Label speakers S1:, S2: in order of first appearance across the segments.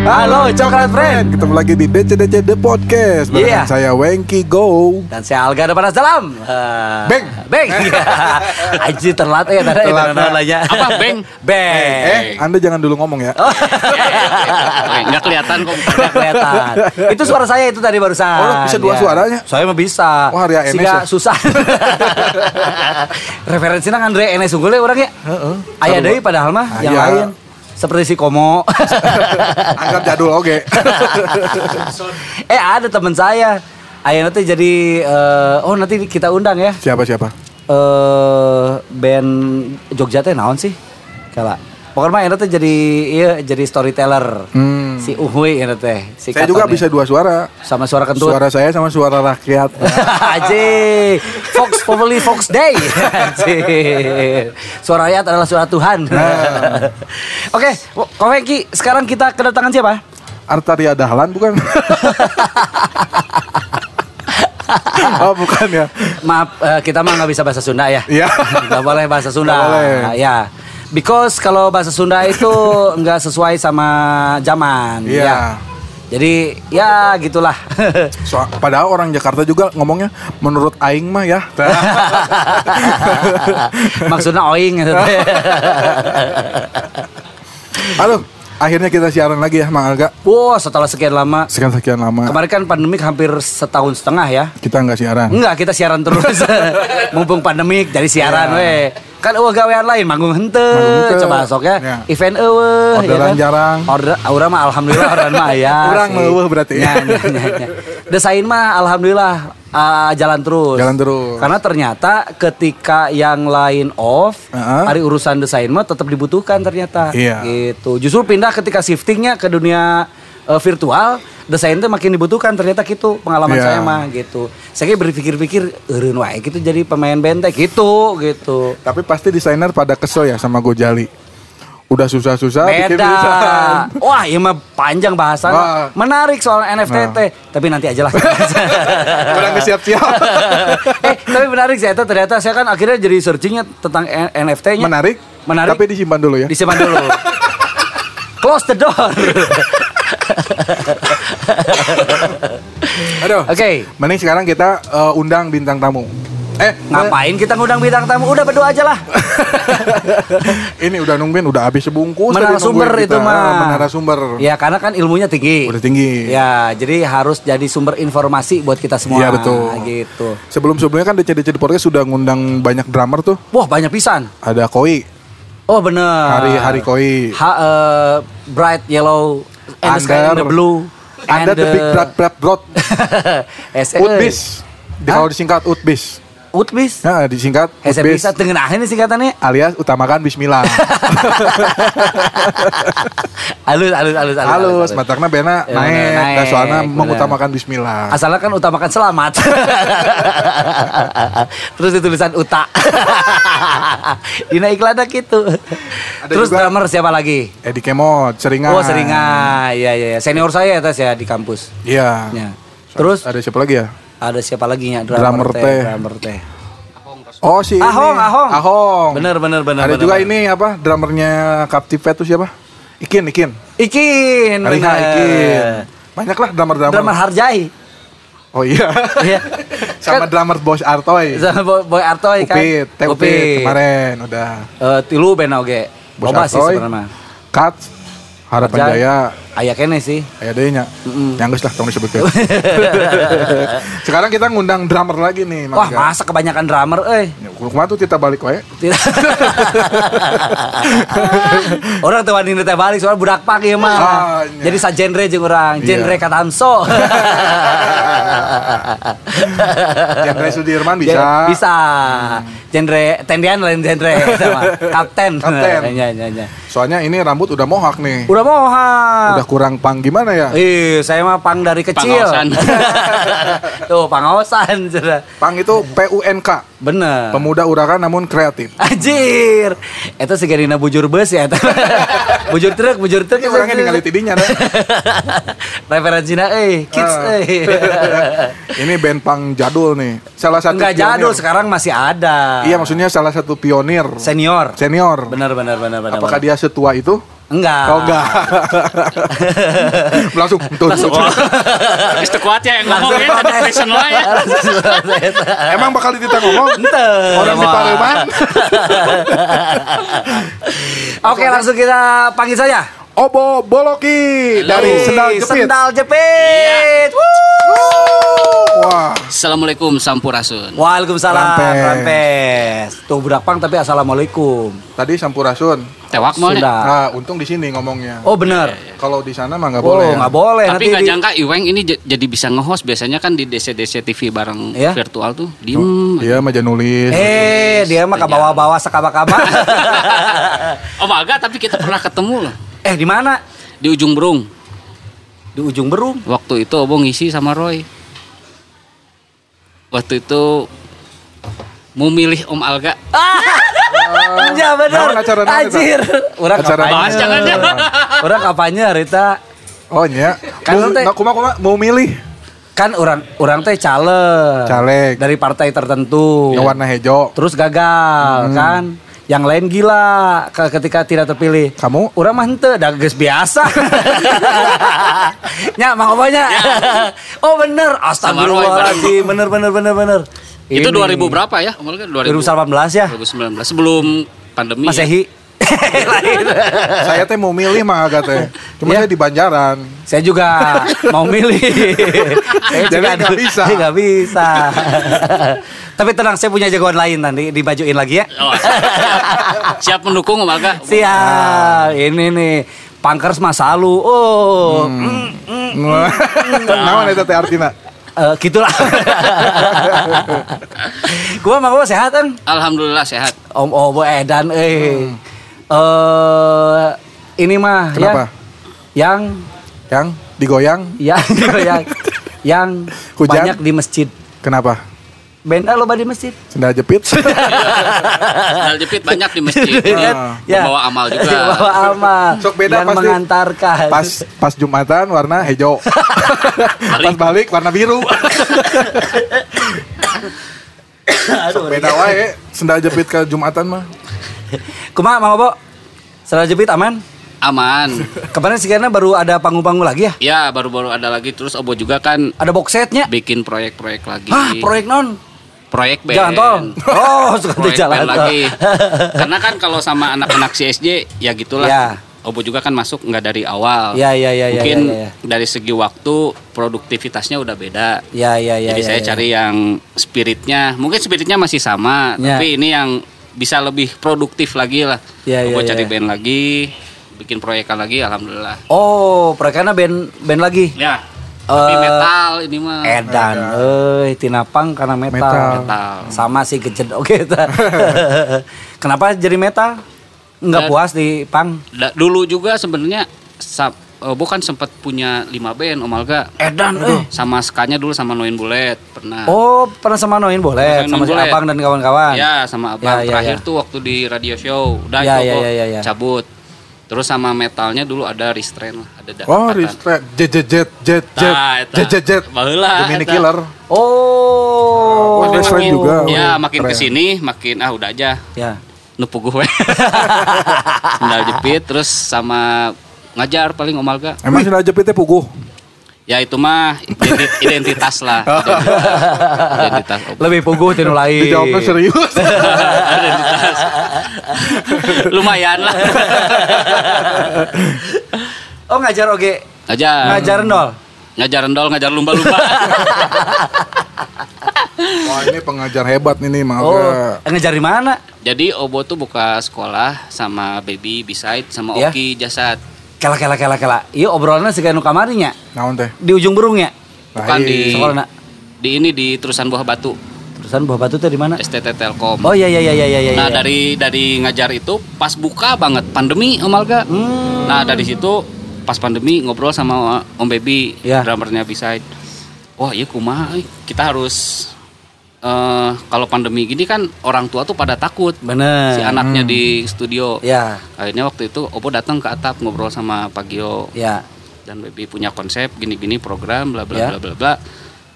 S1: Halo Coklat Friend
S2: Ketemu lagi di DCDCD Podcast
S1: Iya.
S2: Barengan saya Wengki Go
S1: Dan saya Alga Depan Salam Eh,
S2: Beng.
S1: Beng Aji terlat ya tadi
S2: Telat,
S1: Telat nanya
S3: Apa, beng?
S1: Beng
S2: Eh, Anda jangan dulu ngomong ya
S1: Oh.
S3: Eh, nggak kelihatan kok.
S1: Nggak kelihatan Itu suara saya itu tadi barusan
S2: Oh, bisa dua
S1: Ya.
S2: suaranya?
S1: Saya mah bisa
S2: Wah, Ria Enes
S1: Sehingga
S2: ya?
S1: susah Referensinya kan Ria Enes unggulnya orangnya Ayah
S2: Aduh,
S1: Dewi padahal mah Yang
S2: Aya.
S1: lain Seperti si Komo
S2: Anggap jadul oke
S1: Eh ada teman saya Ayah nanti jadi eh, Oh nanti kita undang ya
S2: Siapa-siapa?
S1: eh band Jogja teh naon sih? Kala. Pokoknya mah eta teh jadi iya jadi storyteller.
S2: Hmm.
S1: Si Uhuy eta teh. Si
S2: Saya juga
S1: Katon
S2: bisa
S1: ya.
S2: dua suara
S1: sama suara kentut.
S2: Suara saya sama suara rakyat
S1: Aji, Fox Populi Fox Day. Aji. Suara rakyat adalah suara Tuhan.
S2: Nah.
S1: Oke, Kowe Ki, sekarang kita kedatangan siapa?
S2: Artaria Dahlan bukan? oh bukan ya
S1: Maaf, eh, kita mah nggak bisa bahasa Sunda ya.
S2: Iya.
S1: Nggak boleh bahasa Sunda.
S2: Nggak boleh.
S1: Ya. Because kalau bahasa Sunda itu nggak sesuai sama zaman.
S2: Iya.
S1: Ya. Jadi ya gitulah.
S2: So- Padahal orang Jakarta juga ngomongnya Menurut Aing mah ya
S1: Maksudnya oing gitu.
S2: Halo Akhirnya kita siaran lagi ya Mang Alga
S1: Wow, setelah sekian lama.
S2: Sekian-sekian lama
S1: Kemarin kan pandemik hampir setahun setengah ya.
S2: Kita nggak siaran
S1: Enggak, kita siaran terus. Mumpung pandemik jadi siaran we. Kan eueuh gawean lain manggung
S2: Iya. Manggung
S1: hente.
S2: henteu.
S1: Coba sok
S2: Ya.
S1: ya. Event eueuh
S2: Orderan jarang.
S1: Order aura mah alhamdulillah orderan mah ya.
S2: Urang mah eueuh berarti.
S1: Ya, ya, ya, ya. Desain mah alhamdulillah ah, jalan terus.
S2: Jalan terus.
S1: Karena ternyata ketika yang lain off,
S2: Heeh.
S1: hari urusan desain mah tetap dibutuhkan ternyata.
S2: Iya.
S1: Gitu. Justru pindah ketika shiftingnya ke dunia eh, virtual, desain itu makin dibutuhkan ternyata gitu pengalaman
S2: Iya.
S1: saya mah gitu. Saya kayak berpikir-pikir, eureun wae gitu jadi pemain bentek gitu gitu.
S2: Tapi pasti desainer pada kesel ya sama Gojali. Udah susah-susah Ah, bikin
S1: Beda.
S2: desain.
S1: Wah, ya mah panjang bahasan.
S2: Wah. Nah.
S1: Menarik soal NFT teh, tapi nanti aja lah.
S2: Kurang siap-siap.
S1: eh, tapi menarik sih itu ternyata saya kan akhirnya jadi searchingnya tentang NFT-nya.
S2: Menarik.
S1: Menarik.
S2: Tapi disimpan dulu ya.
S1: Disimpan dulu. Close the door.
S2: Aduh.
S1: Oke.
S2: Mending sekarang kita eh, undang bintang tamu. Eh,
S1: Ngapain kita ngundang bintang tamu? Udah berdoa aja lah.
S2: ini udah nungguin, udah habis sebungkus. tadi
S1: Menara sumber
S2: Oh, nungguin
S1: itu
S2: kita. Ah,
S1: mah.
S2: Menara sumber.
S1: Ya karena kan ilmunya tinggi.
S2: Udah tinggi.
S1: Ya, jadi harus jadi sumber informasi buat kita semua.
S2: Iya, betul.
S1: Gitu.
S2: Sebelum-sebelumnya kan DC-DC Podcast sudah ngundang banyak drummer tuh.
S1: Wah banyak pisan.
S2: Ada Koi,
S1: Oh bener.
S2: Hari Hari Koi.
S1: Ha- eh, bright yellow and the sky in the
S2: Under-
S1: blue. and Eh.
S2: Ada The Big Brad Brad Brot.
S1: Ese-
S2: Utbis. Di- Kalau disingkat Utbis.
S1: E. Utbis. E,
S2: Nah, disingkat
S1: Hese
S2: Utbis.
S1: bisa tengen aja nih singkatannya.
S2: Alias utamakan bismillah.
S1: Alus, alus, alus, alus.
S2: Halus, matakna bena
S1: Ya,
S2: naik,
S1: naik, Iya.
S2: naik. soalnya
S1: bener.
S2: mengutamakan bismillah.
S1: Asalnya kan utamakan selamat. Terus ditulisan uta. Dina iklannya gitu. Terus
S2: juga-
S1: drummer siapa lagi?
S2: Edi Kemot, seringan.
S1: Oh seringa, ya ya ya. Senior saya atas ya di kampus.
S2: Iya.
S1: Ya. Terus
S2: Ada siapa lagi ya?
S1: ada siapa lagi ya?
S2: Drummer teh.
S1: Drummer teh.
S2: Oh si ini.
S1: Ahong, Ahong.
S2: Ahong.
S1: Bener bener bener.
S2: Ada
S1: bener,
S2: juga
S1: bener.
S2: ini apa drummernya Captivate tuh siapa? Ikin, Ikin.
S1: Ikin. bener.
S2: Arina Ikin. Banyak lah drummer-drummer.
S1: Drummer Harjai.
S2: Oh iya.
S1: Iya.
S2: Sama
S1: Kan-
S2: drummer Bos Artoy.
S1: Sama Boy- Boy Artoy kan.
S2: Upit, Teh Upit kemarin udah.
S1: Eh, tilu band oge.
S2: Bos
S1: Loba sih
S2: Artoy.
S1: sebenarnya.
S2: Cut. Harapan
S1: Harjai.
S2: Jaya.
S1: Aya kene sih.
S2: Aya deui nya. Yang geus lah tong disebutkeun. Sekarang kita ngundang drummer lagi nih, Mang
S1: Wah,
S2: Ga.
S1: masa kebanyakan drummer euy.
S2: Kumaha tuh kita balik wae.
S1: Tidak. orang tuh wanita teh balik soal budak pak ieu
S2: Ah,
S1: mah.
S2: iya.
S1: Jadi sa genre jeung urang,
S2: Iya.
S1: genre katamso.
S2: Genre Sudirman bisa.
S1: Bisa. Genre tendian lain genre sama. Kapten.
S2: Kapten.
S1: Iya, iya, iya.
S2: Soalnya ini rambut udah mohak nih.
S1: Udah Iya. mohak.
S2: Udah kurang pang gimana ya?
S1: Ih, saya mah pang dari kecil.
S3: Pangaosan.
S1: Tuh, pangaosan. sudah.
S2: Pang itu PUNK,
S1: Bener.
S2: pemuda urakan namun kreatif.
S1: Anjir. Itu segerina bujur bus ya. eta. bujur truk, bujur truk. ya,
S2: Ini orangnya ningali tidinya dah.
S1: Referensinya eh kids
S2: Ah.
S1: eh.
S2: Ini band pang jadul nih. Salah satu
S1: Enggak
S2: pionir.
S1: jadul sekarang masih ada.
S2: Iya, maksudnya salah satu pionir
S1: senior.
S2: senior.
S1: Benar Ah. benar benar benar.
S2: Apakah dia setua itu?
S1: Enggak.
S2: Oh enggak. Langsung tuh.
S3: Terus kuatnya yang ngomong ya, ada passion lah ya.
S2: Emang bakal ditita ngomong? Orang di
S1: Wah.
S2: Palembang.
S1: Oke, langsung kita panggil saja.
S2: Obo Boloki
S1: Hey,
S2: dari Sendal Jepit. Iya.
S1: Sendal jepit. Wuh.
S2: Wah.
S3: Assalamualaikum Sampurasun.
S1: Waalaikumsalam
S2: Rampes.
S1: Rampes. Tuh berakpang tapi assalamualaikum.
S2: Tadi Sampurasun.
S3: Tewak ya? mau nih.
S1: Sudah.
S2: Nah, untung di sini ngomongnya.
S1: Oh benar.
S2: Kalau di sana mah nggak
S1: Ah. Oh
S2: boleh. ya.
S1: nggak boleh.
S3: Tapi
S1: nanti
S3: nggak
S1: di-
S3: jangka Iweng ini j- jadi bisa nge-host biasanya kan di DC-DC TV bareng
S1: Iya.
S3: virtual tuh. Diem.
S2: Iya, mah jangan nulis.
S1: Eh dia
S3: Iya.
S1: mah ke bawah-bawah sekaba-kaba.
S3: Oh maga tapi kita pernah ketemu loh
S1: eh di mana?
S3: di ujung Berung.
S1: Di ujung berung.
S3: Waktu itu Obong ngisi sama Roy. Waktu itu mau milih Om Alga.
S1: Ya benar.
S2: Naon acara naon, Rita?
S1: Anjir. Orang
S2: Acara
S1: kampanye.
S3: Bahas jangan ya.
S1: Orang kampanye Rita.
S2: Oh iya.
S1: Kan
S2: Mau-
S1: teh-
S2: nah, kuma kuma mau milih
S1: Kan orang orang teh caleg.
S2: Caleg.
S1: Dari partai tertentu.
S2: yang warna hijau.
S1: Terus
S2: Hmm.
S1: gagal kan. Yang lain gila ke- ketika tidak terpilih.
S2: Kamu?
S1: Urang mah henteu da geus biasa. Nya mang Oponya. oh bener. Astagfirullahaladzim. Bener bener bener bener.
S3: Itu
S1: Ini.
S3: 2000 berapa ya? Om Alga 2000,
S1: 2018 ya?
S3: 2019 sebelum pandemi. ya.
S1: Masehi. Lain.
S2: saya teh mau milih mah agak teh. Cuma
S1: Iya.
S2: saya di Banjaran.
S1: Saya juga mau milih. Saya
S2: Jadi
S1: juga-
S2: nggak bisa.
S1: Saya nggak bisa. Tapi tenang, saya punya jagoan lain nanti dibajuin lagi ya.
S3: Oh. Siap mendukung Om Alga.
S1: Siap. Ini nih Pangkers Masalu. Oh, mm,
S2: Naon eta Nah. teh artina?
S1: eh, gitulah. gua mah gua sehat, Eng.
S3: Alhamdulillah sehat.
S1: Om Obo Edan eh. Eh
S2: Hmm.
S1: ini mah
S2: Kenapa?
S1: ya. Yang
S2: Yang digoyang
S1: yang yang yang
S2: Hujan?
S1: banyak di masjid.
S2: kenapa?
S1: Benda loba di masjid.
S2: Sendal jepit.
S1: Ah,
S3: Hal jepit banyak di masjid.
S1: Kan?
S3: Ya. Bawa amal juga.
S1: Bawa amal.
S2: Ah. Sok beda
S1: yang
S2: pasti.
S1: mengantarkan.
S2: pas pas Jumatan warna hijau. pas balik warna biru. Sok beda wae sendal jepit ke Jumatan mah.
S1: Kumaha Mang Obo? Setelah jepit aman?
S3: Aman.
S1: Kemarin sekarang baru ada panggung-panggung lagi ya?
S3: Ya baru-baru ada lagi terus Obo juga kan
S1: Ada box setnya?
S3: bikin proyek-proyek lagi.
S1: Hah, Ah, proyek non?
S3: proyek band.
S1: Jalan tol. Oh, suka di
S3: Proyek
S1: jalan
S3: band
S1: tol.
S3: lagi. Karena kan kalau sama anak-anak CSJ ya gitulah.
S1: Ya.
S3: Obo juga kan masuk nggak dari awal.
S1: Ya, ya, ya, ya,
S3: Mungkin
S1: ya, ya.
S3: dari segi waktu produktivitasnya udah beda.
S1: Ya, ya, ya.
S3: Jadi
S1: ya,
S3: saya
S1: ya.
S3: cari yang spiritnya, mungkin spiritnya masih sama,
S1: Ya.
S3: tapi ini yang bisa lebih produktif lagi lah.
S1: Ya,
S3: Gua
S1: ya,
S3: cari
S1: ya.
S3: band lagi, bikin proyekan lagi, alhamdulillah.
S1: Oh, proyeknya band band lagi.
S3: Ya, tapi
S1: Eh,
S3: metal ini mah.
S1: Edan, euy, tinapang karena metal.
S2: Metal.
S3: Metal.
S1: Sama sih kejed oke ta. Kenapa jadi metal? Enggak
S3: Dan-
S1: puas di pang.
S3: Da- dulu juga sebenarnya sa- eh, bukan sempat punya 5 band Om Alga.
S1: Edan, euy.
S3: Sama Skanya dulu sama Noin Bulet pernah.
S1: Hmm. Oh, pernah sama Noin boleh,
S3: Noin
S1: sama si
S3: Bulet.
S1: Abang dan kawan-kawan.
S3: Ya, sama Abang.
S1: Ya, ya,
S3: Terakhir
S1: ya.
S3: tuh waktu di radio show, udah
S1: Ya,
S3: itu
S1: ya,
S3: gua
S1: ya, ya, ya.
S3: cabut. Terus sama metalnya dulu ada restrain lah, ada da-
S2: Oh,
S3: angkatan.
S2: restrain jet jet jet jet jet
S3: Tah, eta.
S2: jet jet jet.
S3: Nah, Baheula,
S2: The Mini
S3: eta.
S2: Killer.
S1: Oh.
S2: Oh, Restrain juga.
S3: Ya, makin
S2: Keren.
S3: kesini makin ah udah aja
S1: Ya.
S3: nupu gue. Sendal jepit terus sama ngajar paling omalga.
S2: Emang sendal jepitnya puguh.
S3: Ya itu mah identi- identitas lah.
S1: Oh.
S3: Identitas. Identitas.
S1: Lebih puguh tinu lain.
S2: Dijawabnya serius.
S3: Identitas. Lumayan lah.
S1: Oh, ngajar oge.
S3: Ngajar.
S1: Ngajar nol.
S3: Ngajar rendol, ngajar lumba-lumba.
S2: Wah, ini ya. pengajar hebat nih nih, Mang.
S1: Oh,
S2: Aga.
S1: ngejar di mana?
S3: Jadi Obo tuh buka sekolah sama Baby Beside sama
S1: Ya.
S3: Oki Jasad.
S1: Kela kela kela kela. Iya obrolannya sih kanu kamarinya.
S2: Naon teh?
S1: Di ujung burungnya.
S3: Bukan
S2: Lain.
S3: di
S1: iya, Sekolah, nak.
S3: di ini di Terusan Buah Batu,
S1: Terusan buah batu teh di mana?
S3: STT Telkom.
S1: Oh iya iya iya iya iya. iya.
S3: Nah dari dari ngajar itu pas buka banget pandemi Om Alga.
S1: Hmm.
S3: Nah dari situ pas pandemi ngobrol sama Om Baby
S1: Ya.
S3: drummernya Beside. Wah iya kumaha eh. kita harus eh kalau pandemi gini kan orang tua tuh pada takut
S1: bener.
S3: si anaknya
S1: hmm.
S3: di studio.
S1: Ya
S3: Akhirnya waktu itu Opo datang ke atap ngobrol sama Pagio
S1: ya.
S3: dan Baby punya konsep gini-gini program bla bla
S1: Ya.
S3: bla bla bla.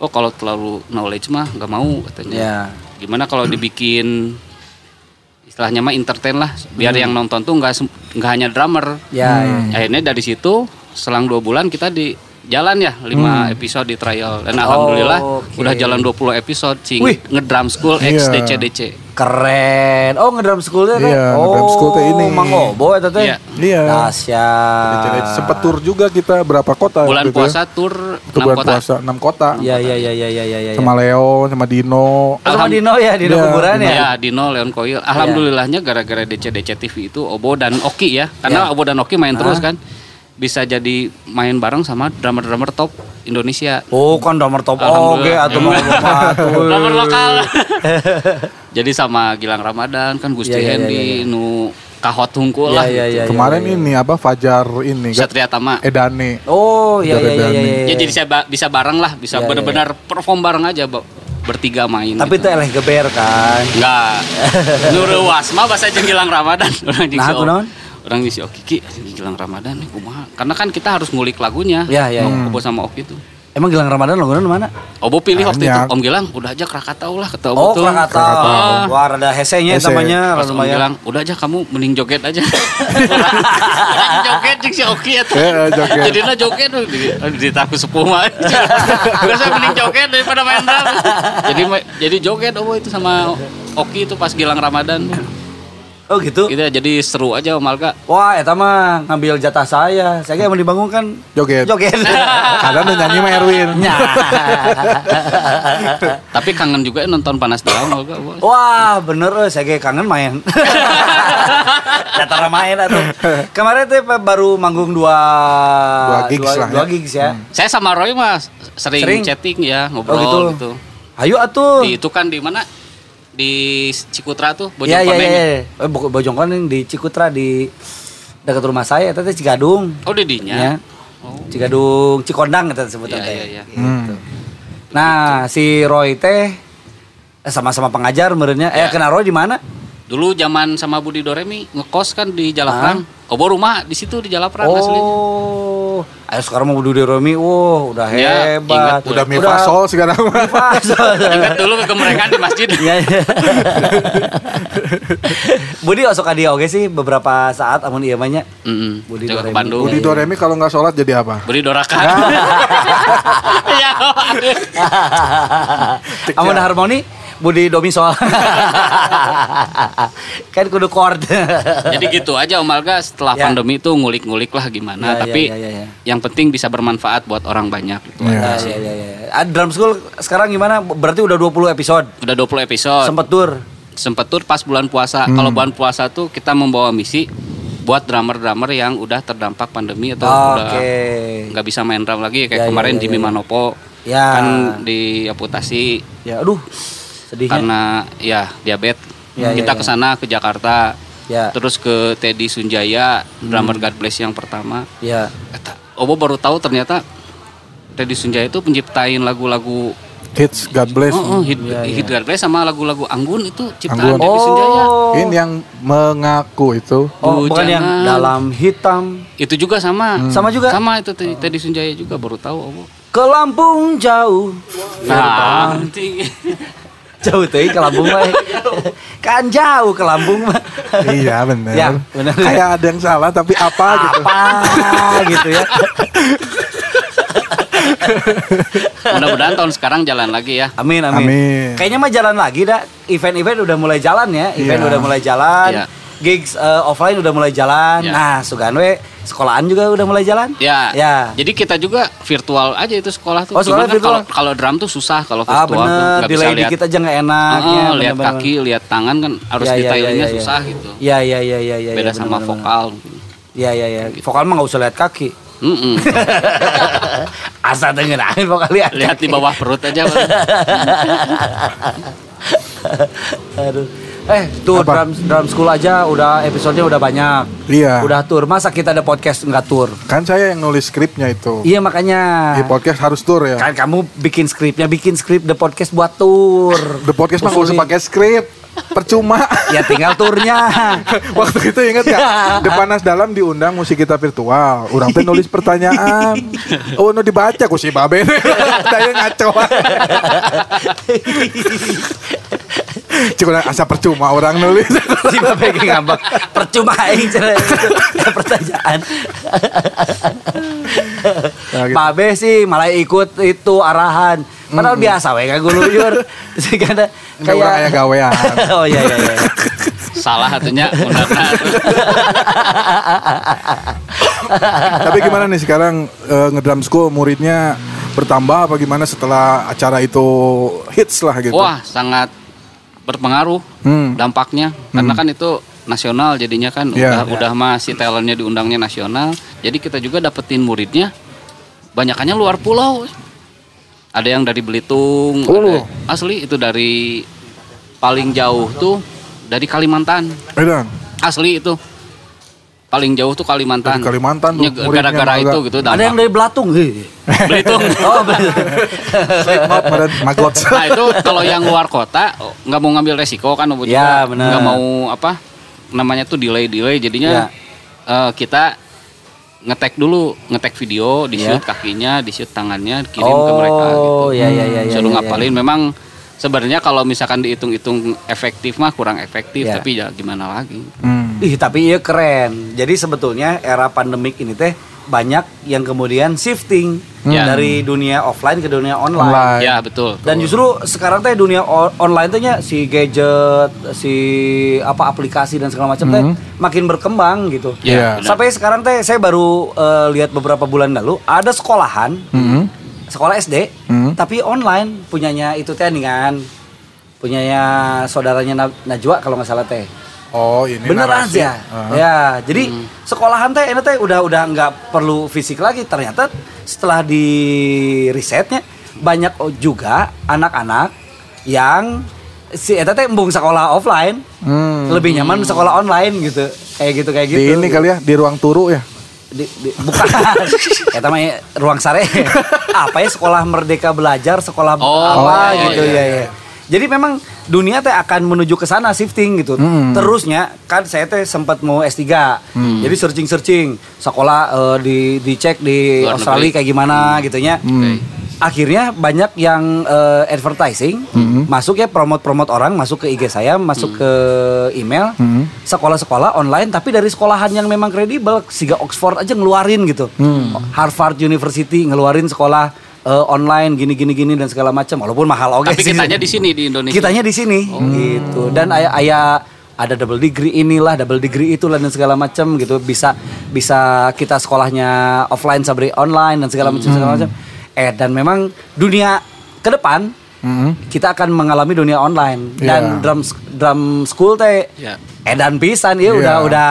S3: Oh kalau terlalu knowledge mah nggak mau katanya
S1: Ya.
S3: gimana kalau dibikin istilahnya mah entertain lah biar yang nonton tuh nggak sem- nggak hanya
S1: Hmm.
S3: drummer Hmm.
S1: Ya, ya.
S2: Hmm.
S3: akhirnya dari situ selang dua bulan kita di jalan ya lima episode di trial dan alhamdulillah
S1: Hmm. Oh, oke.
S3: udah jalan 20 episode sing
S1: Wih.
S3: ngedrum school
S2: Iya.
S3: X DCDC
S1: Keren. Oh, ngedrum schoolnya kan?
S2: Iya,
S1: oh,
S2: ngedrum school teh ini.
S1: Mang Obo eta teh.
S3: Iya.
S2: Iya.
S1: Dahsyat.
S2: Sempet tour juga kita berapa kota
S3: bulan
S2: waktu itu ya.
S3: puasa tur
S2: Itu
S3: enam
S2: bulan
S3: kota
S2: puasa enam kota.
S1: Iya, iya, iya, iya, iya, iya.
S2: Sama Leo, sama Dino.
S1: Oh, sama Dino ya, Dino
S2: Iya,
S1: kuburan ya. Iya.
S3: Ya, Dino Leon Koil. Alhamdulillahnya gara-gara DC-DC TV itu Obo dan Oki
S1: Iya.
S3: ya. Karena Obo dan Oki main
S1: Ah.
S3: terus kan. Bisa jadi main bareng sama drummer-drummer top Indonesia.
S1: Oh, kan drummer top oge
S3: Alhamdulillah.
S1: atau Mang Obo mah, atuh.
S3: Drummer lokal. jadi sama Gilang Ramadan kan Gusti
S1: Iya, iya,
S3: Hendy nu kahot hungkul
S1: Iya,
S3: lah.
S1: Eh. iya, iya,
S3: gitu.
S2: Kemarin
S1: iya, iya.
S2: ini apa Fajar ini kan
S3: Satria Tama.
S2: Edane.
S1: Oh, iya, iya, iya, iya, iya.
S3: Ya, jadi saya ba- bisa bareng lah,
S1: Iya,
S3: bisa
S1: iya,
S3: benar-benar perform bareng aja Bo. bertiga main.
S1: Tapi
S3: gitu.
S1: teh eleh geber kan.
S3: Enggak. Nurul Wasma bahasa jeung Gilang Ramadan orang jeung
S1: Nah,
S3: si O-
S1: kunaon?
S3: Orang jeung si Oki Ki anjing Gilang Ramadan nih kumaha. Karena kan kita harus ngulik lagunya.
S1: Ya, ya,
S3: Om Obo sama Oki itu.
S1: Emang Gilang Ramadan lagunya nu mana?
S3: Obo pilih waktu itu
S2: Banyak.
S3: Om Gilang udah aja Krakatau lah kata
S1: Oh,
S3: Obo tuh.
S1: Krakatau.
S3: Ah.
S1: Wah, ada hesenya
S2: Hese.
S1: namanya
S3: Pas Om
S1: lumayan.
S3: Gilang udah aja kamu mending joget aja. Orang joget jeung si Oki eta.
S2: Eh, joget.
S3: Jadi lah joget tuh di, di taku sepuh mah. Terus saya mending joget daripada main drum. jadi ma- jadi joget Obo itu sama Oki itu pas Gilang Ramadan.
S1: Oh, gitu.
S3: Gitu ya, jadi seru aja Om Alga.
S1: Wah, eta mah ngambil jatah saya. Saya kayak mau dibangun kan
S2: Joget.
S1: joget. Nah.
S2: Kadang udah nyanyi sama Erwin.
S1: Nya.
S3: Tapi kangen juga ya nonton panas dalam Om Alga.
S1: Oh.
S3: Wah,
S1: Wah, bener eh, saya kayak kangen main. Jatah main atau kemarin tuh baru manggung dua
S2: Dua gigs lah ya.
S1: dua gigs ya.
S3: Saya sama Roy mas sering,
S1: Sering?
S3: chatting ya
S1: Oh
S3: ngobrol
S1: gitu. Oh.
S3: gitu.
S1: Ayo atuh.
S3: Di itu kan di mana? Di Cikutra tuh
S1: Iya iya
S3: Bojonegoro.
S1: iya. Eh, Bo- Bojongkoneng di Cikutra di dekat rumah saya, tadi Cigadung.
S3: Oh di dinya.
S1: Ya. Cigadung, Cikondang kita sebutan
S3: Iya,
S1: teh.
S3: iya, iya.
S2: Hmm.
S1: Nah, si Roy teh eh, sama-sama pengajar merenya. Eh,
S3: Ya.
S1: kena Roy di mana?
S3: Dulu zaman sama Budi Doremi ngekos kan
S1: Ah.
S3: di Jalaprang. Obo rumah di situ di Jalaprang asli.
S1: Oh. Ayo sekarang mau Dudi Romi, wow, udah
S3: Ya,
S1: hebat.
S3: ingat
S2: Udah Mifasol sekarang mah.
S1: Mifasol.
S3: Ingat dulu ke mereka di masjid.
S1: Iya, iya. Budi osok ka dia oke sih beberapa saat amun iya mah nya.
S3: Mm-mm.
S1: Budi
S3: Jaga ke
S1: Doremi.
S3: Bandung.
S2: Budi Doremi kalau nggak sholat jadi apa?
S3: Budi Dorakan. Iya.
S1: Amun
S3: Ya.
S1: harmoni Budi Domisol. kan kudu chord.
S3: Jadi gitu aja Om Alga setelah
S1: Ya.
S3: pandemi itu ngulik-ngulik lah gimana.
S1: Ya, ya,
S3: Tapi
S1: ya, ya, ya.
S3: yang penting bisa bermanfaat buat orang banyak. Gitu.
S1: Nah, iya, iya, iya. Ah, Drum School sekarang gimana? Berarti udah 20 episode.
S3: Udah 20 episode.
S1: Sempet tour.
S3: Sempet tur pas bulan puasa.
S1: Hmm.
S3: Kalau bulan puasa tuh kita membawa misi buat drummer-drummer yang udah terdampak pandemi atau
S1: Ah,
S3: udah
S1: Oke.
S3: nggak bisa main drum
S1: Ya,
S3: lagi kayak
S1: ya,
S3: kemarin
S1: ya,
S3: Jimmy
S1: ya.
S3: Manopo
S1: Ya.
S3: kan diamputasi
S1: Ya, aduh. Sedihnya.
S3: karena ya diabetes.
S1: Iya. Ya, ya,
S3: kita
S1: ya.
S3: ke sana ke Jakarta.
S1: Ya. Hmm.
S3: Terus ke Teddy Sunjaya, drummer God Bless yang pertama.
S1: Ya.
S3: Eta, Obo baru tahu ternyata Teddy Sunjaya itu penciptain lagu-lagu
S2: Hits God bless.
S3: Oh, oh, hit,
S1: Iya, iya.
S3: hit God Bless sama lagu-lagu Anggun itu ciptaan
S2: Anggun.
S3: Teddy Sunjaya.
S1: Oh.
S2: Ini yang mengaku itu.
S1: Oh, bukan
S3: Bujangan.
S1: yang dalam hitam
S3: Itu juga sama.
S1: Hmm. Sama juga? Oh.
S3: Sama itu Te- Teddy Sunjaya juga baru tahu Obo.
S1: ke Lampung jauh.
S3: Nah, nanti-
S1: Jauh teh ke Lampung mah. kan jauh ke Lampung mah.
S2: iya benar.
S1: Ya, benar.
S2: Kayak ada yang salah tapi apa gitu.
S1: Apa gitu ya.
S3: mudah-mudahan tahun sekarang jalan lagi ya.
S1: Amin, amin.
S2: Amin.
S1: Kayaknya mah jalan lagi dah. Event-event udah mulai jalan ya. Event
S2: Iya.
S1: udah mulai jalan.
S3: Iya.
S1: Gigs eh, offline udah mulai jalan.
S3: Iya.
S1: Nah, Suganwe sekolahan juga udah mulai jalan.
S3: Ya.
S1: Ya.
S3: Jadi kita juga virtual aja itu sekolah tuh.
S1: Oh, sekolah
S3: Cuman kan
S1: virtual.
S3: Kalau kalau drum tuh susah kalau
S1: Ah,
S3: virtual tuh
S1: bener.
S3: nggak bisa
S1: Delay
S3: lihat.
S1: dikit aja nggak enak.
S3: Heeh,
S1: ya,
S3: lihat
S1: bener-bener.
S3: kaki, lihat tangan kan harus
S1: Ya, ya,
S3: detailnya
S1: ya, ya.
S3: susah gitu.
S1: Iya, iya, iya, iya, iya.
S3: Beda
S1: iya,
S3: sama
S1: bener-bener.
S3: vokal. Gitu.
S1: Iya, iya, iya. Vokal mah nggak usah lihat kaki.
S3: Mm-mm.
S1: Asal dengerin vokal lihat.
S3: Lihat di bawah perut aja. Bang.
S1: Aduh. Eh, tuh
S2: Apa?
S1: drum, drum school aja udah episodenya udah banyak.
S2: Iya.
S1: Udah tour. Masa kita ada podcast nggak tour?
S2: Kan saya yang nulis skripnya itu.
S1: Iya makanya.
S2: Di podcast harus tur ya.
S1: Kan kamu bikin skripnya, bikin skrip the podcast buat tour.
S2: The podcast mah nggak usah
S1: Usulin.
S2: pakai skrip. Percuma.
S1: Ya tinggal turnya.
S2: Waktu itu inget ya, Depanas Dalam diundang musik kita virtual. Orang teh nulis pertanyaan. Oh, nu dibaca ku si babe. Saya ngaco. Cukup asa percuma orang nulis.
S1: si babe ge ngambek percuma aing cenah pertanyaan
S2: Nah, gitu.
S1: babe sih malah ikut itu arahan padahal biasa we kagak luyur sih kada
S2: Ini orang aya gawean.
S1: oh iya iya iya
S3: Salah hatunya
S2: Tapi gimana nih sekarang eh, ngedrum school muridnya bertambah apa gimana setelah acara itu hits lah gitu.
S3: Wah, sangat berpengaruh
S2: Hmm.
S3: dampaknya karena kan itu nasional jadinya kan
S2: Iya.
S3: udah udah masih talentnya diundangnya nasional. Jadi kita juga dapetin muridnya banyakannya luar pulau. Ada yang dari Belitung, ada- asli itu dari paling jauh tuh dari Kalimantan.
S2: Eh, Dan,
S3: Asli itu paling jauh tuh Kalimantan.
S2: Dari Kalimantan tuh
S3: Nye-
S2: muridnya
S3: gara-gara
S2: malah.
S3: itu gitu
S1: ada yang dari Belatung heh.
S3: Belitung.
S1: oh Belatung
S2: Slip map, Madan, magot.
S3: Nah itu kalau yang luar kota oh, nggak mau ngambil resiko kan Bu
S1: Ya,
S3: juga.
S1: benar.
S3: nggak mau apa namanya tuh delay delay jadinya
S1: Ya.
S3: eh, kita ngetek dulu ngetek video di shoot
S1: Ya.
S3: kakinya di shoot tangannya kirim ke
S1: Oh,
S3: mereka gitu
S1: ya, ya, ya, ya,
S3: suruh
S1: ya,
S3: ngapalin memang sebenarnya kalau misalkan dihitung-hitung efektif mah kurang efektif
S1: Ya.
S3: tapi ya gimana lagi
S2: Hmm.
S1: Ih, tapi iya keren. Jadi sebetulnya era pandemik ini teh banyak yang kemudian shifting
S3: Ya.
S1: dari dunia offline ke dunia online.
S2: Online.
S3: ya betul
S1: Dan justru sekarang teh dunia o- online tehnya si gadget, si apa aplikasi dan segala macam teh makin berkembang gitu.
S2: Iya.
S3: ya Mhm. benar.
S1: Sampai sekarang teh saya baru eh, lihat beberapa bulan lalu ada sekolahan,
S2: Hmm.
S1: sekolah SD,
S2: Hmm.
S3: Mhm.
S1: tapi online punyanya itu teh dengan punyanya saudaranya Na- Najwa kalau nggak salah teh
S2: Oh, ini
S1: bener
S2: narasi.
S1: aja
S2: Ah.
S1: ya jadi sekolahan teh ini teh udah udah nggak perlu fisik lagi ternyata setelah di risetnya banyak o- juga anak-anak yang si eta teh embung sekolah offline
S2: Hmm.
S1: lebih nyaman sekolah online gitu kayak gitu kayak gitu
S2: Di ini kali ya, di ruang turu ya.
S1: Di- di- bukan eta mah ruang sare apa ya sekolah merdeka belajar sekolah
S3: Oh,
S1: apa
S3: oh,
S1: gitu
S3: iya,
S1: ya ya jadi memang dunia teh akan menuju ke sana shifting gitu.
S2: Hmm.
S1: Terusnya kan saya teh sempat mau S3. Jadi searching-searching sekolah eh, di dicek di
S3: Luar
S1: Australia
S3: negeri.
S1: kayak gimana
S3: Hmm.
S1: gitu nya.
S3: Oke.
S1: Akhirnya banyak yang eh, advertising
S3: Hmm.
S1: masuk ya promote-promote orang masuk ke IG saya, masuk ke email
S2: Hmm.
S1: sekolah-sekolah online tapi dari sekolahan yang memang kredibel siga Oxford aja ngeluarin gitu.
S3: Hmm.
S1: Harvard University ngeluarin sekolah eh, online gini-gini gini dan segala macam walaupun mahal oke
S3: tapi kitanya di sini di Indonesia
S1: kitanya di sini
S3: Oh.
S1: gitu dan ayah ayah ada double degree inilah double degree itulah dan segala macam gitu bisa bisa kita sekolahnya offline sabri online dan segala macam segala
S3: Hmm.
S1: macam eh dan memang dunia ke depan
S2: Hmm.
S1: kita akan mengalami dunia online dan
S2: Iya.
S1: drum drum school teh
S3: Iya.
S1: edan pisan ya
S2: Iya.
S1: udah udah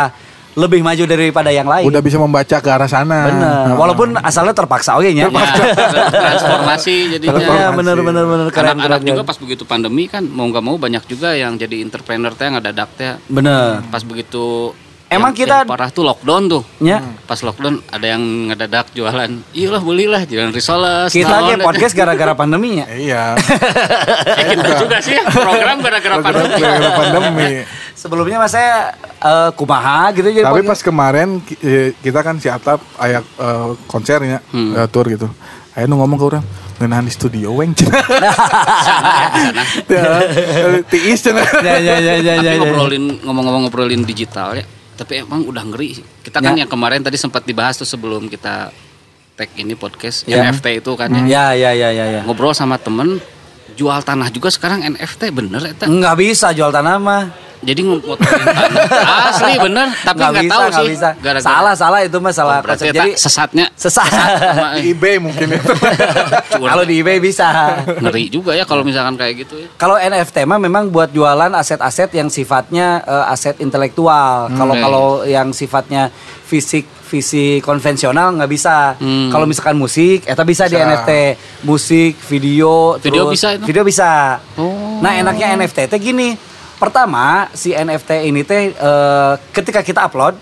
S1: lebih maju daripada yang lain
S2: Udah bisa membaca ke arah sana.
S1: bener
S2: Ah.
S1: walaupun asalnya terpaksa oke nya
S3: Ya, transformasi jadinya
S1: Iya, bener bener bener keren keren,
S3: anak-anak juga
S1: keren.
S3: pas begitu pandemi kan mau nggak mau banyak juga yang jadi entrepreneur teh nggak dadak teh
S1: bener
S3: pas begitu
S1: Emang
S3: yang-
S1: kita- Ya.
S3: yang parah tuh lockdown tuh Hmm.
S1: nya
S3: pas lockdown ada yang ngedadak jualan iyalah belilah jualan risoles
S1: kita
S3: naon.
S1: ke podcast gara-gara pandeminya
S2: Iya.
S3: Eh, kita juga sih ya, program gara-gara pandemi
S1: Ya,
S2: Gara-gara pandemi.
S1: sebelumnya mas saya eh, kumaha gitu jadi
S2: Tapi
S1: pod-
S2: pas kemarin ki- eh, kita kan si Atap ayak eh, konsernya eh, tour gitu. Ayo nu ngomong ke orang ngenahan di studio weng cina. Ya, eh, Tiis cina.
S1: ya ya ya ya
S3: tapi
S1: ya, ya.
S3: ngobrolin ngomong-ngomong ngobrolin digital ya tapi emang udah ngeri sih. kita kan
S1: Ya.
S3: yang kemarin tadi sempat dibahas tuh sebelum kita tag ini podcast
S1: Ya.
S3: NFT itu kan ya
S1: ya ya ya ya ya
S3: ngobrol sama temen jual tanah juga sekarang NFT bener ya, eta
S1: nggak bisa jual tanah mah
S3: jadi ngotorin tanah asli bener tapi
S1: nggak
S3: nggak
S1: bisa
S3: tahu
S1: nggak
S3: sih
S1: bisa salah salah itu mah salah
S3: Oh, berarti
S1: konsep.
S3: eta
S1: jadi
S3: sesatnya
S1: sesat
S3: sama- eh,
S2: Di eBay mungkin ya. itu.
S1: kalau di eBay bisa
S3: ngeri juga ya kalau misalkan kayak gitu ya
S1: kalau NFT mah memang buat jualan aset-aset yang sifatnya eh, aset intelektual. Kalau
S3: Hmm. Oke.
S1: kalau yang sifatnya fisik visi konvensional nggak bisa.
S3: Hmm.
S1: Kalau misalkan musik, eta bisa, di
S2: Bisa.
S1: NFT. Musik, video,
S3: Video
S1: terus
S3: bisa itu?
S1: video bisa.
S3: Oh.
S1: Nah enaknya NFT teh gini. Pertama si NFT ini teh eh, ketika kita upload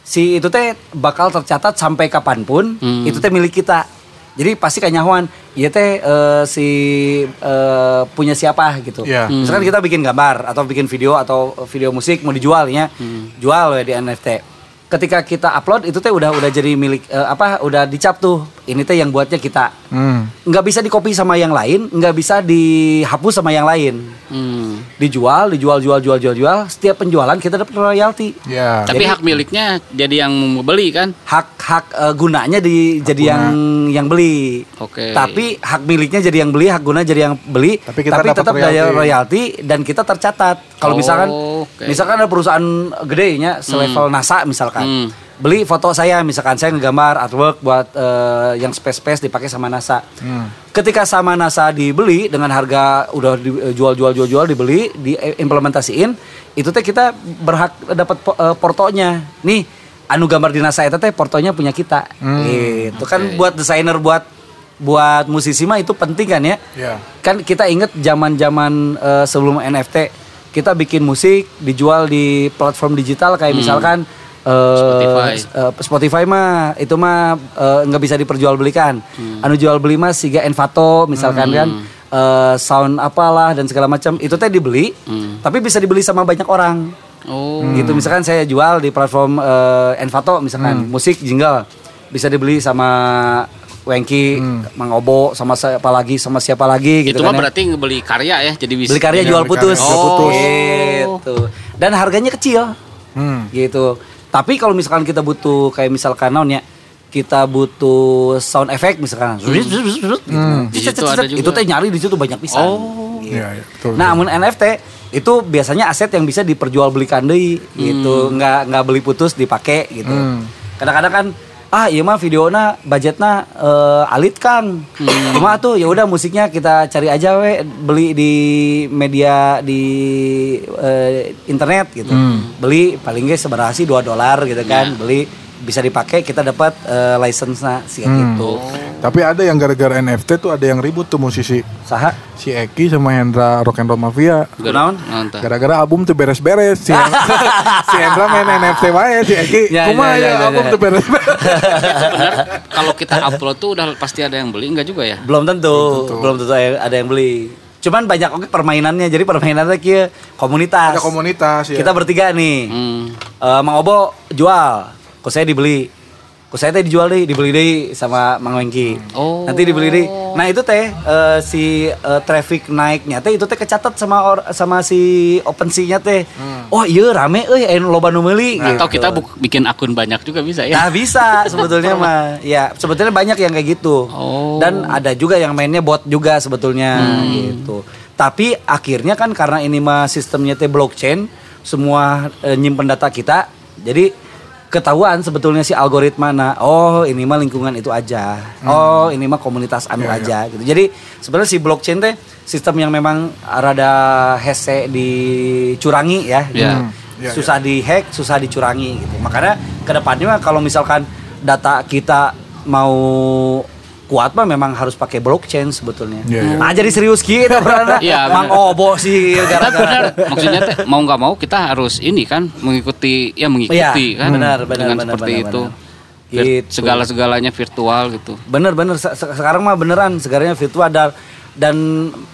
S1: si itu teh bakal tercatat sampai kapanpun
S3: Hmm.
S1: itu teh milik kita. Jadi pasti kanyahuan, iya teh eh, si eh, punya siapa gitu.
S2: Iya. Hmm.
S1: Misalkan kita bikin gambar atau bikin video atau video musik mau ya. dijualnya, jual we di NFT. Ketika kita upload itu teh udah udah jadi milik eh, apa udah dicap tuh ini teh yang buatnya kita
S2: Hmm.
S1: nggak bisa dikopi sama yang lain, nggak bisa dihapus sama yang lain.
S3: Hmm.
S1: Dijual, dijual, jual, jual, jual, jual. Setiap penjualan kita dapat royalti.
S2: Ya.
S3: Tapi hak miliknya jadi yang membeli kan?
S1: Hak hak eh, gunanya di jadi yang yang beli.
S3: Oke.
S1: Tapi hak miliknya jadi yang beli, hak guna jadi yang beli.
S2: Tapi kita dapat
S1: tetap daya
S2: royalti.
S1: royalti dan kita tercatat. Kalau
S3: Oh,
S1: misalkan
S3: oke.
S1: misalkan ada perusahaan gedenya selevel NASA misalkan.
S3: Hmm.
S1: Beli foto saya misalkan saya ngegambar artwork buat eh, yang space-space dipakai sama NASA.
S2: Hmm.
S1: Ketika sama NASA dibeli dengan harga udah dijual jual jual jual dibeli, diimplementasiin, itu teh kita berhak dapat po- eh, portonya. Nih, anu gambar di NASA itu teh portonya punya kita. Gitu kan
S3: Oke.
S1: buat desainer buat buat musisi mah itu penting kan ya.
S2: Iya.
S1: Kan kita inget zaman-zaman eh, sebelum NFT kita bikin musik dijual di platform digital kayak misalkan eh,
S3: Spotify.
S1: s- eh, Spotify mah itu mah eh, nggak bisa diperjualbelikan. Anu jual beli mah siga Envato misalkan kan eh, sound apalah dan segala macam itu teh dibeli tapi bisa dibeli sama banyak orang
S3: Oh.
S1: gitu misalkan saya jual di platform eh, Envato misalkan musik jingle bisa dibeli sama Wengki, Mang Obo, sama siapa lagi, sama siapa lagi gitu
S3: itu
S1: kan.
S3: mah
S1: ya.
S3: berarti beli karya ya jadi bisa
S1: beli karya
S2: Iya,
S1: jual
S2: beli
S1: putus.
S2: karya,
S3: jual putus.
S1: Gitu. Dan harganya kecil
S2: Hmm.
S1: gitu. Tapi kalau misalkan kita butuh kayak misalkan naon ya, kita butuh sound effect misalkan.
S3: Hmm.
S1: gitu.
S2: Hmm.
S3: Di situ ada juga.
S1: Itu teh nyari di situ banyak pisan.
S3: Oh.
S1: Gitu.
S2: Iya, iya, betul.
S1: Nah, amun NFT itu biasanya aset yang bisa diperjualbelikan deui
S3: Hmm.
S1: gitu, nggak nggak beli putus dipakai gitu.
S2: Hmm.
S1: Kadang-kadang kan ah iya mah videona budgetna eh, alit Kang.
S3: Hmm.
S1: Cuma tuh ya udah musiknya kita cari aja we beli di media di eh, internet gitu.
S2: Hmm.
S1: Beli paling nggak seberapa sih 2 dolar gitu
S3: Iya.
S1: kan. Beli bisa dipakai kita dapat eh, license-nya sih
S2: Hmm.
S1: gitu.
S2: Tapi ada yang gara-gara NFT tuh ada yang ribut tuh musisi.
S1: Saha?
S2: Si Eki sama Hendra Rock and Roll Mafia.
S1: Naon?
S3: Nonton.
S2: Gara-gara album tuh beres-beres si, si Hendra main NFT wae si Eki.
S1: Ya, ya,
S2: Kumaha
S1: ya,
S2: ya,
S1: ya,
S2: album
S1: ya.
S2: tuh beres-beres.
S3: Benar, kalau kita upload tuh udah pasti ada yang beli enggak juga ya?
S1: Belum tentu, belum tentu ada yang beli. Cuman banyak oke permainannya, jadi permainannya kia komunitas.
S2: ada komunitas ya.
S1: Kita bertiga nih.
S3: Hmm.
S1: Eh, Mang Obo jual, kok saya dibeli. Kok saya teh dijual deh, dibeli deh sama Mang Wengki.
S3: Oh.
S1: Nanti dibeli deh. Nah, itu teh eh, si eh, traffic naiknya teh itu teh kecatat sama or- sama si OpenSea-nya teh. Oh, iya rame euy aya nu loba nu meuli
S3: Atau
S1: gitu.
S3: kita buk- bikin akun banyak juga bisa ya?
S1: Nah bisa sebetulnya mah ya sebetulnya banyak yang kayak gitu
S3: Oh. Hmm.
S1: dan ada juga yang mainnya bot juga sebetulnya gitu tapi akhirnya kan karena ini mah sistemnya teh blockchain semua eh, nyimpen data kita jadi ketahuan sebetulnya si algoritma nah oh ini mah lingkungan itu aja
S3: Hmm.
S1: oh ini mah komunitas
S3: Ya,
S1: anu aja gitu jadi sebenarnya si blockchain teh sistem yang memang rada hese dicurangi ya gitu.
S3: Ya.
S2: Ya, ya.
S1: susah susah dihack, susah dicurangi gitu. Makanya kedepannya mah kalau misalkan data kita mau kuat mah memang harus pakai blockchain sebetulnya.
S2: Iya, iya.
S1: Nah, jadi serius gitu karena
S3: Iya,
S1: Mang
S3: bener.
S1: Obo sih
S3: Tapi benar,
S1: gara-gara.
S3: maksudnya teh, mau nggak mau kita harus ini kan mengikuti ya mengikuti
S1: Iya,
S3: kan
S1: benar, benar,
S3: dengan
S1: benar,
S3: seperti
S1: benar,
S3: itu
S1: benar.
S3: Vir-
S1: Gitu.
S3: segala-segalanya virtual gitu.
S1: Bener-bener Se- se- sekarang mah beneran segaranya virtual dan dan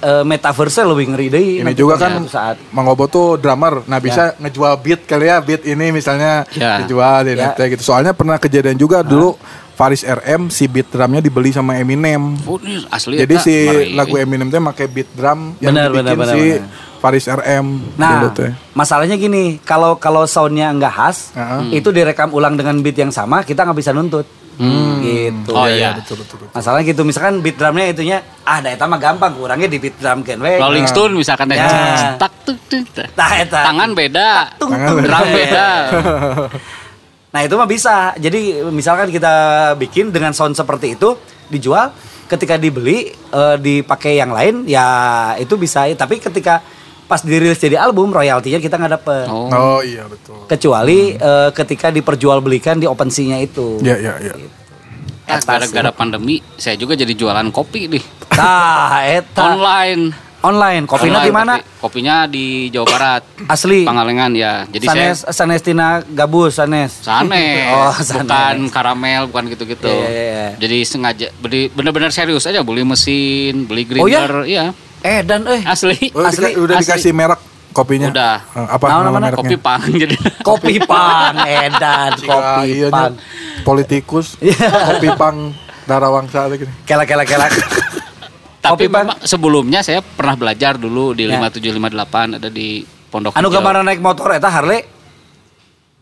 S1: eh, metaverse lebih ngeri deh.
S2: Ini
S1: nanti
S2: juga
S1: suatu
S2: kan
S1: saat. Ya.
S2: Mang Obo tuh drummer. Nah, bisa ngejual beat kali ya, beat ini misalnya
S3: Ya.
S2: dijual di
S1: Ya.
S2: NFT gitu. Soalnya pernah kejadian juga dulu Faris RM si beat drumnya dibeli sama Eminem.
S3: Oh, ini asli
S2: Jadi
S3: eta,
S2: si
S3: mari.
S2: lagu Eminem teh make beat drum yang
S1: Benar,
S2: dibikin
S1: benar, benar,
S2: si
S1: benar.
S2: Faris RM dulu ya.
S1: Nah,
S2: teh.
S1: masalahnya gini, kalau kalau soundnya nggak khas,
S2: Heeh.
S1: itu direkam ulang dengan beat yang sama, kita nggak bisa nuntut. Gitu.
S3: Oh iya.
S1: Masalahnya gitu, misalkan beat drumnya itunya, ah da eta mah gampang, kurangnya di beat drum kan we.
S3: Rolling Stone misalkan teh.
S1: Ya.
S3: Tak tuk, tuk, tak.
S1: Tah Nah, eta.
S3: Tangan beda.
S1: Tung,
S2: Tangan
S1: tung.
S2: beda.
S3: Drum ya. beda.
S1: Nah, itu mah bisa. Jadi misalkan kita bikin dengan sound seperti itu dijual, ketika dibeli eh, dipakai yang lain, ya itu bisa. Tapi ketika pas dirilis jadi album, royaltinya kita nggak dapet.
S3: Oh.
S2: Oh iya betul.
S1: kecuali eh, ketika diperjualbelikan di OpenSea-nya itu.
S2: Ya ya ya.
S3: Ah, Gara-gara pandemi, saya juga jadi jualan kopi nih.
S1: Tah, Nah, eta
S3: Online.
S1: online. Kopinya
S3: Online,
S1: di mana?
S3: kopi- Kopinya di Jawa Barat.
S1: Asli.
S3: Pangalengan ya. Jadi saya
S1: Sanes Sanestina Gabus Sanes.
S3: Sanes,
S1: Oh, sanes.
S3: bukan karamel, bukan gitu-gitu.
S1: Iya, iya, iya.
S3: Jadi sengaja, beli bener-bener serius aja, beli mesin, beli grinder,
S1: Oh, ya?
S3: iya,
S1: Eh dan eh
S3: asli.
S2: Oh,
S1: Asli,
S2: dika- udah
S3: asli.
S2: dikasih merek
S1: iya.
S2: kopinya.
S3: Udah.
S2: Eh, Apa
S1: Nah,
S2: nama
S1: mana-mana
S2: mereknya?
S3: Kopi pang jadi.
S1: kopi pang edan
S2: Jika
S1: kopi
S2: iya nya
S1: pang.
S3: Iya.
S2: Politikus, kopi pang Darawangsa atau gini.
S1: Kelak kelak kelak. Kopi,
S3: Tapi
S1: Bang.
S3: memang sebelumnya saya pernah belajar dulu di 5758 ada di Pondok
S1: Anu
S3: Hijau.
S1: kemana naik motor eta Harley?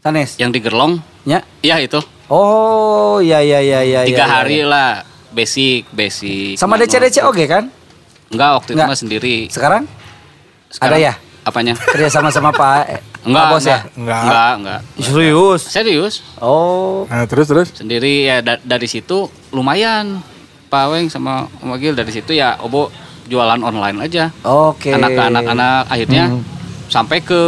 S1: Sanes.
S3: yang di Gerlong.
S1: Ya.
S3: Ya itu.
S1: Oh, ya ya ya ya.
S3: Tiga
S1: ya, ya,
S3: hari
S1: ya.
S3: lah basic basic.
S1: Sama
S3: manual.
S1: DC-DC oke kan?
S3: Enggak waktu itu
S1: Enggak.
S3: mah sendiri.
S1: Sekarang
S3: Sekarang-
S1: ya?
S3: Apanya?
S1: kerja sama sama Pak eh,
S3: Enggak,
S1: Pak Bos ya?
S3: enggak,
S2: Enggak.
S3: enggak, enggak, enggak.
S1: Serius.
S3: Serius,
S1: Oh,
S2: Nah, terus terus.
S3: sendiri ya da- dari situ lumayan. Pak Weng sama Om Agil dari situ ya Obo jualan online aja.
S1: oke.
S3: anak anak-anak akhirnya sampai ke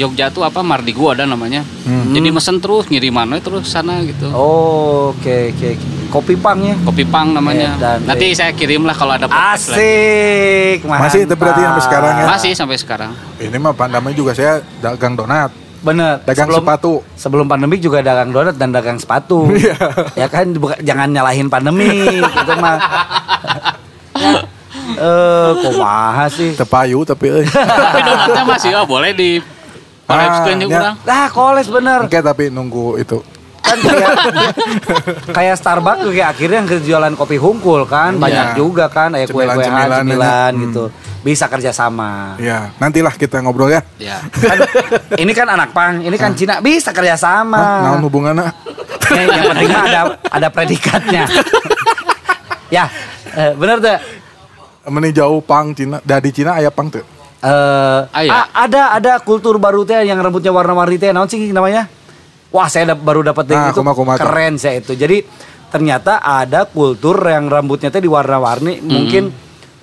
S3: Jogja tuh apa Mardigu ada namanya jadi mesen terus ngiriman we terus sana gitu
S1: Oh, oke oke. Kopi pang ya.
S3: kopi pang namanya
S1: Edan, eh.
S3: nanti saya kirim lah kalau ada podcast lagi.
S1: Asik.
S2: Masih itu berarti sampai sekarang ya?
S3: masih sampai sekarang
S2: Ini mah pandamanya juga saya dagang donat,
S1: Bener.
S2: dagang
S1: Sebelum-
S2: sepatu.
S1: Sebelum pandemik juga dagang donat dan dagang sepatu.
S2: Iya.
S1: ya kan buka- jangan nyalahin pandemi itu mah. Eh, kumaha sih?
S2: Tepayu tapi eh, euy.
S3: tapi donatnya masih oh boleh di
S2: ya.
S3: Kolapskan juga orang
S1: Nah, koles bener.
S2: Oke tapi nunggu itu.
S1: Kan kayak kayak Starbucks juga akhirnya yang jualan kopi hungkul kan, banyak
S2: Iya.
S1: juga kan, kayak kue-kue
S2: Cemilan-cemilan,
S1: cemilan
S2: iya.
S1: gitu. Bisa kerja sama.
S2: Iya, nantilah kita ngobrol ya.
S3: ya
S1: Kan, ini kan anak pang, ini kan Cina bisa kerja sama.
S2: Ah.
S3: Ah.
S2: Nah, naon hubunganna?
S1: Ya, yang penting mah ada ada predikatnya. ya, eh, bener tuh.
S2: Meni jauh pang Cina, da di Cina aya pang teu?
S1: Eh,
S3: Aya.
S1: a- ada ada kultur baru teh yang rambutnya warna-warni teh naon sih namanya? Wah, saya dap- baru dapat
S2: Nah,
S1: itu
S2: kumaha-kumaha tuh.
S1: keren saya itu. Jadi ternyata ada kultur yang rambutnya teh diwarna-warni mungkin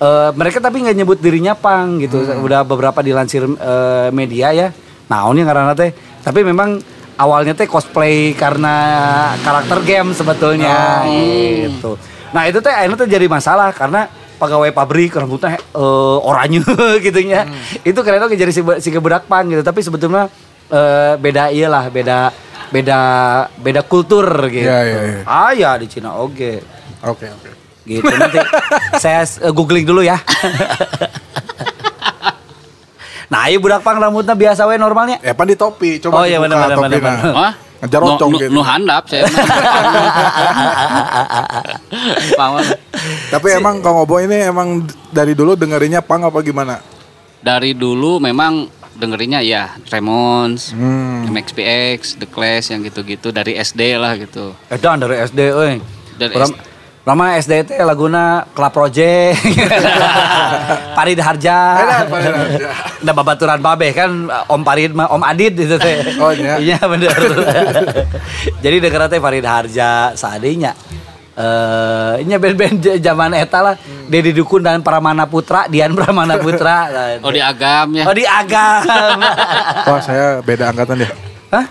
S1: eh, mereka tapi nggak nyebut dirinya pang gitu. Udah beberapa dilansir eh, media ya. Naonnya ngaranna teh. Tapi memang awalnya teh cosplay karena karakter game sebetulnya gitu. Nah, itu teh akhirnya teh jadi masalah karena pegawai pabrik rambutnya eh, oranye gitu ya. Itu keren oke jadi si, si gebedak pan gitu, tapi sebetulnya eh, beda iyalah, beda beda beda kultur gitu.
S2: Iya, iya, iya.
S1: Ah ya di Cina oke.
S2: Oke, oke.
S1: Gitu nanti saya eh, googling dulu ya. nah, ieu budak pang rambutnya biasa we normalnya.
S2: Ya pan di topi,
S1: Oh,
S2: coba
S1: iya,
S2: dibuka
S1: bener, bener,
S2: topina.
S1: bener, bener.
S3: Wah,
S2: Ngejar rocong
S3: nu, nu,
S2: gitu.
S3: nu handap saya. Pawon.
S2: Tapi emang Kang Obo ini emang dari dulu dengerinnya pang apa gimana?
S3: Dari dulu memang dengerinnya ya Remons,
S2: Hmm.
S3: MXPX, The Clash yang gitu-gitu dari SD lah gitu.
S1: Edan dari SD euy.
S3: Dari
S1: Uram- Lama SD teh laguna Club Project. Parid Harja.
S2: Edan, Parid Harja.
S1: Da babaturan babeh kan Om Parid mah Om Adit itu teh.
S2: Oh, iya.
S1: Iya bener. Jadi dengar teh Parid Harja sadinya. Eh, ini band-band j- zaman eta lah.
S3: Hmm.
S1: Dedi Dukun dan Pramana Putra, Dian Pramana Putra.
S3: Oh di Agam ya.
S1: Oh, di Agam.
S2: Wah, saya beda angkatan ya. deh.
S1: Hah?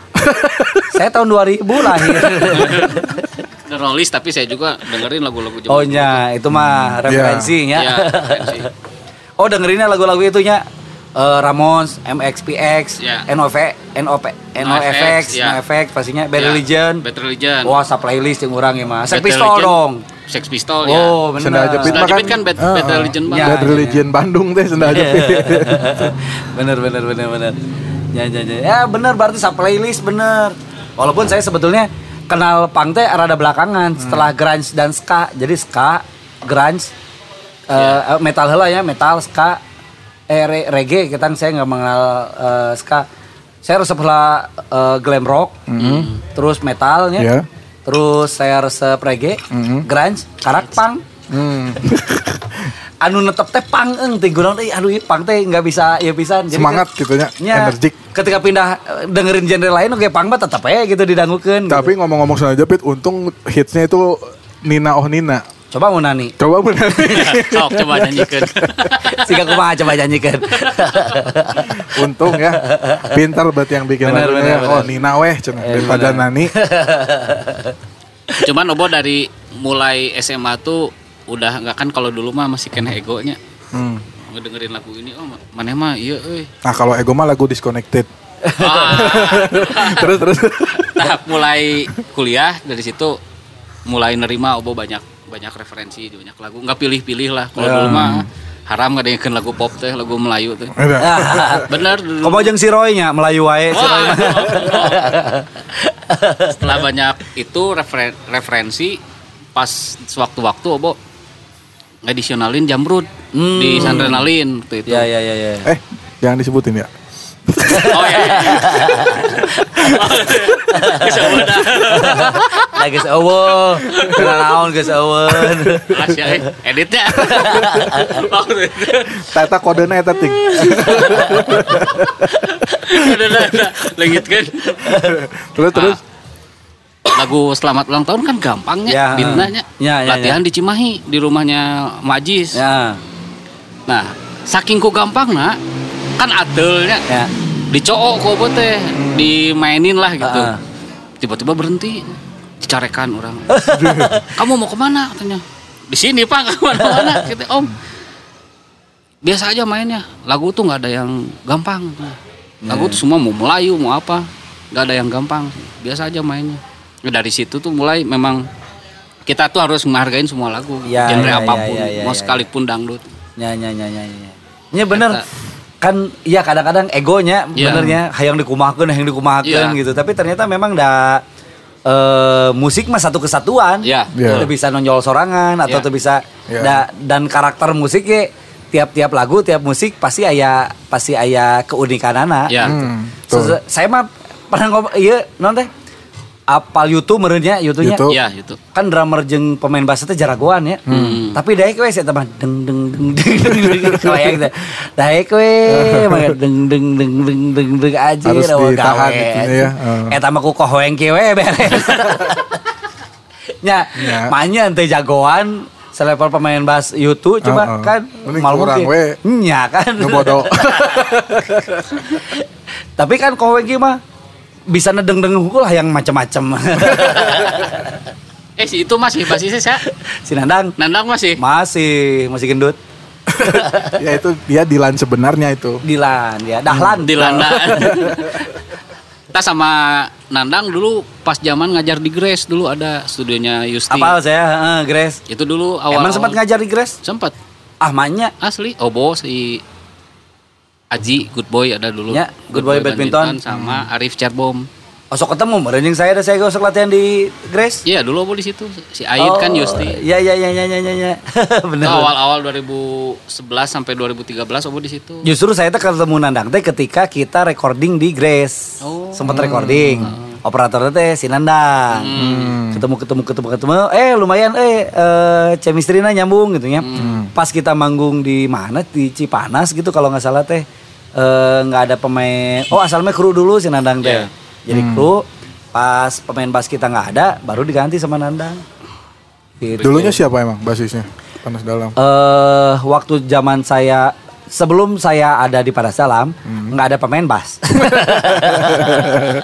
S1: Saya tahun 2000 lahir.
S3: The Rollies tapi saya juga dengerin lagu-lagu zaman
S1: Oh nya, itu mah referensinya.
S3: Iya, referensi.
S1: oh dengerinnya lagu-lagu itunya Eh, Ramones, MXPX,
S3: Ya.
S1: NOV, NOP, NOFX,
S3: ya.
S1: NOFX, pastinya Bad
S3: Ya,
S1: Religion.
S3: Bad Religion.
S1: Wah, sa playlist yang orang ya mah. Oh, Sex
S3: Bad
S1: Pistol
S3: Religion,
S1: dong.
S3: Sex Pistol ya.
S1: Oh, benar.
S2: Senda Jepit
S3: Senda
S2: mah
S3: Jepit kan Bad- Bad
S2: Heeh.
S3: Religion Iya.
S2: Bad
S1: banget.
S2: Religion Bandung teh Senda Jepit.
S1: bener bener bener bener ya ya ya ya bener berarti sa playlist bener walaupun saya sebetulnya kenal pang teh rada belakangan setelah grunge dan ska jadi ska grunge eh, eh, metal heula ya metal ska eh re- reggae kita saya nggak mengenal eh, ska saya resep heula eh, glam rock terus metalnya
S2: Iya.
S1: terus saya resep reggae grunge karak pang
S2: Hmm.
S1: anu netep teh pangeng teh gue teh aduh ieu pang teh nggak bisa ya pisan
S2: Semangat gitu nya, energik.
S1: ketika pindah eh, dengerin genre lain oke pang mah tetep aja gitu didangukeun gitu.
S2: Tapi ngomong-ngomong Senda Jepit untung hitsnya itu Nina Oh Nina.
S1: coba mau nani
S2: Coba bener.
S3: Sok coba nyanyikan.
S1: sehingga kumaha coba nyanyikan
S2: Untung ya, pintar berarti yang bikin
S1: Bener,
S2: lagunya.
S1: bener,
S2: Oh
S1: bener.
S2: Nina weh, cenah.
S3: Eh,
S2: daripada Nani.
S3: Cuman Obo dari mulai SMA tuh udah nggak kan kalau dulu mah masih kena egonya.
S2: Hmm.
S3: Ngedengerin lagu ini oh mana mah iya euy.
S2: Nah kalau ego mah lagu disconnected.
S3: Ah.
S2: terus terus.
S3: Nah, mulai kuliah dari situ mulai nerima obo banyak banyak referensi banyak lagu nggak pilih-pilih lah kalau
S1: Ya.
S3: dulu mah haram nggak dengerin lagu pop teh lagu Melayu teh
S1: Eh.
S2: Ada.
S3: bener dulu
S1: komo jeung si Roy nya Melayu wae si
S3: Wah,
S1: Roy mah.
S3: setelah banyak itu referen- referensi pas sewaktu-waktu oh, obo ngedisionalin jamrut di sandrenalin waktu itu.
S1: Hmm. Ya ya ya ya.
S2: Eh, jangan disebutin ya.
S3: Oh iya. Kesawana.
S1: Nah guys eueuh. Kenaon guys eueuh.
S3: Asia eh, editnya. Langsung.
S2: Tata kodenya eta ting.
S3: Udah, udah, udah. Lengit kan.
S2: Terus terus.
S3: Lagu Selamat Ulang Tahun kan gampangnya
S1: Ya,
S3: ya, beatnya.
S1: ya, ya,
S3: Latihan di Cimahi di rumahnya Majis.
S1: Ya.
S3: Nah, saking ku gampang nak kan atelnya
S1: Ya.
S3: dicook kok obo teh dimainin lah gitu
S1: Ah.
S3: tiba-tiba berhenti dicarekan orang kamu mau kemana katanya di sini pak kemana-mana gitu om biasa aja mainnya lagu tuh nggak ada yang gampang lagu
S1: Ya.
S3: tuh semua mau melayu mau apa nggak ada yang gampang biasa aja mainnya Ya, dari situ tuh mulai memang kita tuh harus menghargain semua lagu
S1: Ya,
S3: genre
S1: ya, ya,
S3: apapun
S1: ya, ya,
S3: mau
S1: ya.
S3: sekalipun dangdut
S1: Ya ya ya ya ya. Ya bener
S3: Eta.
S1: kan ya kadang-kadang egonya
S3: Ya.
S1: benernya hayang dikumahkeun hayang dikumahkeun
S3: Ya.
S1: gitu tapi ternyata memang da eh, musik mah satu kesatuan
S3: Ya.
S1: Teu
S2: Ya.
S1: bisa nonjol sorangan atau
S3: Ya.
S1: teu bisa
S2: Ya.
S1: da- dan karakter musik ge, tiap-tiap lagu tiap musik pasti aya pasti aya keunikanana
S3: Ya.
S2: Hmm,
S1: So,
S2: tuh.
S1: saya mah pernah ngobrol iya non teh apal YouTube merenya YouTube-nya
S2: YouTube. Tuh.
S3: ya itu
S1: kan drummer jeung pemain bass teh jaragoan ya.
S2: Hmm.
S1: Tapi daek we saya teman deng deng deng deng deng deng kayak gitu. Daek we mah ya deng deng deng deng deng deng aja
S2: Harus ditahan gitu ya, heeh.
S1: Eta Eh, mah ku kohoeng kieu we beres. Nya,
S2: Ya.
S1: manya teh jagoan selevel pemain bass YouTube
S2: Heeh.
S1: cuma kan
S2: Eh, Mending
S1: malu
S2: kurang we.
S1: Nya kan.
S2: Ngebodoh.
S1: Tapi kan kohoeng kieu mah bisa nedeng-deng hukul yang macam-macam.
S3: eh si itu masih basisnya saya
S1: si Nandang
S3: Nandang masih
S1: masih masih gendut.
S2: ya itu dia Dilan sebenarnya itu.
S1: Dilan ya Dahlan
S3: di Landa. Kita sama Nandang dulu pas zaman ngajar di Grace dulu ada studionya Yusti.
S1: apa saya heeh, Grace
S3: Itu dulu awal.
S1: emang sempat
S3: awal-
S1: ngajar di Grace
S3: Sempat.
S1: ah maknya
S3: Asli Obo si Aji Good Boy ada dulu.
S1: Ya, Good Boy Badminton. Hmm.
S3: sama Arif Cerbom.
S1: osok ketemu meureun jeung saya ada saya osok latihan di Grace
S3: Iya, dulu Obo di situ. Si Ait kan Yusti.
S1: ya ya ya ya ya ya, ya.
S3: Itu
S1: bener
S3: awal-awal 2011 sampai 2013 Obo di situ.
S1: justru saya teh ketemu Nandang teh ketika kita recording di Grace
S3: Oh.
S1: sempat recording operator teh si Nandang ketemu ketemu ketemu ketemu eh lumayan eh eh, chemistry-na nyambung gitu ya pas kita manggung di mana di Cipanas gitu kalau nggak salah teh eh, nggak ada pemain oh asalnya kru dulu si Nandang teh
S3: Iya.
S1: jadi kru pas pemain bass kita nggak ada baru diganti sama Nandang gitu
S2: Dulunya siapa emang basisnya? Panas Dalam.
S1: eh waktu zaman saya sebelum saya ada di Padasalam
S3: Hmm.
S1: nggak ada pemain bass.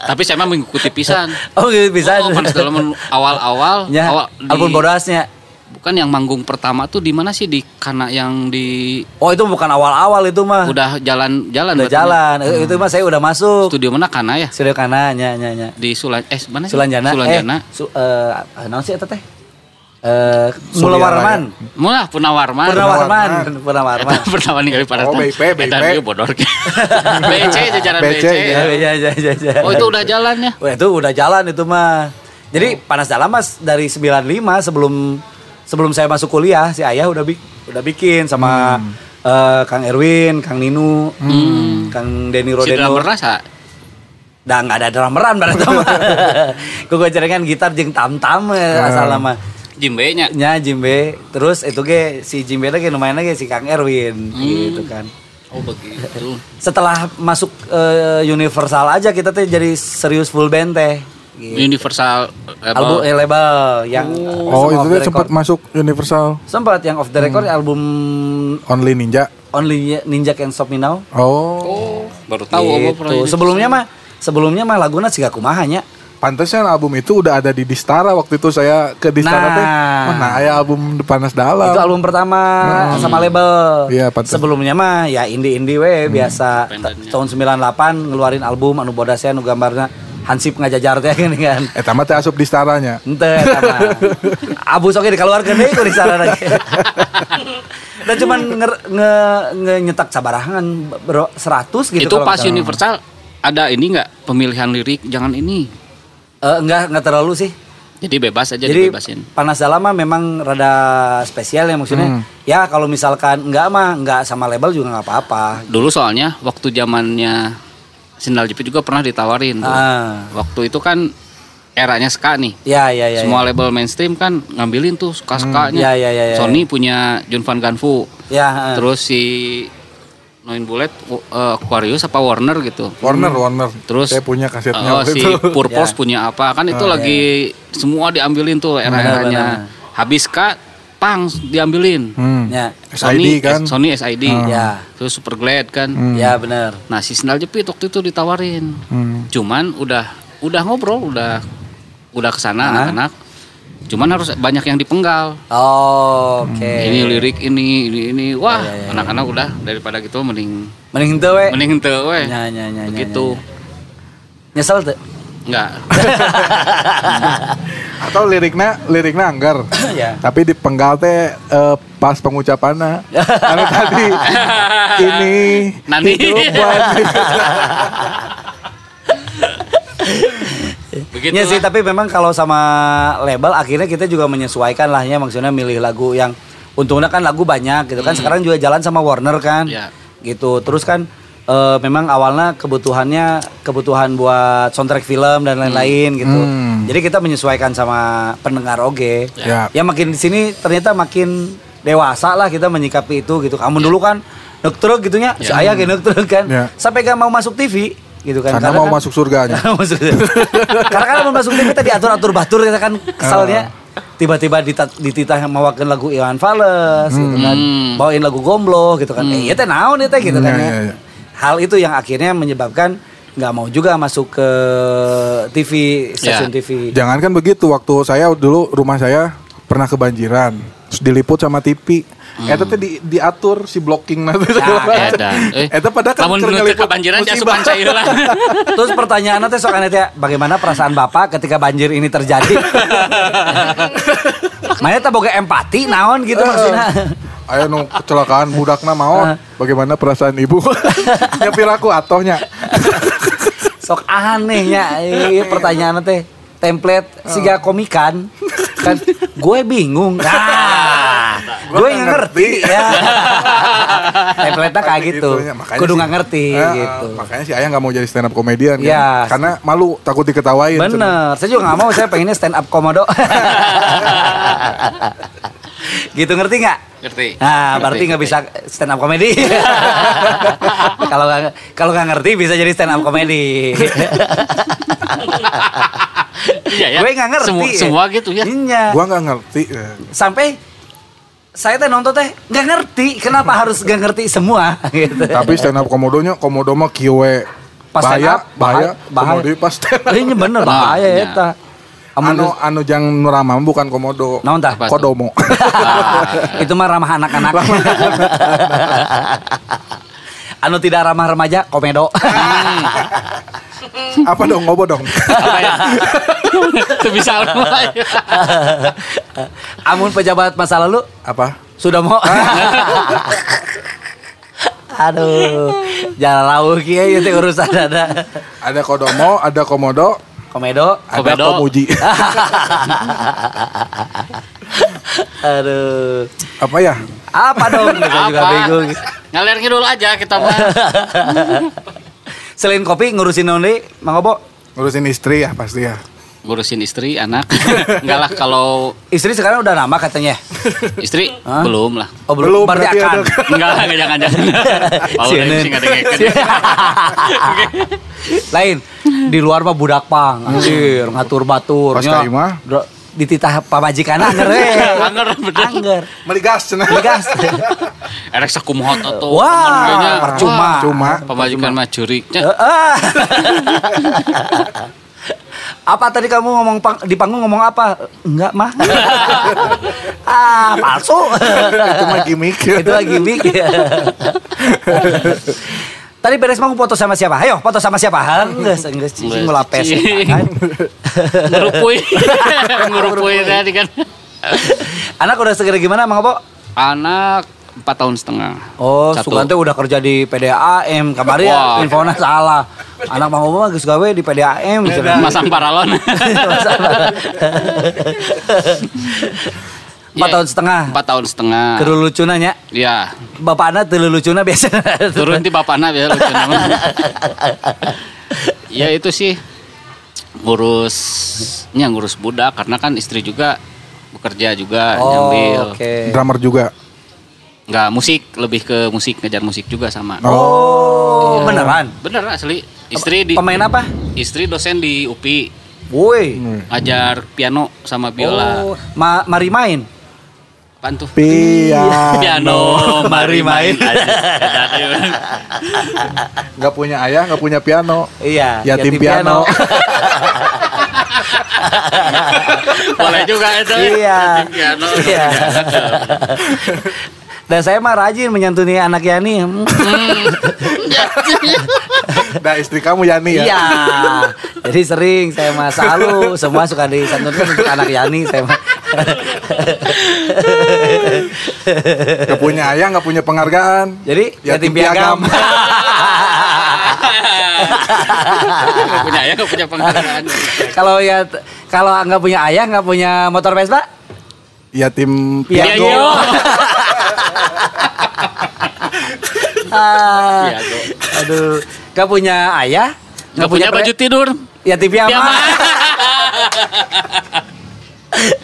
S3: Tapi saya mah mengikuti pisan.
S1: oh gitu bisa.
S3: Oh, Panas Dalaman awal-awal
S1: Ya,
S3: awal di-
S1: album bodasnya.
S3: Bukan yang manggung pertama tuh di mana sih di kana yang di
S1: Oh itu bukan awal-awal itu mah. Ah. Udah,
S3: udah jalan-jalan berarti. Hmm.
S1: jalan. Eh, Itu mah saya udah masuk.
S3: Studio mana kana ya?
S1: Studio kanannya nya nya.
S3: Di Sulan eh mana sih?
S1: Sulanjana.
S3: Sulanjana.
S1: Eh, su, eh, naon sih eta teh? Eh, Mula Warman.
S3: Mulai Punawarman.
S1: Purna Warman. Purna
S3: Eta
S1: Warman.
S3: Pertama ningali pada
S2: Oh, BIP, BIP.
S3: bodor ke. BC jajaran
S2: BC,
S3: BC.
S1: Ya, ya, ya, ya, ya.
S3: Oh, itu udah jalannya.
S1: Wah itu udah jalan itu mah. Jadi
S3: Oh.
S1: panas dalam mas dari 95 sebelum sebelum saya masuk kuliah si ayah udah bik- udah bikin sama
S3: Hmm.
S1: eh, Kang Erwin, Kang Ninu, Kang Deni
S3: Si
S1: Rodeno.
S3: drummer rasa.
S1: Dah nggak ada drummeran berarti mah. Gue cerengan gitar jeung tam-tam eh,
S3: Hmm.
S1: asal nama
S3: Jimbe-nya.
S1: nya Jimbe terus itu ge si Jimbe lagi lumayan lagi si Kang Erwin
S3: Hmm.
S1: gitu kan
S3: Oh, begitu.
S1: setelah masuk eh, Universal aja kita teh jadi serius full band teh gitu.
S3: Universal eh,
S1: album eh, label yang eh,
S2: Oh, itu
S1: tuh
S2: dia Hmm. sempat masuk Universal
S1: sempat yang off the record album
S2: Only Ninja.
S1: Only Ninja Can Stop Me Now
S2: Oh,
S3: baru tahu apa
S1: Gitu. sebelumnya mah sebelumnya mah laguna sih gak kumahanya
S2: pantasnya album itu udah ada di Distara waktu itu saya ke
S1: Nah.
S2: Distara teh. Mana aya album Panas Dalam.
S1: itu album pertama sama label
S2: Hmm. Iya, Hmm. pantes.
S1: sebelumnya mah ya indie indie we biasa Ta-
S3: Independennya.
S1: tahun 98 ngeluarin album anu bodasnya anu gambarnya Hansip ngajajar teh gini kan
S2: Eh, tamat teh asup Distaranya.
S1: Ente eta mah. Abus oke dikeluarkan deui ku di sarana. Dan cuman nge, nge, nge- nyetak sabarahangan bro 100 gitu.
S3: itu
S1: kalau
S3: pas
S1: nggak salah.
S3: Universal ada ini nggak pemilihan lirik jangan ini
S1: Eh, enggak enggak terlalu sih.
S3: Jadi bebas aja
S1: Jadi
S3: dibebasin.
S1: panas dalam mah memang rada spesial ya maksudnya. Ya kalau misalkan enggak mah enggak sama label juga enggak apa-apa.
S3: Dulu soalnya waktu zamannya sendal jepit juga pernah ditawarin. tuh.
S1: Ah.
S3: Waktu itu kan eranya ska nih.
S1: Ya ya ya.
S3: Semua label mainstream kan ngambilin tuh ska skanya.
S1: Ya, ya, ya, ya,
S3: Sony punya Jun Van Ganfu.
S1: ya. Ya, eh.
S3: Terus si Noin Bullet eh, Aquarius apa Warner gitu.
S2: Warner, Warner.
S3: Terus
S2: saya punya kasetnya
S3: Oh,
S2: waktu
S3: si
S2: itu. Oh, iya,
S3: Purpose
S1: Ya.
S3: punya apa? Kan itu lagi semua diambilin tuh era-eranya. Habis kak Pang diambilin.
S2: Hmm.
S1: Ya.
S2: SID
S3: Sony
S2: kan.
S3: S- Sony SID.
S1: Ya.
S3: Terus Superglad kan.
S1: Ya benar.
S3: Nah, si sendal jepit waktu itu ditawarin.
S2: Hmm.
S3: Cuman udah udah ngobrol, udah udah ke sana anak-anak. Cuman harus banyak yang dipenggal.
S1: Oh, Oke.
S3: Hmm. Ini lirik ini, ini ini. Wah,
S1: Ya, ya, ya.
S3: anak-anak udah daripada gitu mending
S1: Mending teu we.
S3: mending henteu we.
S1: Ya, ya, ya, ya,
S3: Begitu.
S1: ya, Nyesel teu?
S3: Enggak.
S2: Atau liriknya liriknya anggar.
S1: Ya.
S2: Tapi di penggal teh eh, pas pengucapannya. Anu tadi ini
S3: Nanti.
S2: hidup wanita.
S3: Begitu.
S1: Iya sih, tapi memang kalau sama label akhirnya kita juga menyesuaikan lahnya maksudnya milih lagu yang untungnya kan lagu banyak gitu kan.
S2: Hmm.
S1: Sekarang juga jalan sama Warner kan.
S3: Iya.
S1: Gitu. Terus kan eh, memang awalnya kebutuhannya kebutuhan buat soundtrack film dan lain-lain gitu.
S2: Hmm.
S1: Jadi kita menyesuaikan sama pendengar oge.
S2: Ya.
S1: Ya makin di sini ternyata makin dewasa lah kita menyikapi itu gitu. Kamu dulu kan nuk truk gitunya, saya kayak nuk truk kan.
S2: Ya.
S1: Sampai gak mau masuk TV gitu kan.
S2: Karena mau masuk surganya.
S1: Karena masuk Karena kan mau masuk TV tadi atur atur batur kita kan kesalnya tiba-tiba dita- dititah mawakeun lagu Iwan Fales gitu kan. Bawain lagu gomblo gitu kan. Eh ieu teh naon ieu teh gitu kan.
S2: Hmm,
S1: ya.
S2: ya, ya, ya.
S1: Hal itu yang akhirnya menyebabkan nggak mau juga masuk ke TV stasiun
S3: Ya.
S1: TV.
S2: Jangankan begitu, waktu saya dulu rumah saya pernah kebanjiran, terus diliput sama TV.
S1: Hmm.
S2: Eta teh di, diatur si blocking nanti.
S1: Ya,
S3: edan. Eh,
S2: Eta pada kan
S3: lamun
S2: keur
S3: bener teh
S2: ngeliput
S3: kabanjiran teh
S2: musibah.
S3: asupan cairan.
S1: Terus pertanyaannya teh soalnya teh bagaimana perasaan Bapak ketika banjir ini terjadi? Mana teh boga empati naon gitu maksudnya.
S2: Ayo nu kecelakaan budakna
S1: Ah.
S2: maot. Bagaimana perasaan ibu? Nyepir aku atohnya.
S1: Sok anehnya eh, pertanyaan teh template siga komikan kan gue bingung nah gue
S2: Gua
S1: nggak
S2: nggak
S1: ngerti
S2: ngerti.
S1: ya template kayak gitu
S2: Gitunya, makanya
S1: kudu
S2: si-
S1: nggak ngerti
S2: Eh, eh,
S1: gitu
S2: Makanya si Ayah nggak mau jadi stand up comedian kan?
S1: Ya.
S2: Karena malu takut diketawain.
S1: bener saya juga nggak mau saya pengennya stand up komodo gitu ngerti nggak
S3: Ngerti.
S1: Nah, berarti nggak bisa stand up comedy. Kalau nggak- kalau nggak ngerti bisa jadi stand up comedy.
S3: Iya ya.
S1: Gue nggak ngerti.
S3: Semua, semua gitu ya.
S1: Iya.
S2: Gua nggak ngerti. eh.
S1: Sampai saya teh nonton teh nggak ngerti kenapa harus nggak ngerti semua gitu.
S2: Tapi stand up komodonya komodo mah kiwe.
S1: Pas stand
S2: bahaya,
S1: up,
S2: bahaya,
S1: bahaya.
S2: komodo pas stand up.
S1: Eh, Ini bener bahaya
S3: Nah,
S1: eta. Amun
S2: Anu anu jang nu ramah bukan komodo.
S1: Naon tah?
S3: Apa?
S2: Kodomo.
S1: itu mah ramah anak-anak. anu tidak ramah remaja komedo.
S2: Apa dong ngobo dong?
S3: Apa ya? Itu bisa ya? lumayan.
S1: Amun pejabat masa lalu
S2: Apa?
S1: sudah mau. Aduh, jalan lauh kieu ieu teh urusan ada.
S2: Ada kodomo, ada komodo,
S1: Komedo.
S2: ada
S3: Komedo.
S2: komuji.
S1: Aduh.
S2: Apa ya?
S1: Apa dong? Kita juga
S3: Apa?
S1: bingung.
S3: Ngalir ngidul aja kita mah.
S1: Selain kopi ngurusin naon deui, Mang Obo?
S2: Ngurusin istri ya pasti ya.
S3: Ngurusin istri, anak. Enggak lah kalau
S1: Istri sekarang udah nama katanya.
S3: istri
S1: Hah?
S3: belum lah.
S1: Oh, belum,
S2: Belum,
S1: berarti
S2: berarti
S1: akan.
S2: ada.
S3: Enggak lah, enggak jangan jangan. Paul
S1: CNN.
S3: Davis enggak dengerin.
S1: Lain di luar mah budak pang, anjir, ngatur batur.
S2: Pas ka imah?
S1: dititah pamajikan anger we.
S3: Anger, bener.
S1: Anger.
S2: Meligas cenah.
S1: Tegas.
S3: Erek sakumaha atau
S1: Wah, percuma.
S2: Percuma.
S3: Pemajukan mah juriknya.
S1: Eh, ah. apa tadi kamu ngomong pang- di panggung ngomong apa? Enggak mah. ah, palsu.
S2: Itu mah gimmick.
S1: Itu lagi gimmick. Tadi beres mau foto sama siapa? Ayo, foto sama siapa? Enggak, enggak sih Kan?
S3: Enggak,
S1: ngelapes.
S3: cing. Ngerupui. Ngerupui tadi kan.
S1: Anak udah segera gimana, Mang Opo?
S3: Anak 4 tahun setengah.
S1: Oh,
S3: Satu.
S1: Sugante udah kerja di PDAM, kemarin
S3: Wah.
S1: infonya salah. Anak Mang Obama geus gawe di PDAM
S3: Iya,
S1: cenah.
S3: Masang paralon.
S1: Empat
S3: Ya,
S1: tahun setengah.
S3: Empat tahun setengah.
S1: Kerulucuna nya.
S3: Ya,
S1: Bapak anak telulucuna biasa.
S3: turun di bapana ya lucu namanya. ya itu sih ngurusnya ngurus budak karena kan istri juga bekerja juga
S1: Oh,
S3: nyambil
S1: oke.
S2: Drummer juga.
S3: nggak musik lebih ke musik ngejar musik juga sama
S1: Oh, beneran.
S3: bener asli istri di
S1: Pemain apa?
S3: istri dosen di UPI
S1: Woi.
S3: ngajar piano sama biola
S1: Oh, ma mari main.
S3: pantuh
S2: Piano.
S3: piano Oh, mari main
S2: Gak punya ayah, gak punya piano.
S1: Iya,
S2: Yatim
S1: yatim
S2: piano.
S3: boleh juga itu
S1: Iya.
S3: piano
S1: Iya. Dan saya mah rajin menyantuni anak Yani. Hmm,
S2: Nah istri kamu Yani ya.
S1: Iya. Jadi sering saya mah selalu semua suka disantuni untuk anak Yani saya mah.
S2: Gak punya ayah, gak punya penghargaan. Ya
S1: Jadi yatim piagam.
S3: Nggak punya ayah nggak punya penghargaan
S1: kalau ya kalau nggak punya ayah nggak punya motor Vespa?
S2: Ya yatim
S1: Piago.
S2: piago.
S1: Ah,
S3: Piago.
S1: aduh, nggak punya ayah,
S3: nggak punya baju tidur
S1: yatim
S3: Piyama.
S1: piama.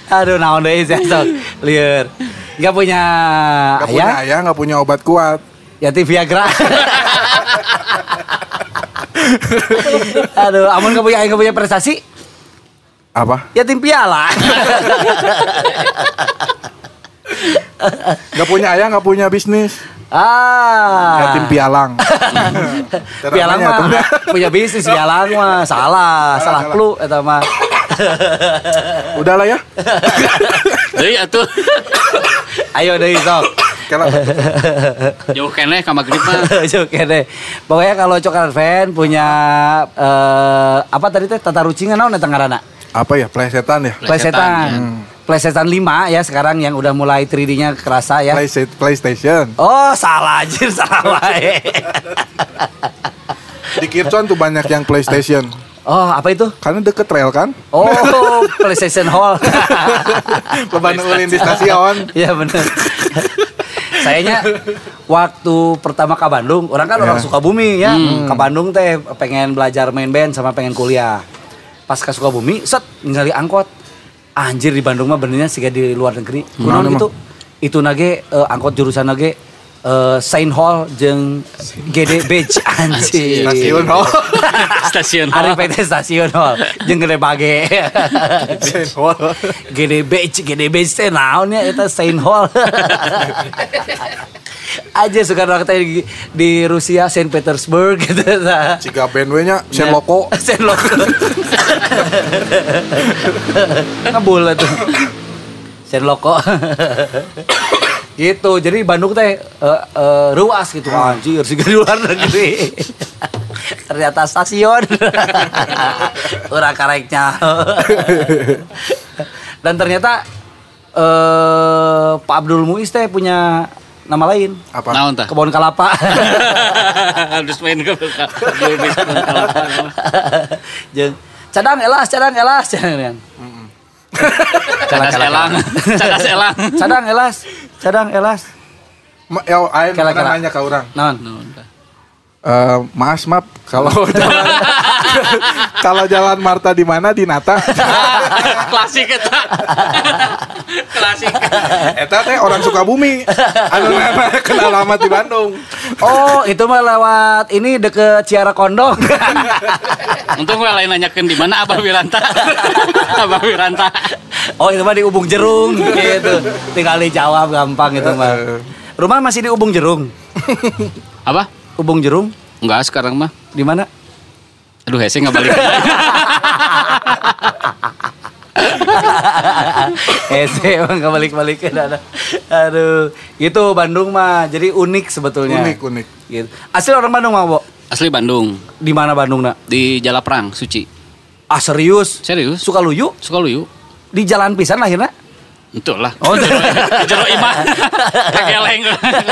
S1: Aduh, naon deui sia sok. Lieur. Enggak punya Ah,
S2: Gak punya
S1: ayah,
S2: ayah, gak punya obat kuat.
S1: yatim Viagra. Aduh, amun enggak punya ayah enggak punya prestasi,
S2: Apa?
S1: yatim piala.
S2: Gak punya ayah, gak punya bisnis.
S1: ah.
S2: Yatim pialang.
S1: Pialang mah
S2: Temen.
S1: punya bisnis pialang mah salah, salah
S2: salah.
S1: clue eta mah.
S2: Udah lah ya.
S3: Deui atuh
S1: Ayo deui sok.
S2: Kalau
S3: jauh keneh ka magrib mah
S1: Oke deh. Pokoknya kalau Coklat Fan punya eh, apa tadi teh tata rucingan naon eta ngaranna?
S2: apa ya plesetan ya?
S3: Plesetan, ya.
S1: Plesetan. Hmm. Plesetan 5 ya sekarang yang udah mulai 3D-nya kerasa ya.
S2: Playset- PlayStation.
S1: Oh, salah anjir, salah wae.
S2: Di Kircon tuh banyak yang PlayStation.
S1: Oh, apa itu?
S2: Karena deket rel kan?
S1: Oh, PlayStation Hall.
S2: Leban ulin di stasiun.
S1: Iya benar. Sayanya waktu pertama ke Bandung, orang kan orang
S2: Ya.
S1: Sukabumi ya. Ke Bandung teh pengen belajar main band sama pengen kuliah. Pas ke Sukabumi, set ningali angkot. Anjir di Bandung mah benernya sih di luar negeri. Kunaon
S2: emang?
S1: itu? Itu nage eh, angkot jurusan nage eh, Saint Hall jeung GD Beach anjir.
S2: Stasiun oh.
S3: stasiun
S1: Ari PT stasiun oh. hall jeung gede bage. gede beach, gede beach teh naon ya eta Saint Hall. Aja suka orang teh di, di Rusia Saint Petersburg gitu tah.
S2: Ciga bandwe nya
S1: Iya.
S2: Sen Loko.
S1: Saint Loko. Ngebul tuh. Saint Loko. gitu jadi Bandung teh eh, eh, ruas gitu anjir sih di luar negeri ternyata stasiun orang kareknya dan ternyata eh, Pak Abdul Muiz teh punya nama lain
S2: Apa?
S3: naon tah
S1: kebun kelapa
S3: harus main ke Dulu main ke Kalapa.
S1: Jeung, cadang elas cadang elas cadang
S3: cadas elang cadas elang
S1: cadang elas cadang elas
S2: Ma- Ya, ayeuna
S1: Kela-
S2: mana
S1: kela.
S2: nanya ke orang.
S1: non
S3: Naon tah?
S2: Eh, maaf, maaf kalau jalan kalau jalan Marta di mana di Nata?
S3: klasik eta klasik
S2: Eta Eh, teh orang Sukabumi. Anu nana kenal alamat di Bandung.
S1: Oh, itu mah lewat ini deket Ciara Kondong.
S3: untung gue lain nanyakan di mana abah wiranta abah wiranta
S1: oh, itu mah di Ubung Jerung gitu. Tinggal dijawab gampang itu mah. Rumah masih di Ubung Jerung.
S3: apa
S1: Ubung Jerung
S3: enggak sekarang mah
S1: di mana?
S3: aduh hese nggak balik
S1: eh, sih, emang nggak balik-balik ke sana. Aduh, itu Bandung mah jadi unik sebetulnya.
S2: Unik, unik.
S1: Gitu. Asli orang Bandung mah, Bo.
S3: asli Bandung
S1: Di mana Bandung, Nak?
S3: di Jalaprang Suci
S1: Ah, serius?
S3: serius
S1: Suka luyu
S3: suka luyu
S1: di jalan pisan lahirna?
S3: Entuh lah. Oh, jero imah. Kageleng.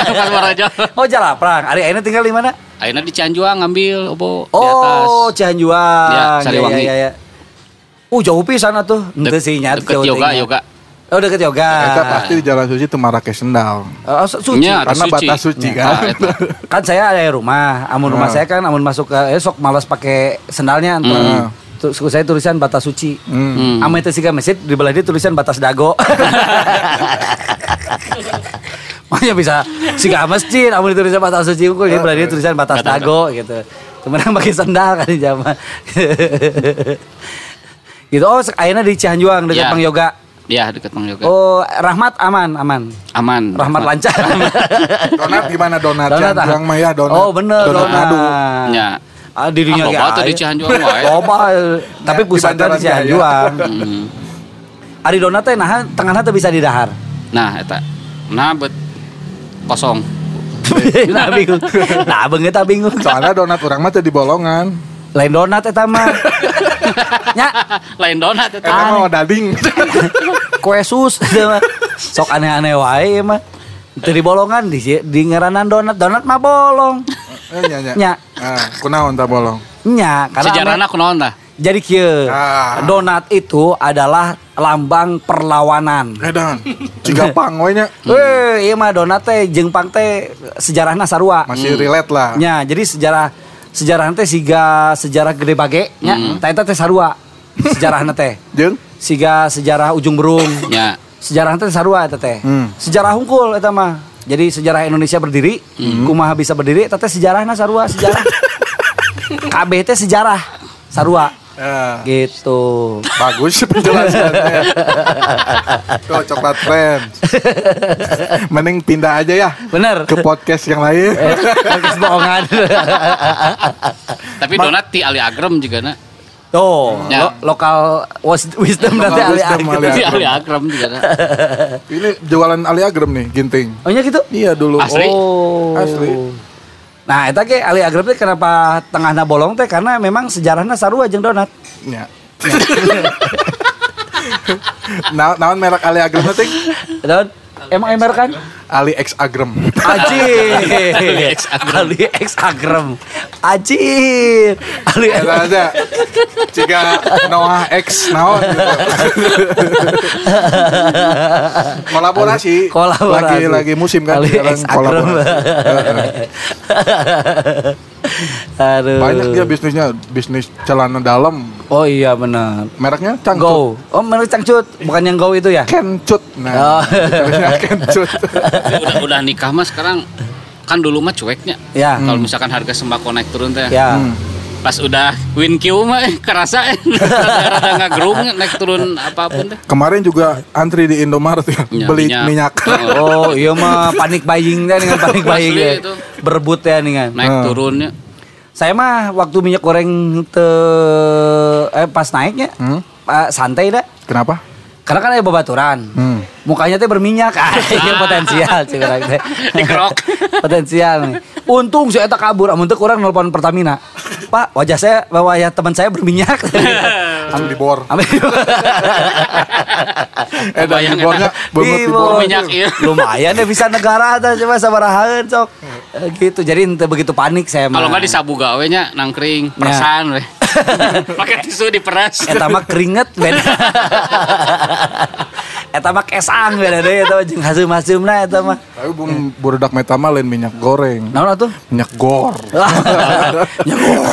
S3: Tukang Marajo.
S1: Oh, Jalaprang. Ari ayeuna tinggal di mana?
S3: Akhirnya di Cianjuang ngambil obo di atas.
S1: Oh, Cianjuang.
S3: Ya, Sariwangi.
S1: ya, ya. Uh, jauh pisan atuh. Henteu
S3: Dek-
S1: sih nya
S3: deket
S1: jauh teh
S3: yoga,
S1: nya.
S3: yoga.
S1: Oh, deket yoga.
S2: Eta pasti di Jalan Suci Temara ke Sendal.
S1: Oh, su- suci.
S3: Nya,
S2: Karena
S3: Iya, suci.
S2: batas suci
S3: Nya,
S2: kan.
S3: eta.
S1: Kan saya ada rumah, amun rumah
S2: Ah.
S1: saya kan amun masuk ke esok malas pakai sendalnya
S2: Hmm.
S1: antara Tu- suku saya tulisan batas suci.
S2: Hmm.
S3: Hmm.
S1: Ame teh siga kan masjid di belah dia tulisan batas dago. Makanya bisa siga masjid, amun tulisan batas suci unggul di belah dia tulisan batas
S3: Batas
S1: dago gitu. Temenang pakai sendal kan di zaman. gitu. Oh, sek- ayeuna di Cianjuang dekat
S3: Ya.
S1: Pang Yoga.
S3: Ya deket Mang Yoga.
S1: Oh, Rahmat aman, aman.
S3: Aman.
S1: Rahmat lancar.
S2: Donat gimana donat?
S1: Donat, ah.
S2: Cianjuang mah ya donat.
S1: Oh, bener
S2: Donat,
S1: donat.
S2: adu.
S3: Ya.
S1: Ah, di dunia ge
S3: Ah, loba tuh di
S1: aya.
S3: Cianjuang wae.
S1: Loba, tapi
S2: Di
S1: pusatnya
S2: Bandaran
S1: di Cianjuang.
S3: Mm.
S1: Ari donat teh nahan tengahna teh bisa didahar.
S3: Nah eta. Nah bet kosong.
S1: nah bingung. Nah beungeut tah bingung.
S2: Soalnya donat orang mah teh di bolongan.
S1: Lain donat eta mah. Nya
S3: Lain donat
S2: Eta
S1: Ah,
S3: eta.
S2: mah dading.
S1: kue sus teu mah. Sok aneh-aneh wae ieu mah. Teu di bolongan di di ngaranan donat. Donat mah bolong.
S2: Eh, Nya nya.
S1: Nya.
S2: Ah, kunaon tah bolong?
S1: Nya karena
S3: Sejarahna kunaon tah?
S1: jadi kieu.
S2: Ah.
S1: Donat itu adalah lambang perlawanan.
S2: Edan. Cigapang we nya.
S1: Weh, Eh, iya mah donat teh jeung pang teh sejarahna sarua.
S2: Masih ah. relate lah.
S1: Hmm. Nya, jadi sejarah sejarah teh siga sejarah gede bage nya
S2: Hmm.
S1: tah eta teh sarua. Sejarahna teh.
S2: Jeung
S1: Siga sejarah ujung berung.
S3: Ya.
S1: Sejarah teh sarua eta teh.
S2: Hmm.
S1: Sejarah hungkul eta mah. Jadi sejarah Indonesia berdiri,
S2: Hmm.
S1: kumaha bisa berdiri eta teh sejarahna sarua, sejarah. KB teh sejarah sarua.
S2: eh,
S1: Gitu.
S2: bagus penjelasannya. Tuh coklat friends. Mending pindah aja ya
S1: Bener.
S2: ke podcast yang lain.
S1: Eh, podcast bohongan.
S3: Tapi donat ti ali agrem juga na.
S1: Tuh, Oh,
S3: Ya.
S1: lo- lokal wis- wisdom
S2: Lokal
S1: nanti alih-alih.
S2: wisdom, Ali
S3: Ti
S2: agrem.
S3: ali agrem juga na.
S2: Ini jualan Ali Agrem nih, Ginting.
S1: Oh nya gitu?
S2: Iya dulu.
S3: Asli.
S1: Oh.
S2: Asli.
S1: Nah, eta ge Ali Agrep teh kenapa tengahna bolong teh karena memang sejarahna sarua jeung donat.
S2: Ya. Na Nah, naon merek Ali Agrem teh?
S1: Don emang ember kan?
S2: Ali X Agrem.
S1: Aji. Ali
S3: X
S1: X Agrem. Aji. Ali X
S2: Eta aja. Jika Noah X naon gitu. Kolaborasi.
S1: kolaborasi.
S2: Lagi lagi musim kan
S1: Ali
S2: sekarang
S1: X Agrem. Aduh.
S2: Banyak dia bisnisnya, bisnis celana dalam.
S1: Oh iya benar.
S2: Mereknya Cangcut.
S1: Go. Oh, menurut Cangcut, bukan yang go itu ya?
S2: Kencut.
S1: Oh.
S2: Nah, mereknya Kencut.
S3: Tapi udah udah nikah mah sekarang kan dulu mah cueknya.
S1: Ya.
S3: Kalau misalkan harga sembako naik turun teh.
S1: Ya.
S2: Hmm.
S3: Pas udah win Q mah eh, kerasa eh, rada-rada ngagerung naik turun apapun teh.
S2: Kemarin juga antri di Indomaret
S1: Iya,
S2: ya,
S3: Ya,
S2: beli minyak.
S3: minyak.
S1: Oh, iya mah panik buying teh dengan panik buying
S3: Asli
S1: teh.
S3: itu.
S1: Berebut ya dengan.
S3: Naik
S2: Hmm.
S3: turunnya.
S1: Saya mah waktu minyak goreng te eh pas naiknya
S2: Hmm.
S1: eh, santai dah.
S2: Kenapa?
S1: Karena kan ada babaturan.
S2: Hmm.
S1: Mukanya teh berminyak. Ah, iya potensial cik orang teh.
S3: Dikerok.
S1: potensial nih. Untung si eta kabur amun teu kurang nelpon Pertamina. Pak, wajah saya wajah teman saya berminyak. Kan
S2: Langsung dibor.
S1: Amin.
S2: Eh, dan
S3: Kebayang,
S2: dibornya, banget dibor.
S3: Dibor. Minyak, iya.
S1: Lumayan ya bisa negara tah coba sabarahaan sok. Eh, Gitu. Jadi henteu begitu panik saya mah.
S3: Kalau nggak disabu gawe nya nangkring, perasan weh. Pakai tisu diperas.
S1: Eta mah keringet beda. Eta mah kesang beda deh eta mah jeung hasum-hasumna eta mah.
S2: Tapi bung burudak metama lain minyak goreng.
S1: Naon atuh?
S2: Minyak gor.
S1: Nyebur.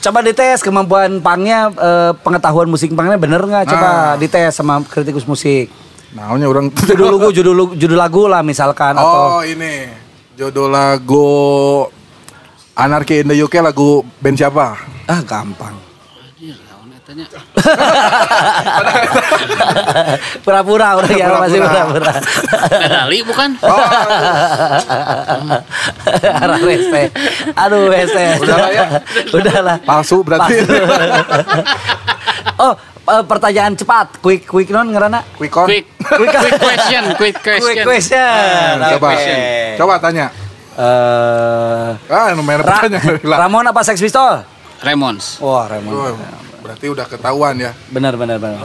S1: Coba dites kemampuan pangnya eh, pengetahuan musik pangnya bener nggak? Coba
S2: Ah.
S1: dites sama kritikus musik.
S2: Naunya orang
S1: Judul lagu, judul judul lagu lah misalkan atau
S2: Oh, ini. Judul lagu Anarchy in the UK lagu band siapa?
S1: ah gampang. pura-pura orang ya masih pura-pura.
S2: Pura-pura.
S3: Pedali bukan?
S2: Oh.
S1: Arah rese. Aduh rese.
S2: Udahlah ya.
S1: Udahlah.
S2: Palsu berarti.
S1: Palsu. oh, eh, pertanyaan cepat, quick quick non ngerana.
S2: Quick on.
S3: Quick, quick, question, quick
S1: Quick
S3: question.
S1: question.
S2: Nah, coba. Coba tanya.
S1: Eh,
S2: Ah, lumayan
S1: Ra-
S2: bertanya. Lah.
S1: Ramon apa Sex Pistol?
S3: Remons.
S1: Wah, Ramon.
S2: Oh, Berarti udah ketahuan ya.
S1: Benar benar benar.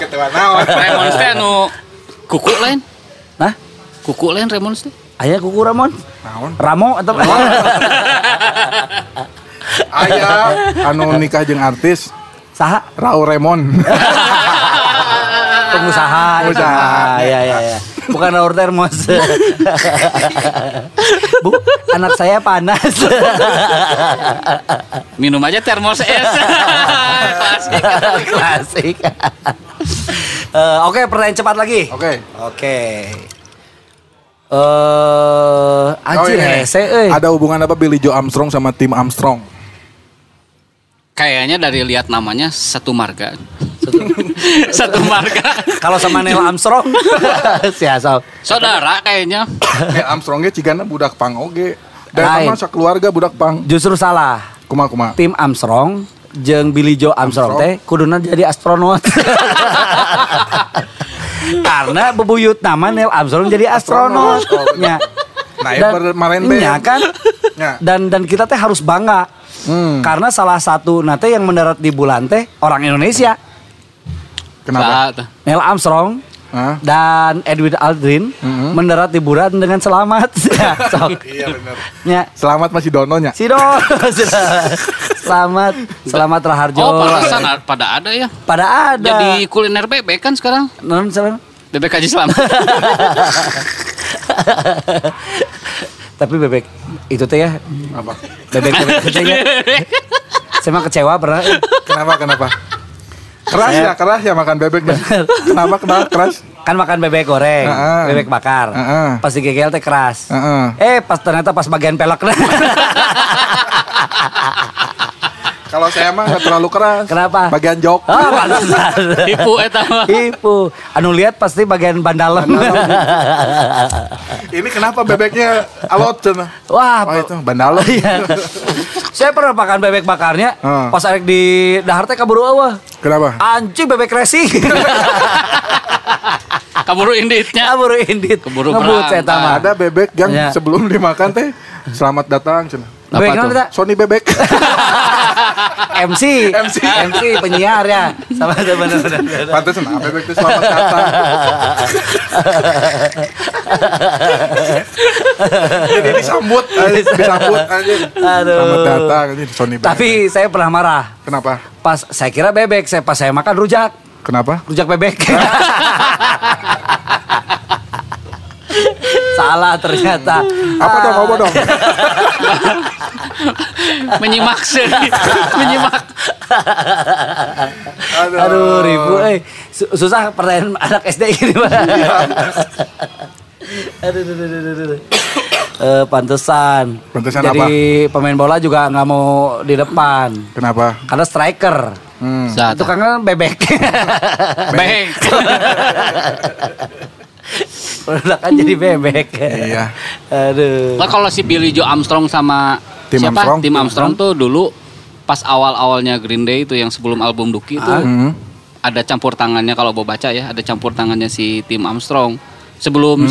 S2: Ketahuan naon.
S3: Remons teh anu kuku lain.
S1: Nah,
S3: Kuku lain Remon teh.
S1: ayah kuku Ramon.
S2: Naon?
S1: Ramo atau
S2: Ayah anu nikah jeung artis
S1: Saha?
S2: Rao Remon.
S1: pengusaha,
S2: Pengusaha.
S1: pengusaha. Ya, ya, ya. Bukan Raul Termos. Bu, anak saya panas.
S3: Minum aja eh. termos es. Pasti.
S1: Klasik. Eh, Oke, pertanyaan cepat lagi.
S2: Oke.
S1: Oke. Eh, anjir eh.
S2: ini nih.
S1: hese euy.
S2: Ada hubungan apa Billy Joe Armstrong sama Tim Armstrong?
S3: Kayaknya dari lihat namanya satu marga. satu marga.
S1: Kalau sama Neil Armstrong, si Asal.
S3: Saudara kayaknya.
S2: eh Armstrongnya cigana budak pang oge.
S1: Lain.
S2: Dan sama keluarga budak pang.
S1: Justru salah.
S2: Kuma kuma.
S1: Tim Armstrong jeung Billy Joe Armstrong,
S2: Armstrong.
S1: teh kuduna jadi astronot. Karena bebuyut nama Neil Armstrong jadi astronot.
S2: Astronot.
S1: Nya.
S2: Nah, ya, ber- maren band.
S1: nya kan.
S2: Nya.
S1: Dan dan kita teh harus bangga.
S2: Hmm.
S1: Karena salah satu nate yang mendarat di bulan teh orang Indonesia.
S2: Kenapa?
S3: Saat.
S1: Neil Armstrong
S2: Hah?
S1: dan Edwin Aldrin
S2: Mhm.
S1: mendarat di bulan dengan selamat. Ya, sok.
S2: Iya benar.
S1: Nya.
S2: Selamat masih dononya.
S1: Sido. selamat, selamat Raharjo.
S3: Oh, pantesan a- pada ada ya.
S1: Pada ada.
S3: Jadi kuliner bebek kan sekarang.
S1: non salam.
S3: Bebek haji selamat.
S1: Tapi bebek itu teh ya
S2: Apa?
S1: bebek bebek itu teh ya. Saya mah kecewa pernah.
S2: Kenapa kenapa? Keras ya, keras ya makan bebeknya. Kenapa kenapa keras?
S1: Kan makan bebek goreng,
S2: Heeh.
S1: bebek bakar.
S2: Heeh.
S1: Pas digegel teh keras.
S2: Heeh.
S1: Eh pas ternyata pas bagian pelek
S2: Kalau saya mah nggak terlalu keras.
S1: Kenapa?
S2: Bagian jok.
S1: Ah, pantesan.
S3: Ibu eh, eta mah.
S1: Ibu, anu lihat pasti bagian bandalem.
S2: Ini kenapa bebeknya alot cenah?
S1: Wah,
S2: Oh itu bandalo.
S1: Iya. Saya pernah makan bebek bakarnya,
S2: Heeh.
S1: pas arek di dahar teh kaburu eueuh.
S2: Kenapa?
S1: Anjing bebek racing.
S3: Kaburu inditnya.
S1: kaburu indit.
S3: Ya. Keburu
S1: Ngebut
S3: perang.
S1: saya tamah.
S2: Ada bebek yang
S1: Iya.
S2: sebelum dimakan teh selamat datang cenah.
S3: Apa
S1: Bebek
S3: tuh?
S1: kenapa, Ta?
S2: Sony bebek.
S1: MC.
S2: MC.
S1: MC penyiar ya. Sama sama benar
S2: Pantes nah bebek teh selamat datang. Jadi disambut, eh, disambut anjing.
S1: Aduh.
S2: Selamat datang anjing Sony bebek.
S1: Tapi saya pernah marah.
S2: kenapa?
S1: Pas saya kira bebek, saya pas saya makan rujak.
S2: Kenapa?
S1: Rujak bebek. Salah ternyata.
S2: Apa dong? Apa dong?
S3: Menyimak sendiri. Menyimak.
S2: Aduh,
S1: Aduh, ribu. Eh, Su- susah pertanyaan anak SD ini, Pak.
S2: Iya.
S1: aduh, aduh, aduh, aduh, aduh. Eh, pantesan.
S2: Pantesan
S1: Jadi pemain bola juga nggak mau di depan.
S2: Kenapa?
S1: Karena striker.
S2: Hmm.
S3: Saat.
S1: Tukangnya bebek.
S3: Bebek.
S1: Udah kan jadi bebek.
S2: Iya.
S1: Aduh.
S3: Nah kalau si Billy Joe Armstrong sama
S2: Tim
S3: siapa?
S2: Armstrong. Hmm.
S3: Tim Armstrong tuh dulu pas awal-awalnya Green Day itu yang sebelum album Duki itu
S2: Hmm.
S3: ada campur tangannya kalau mau baca ya, ada campur tangannya si Tim Armstrong. Sebelum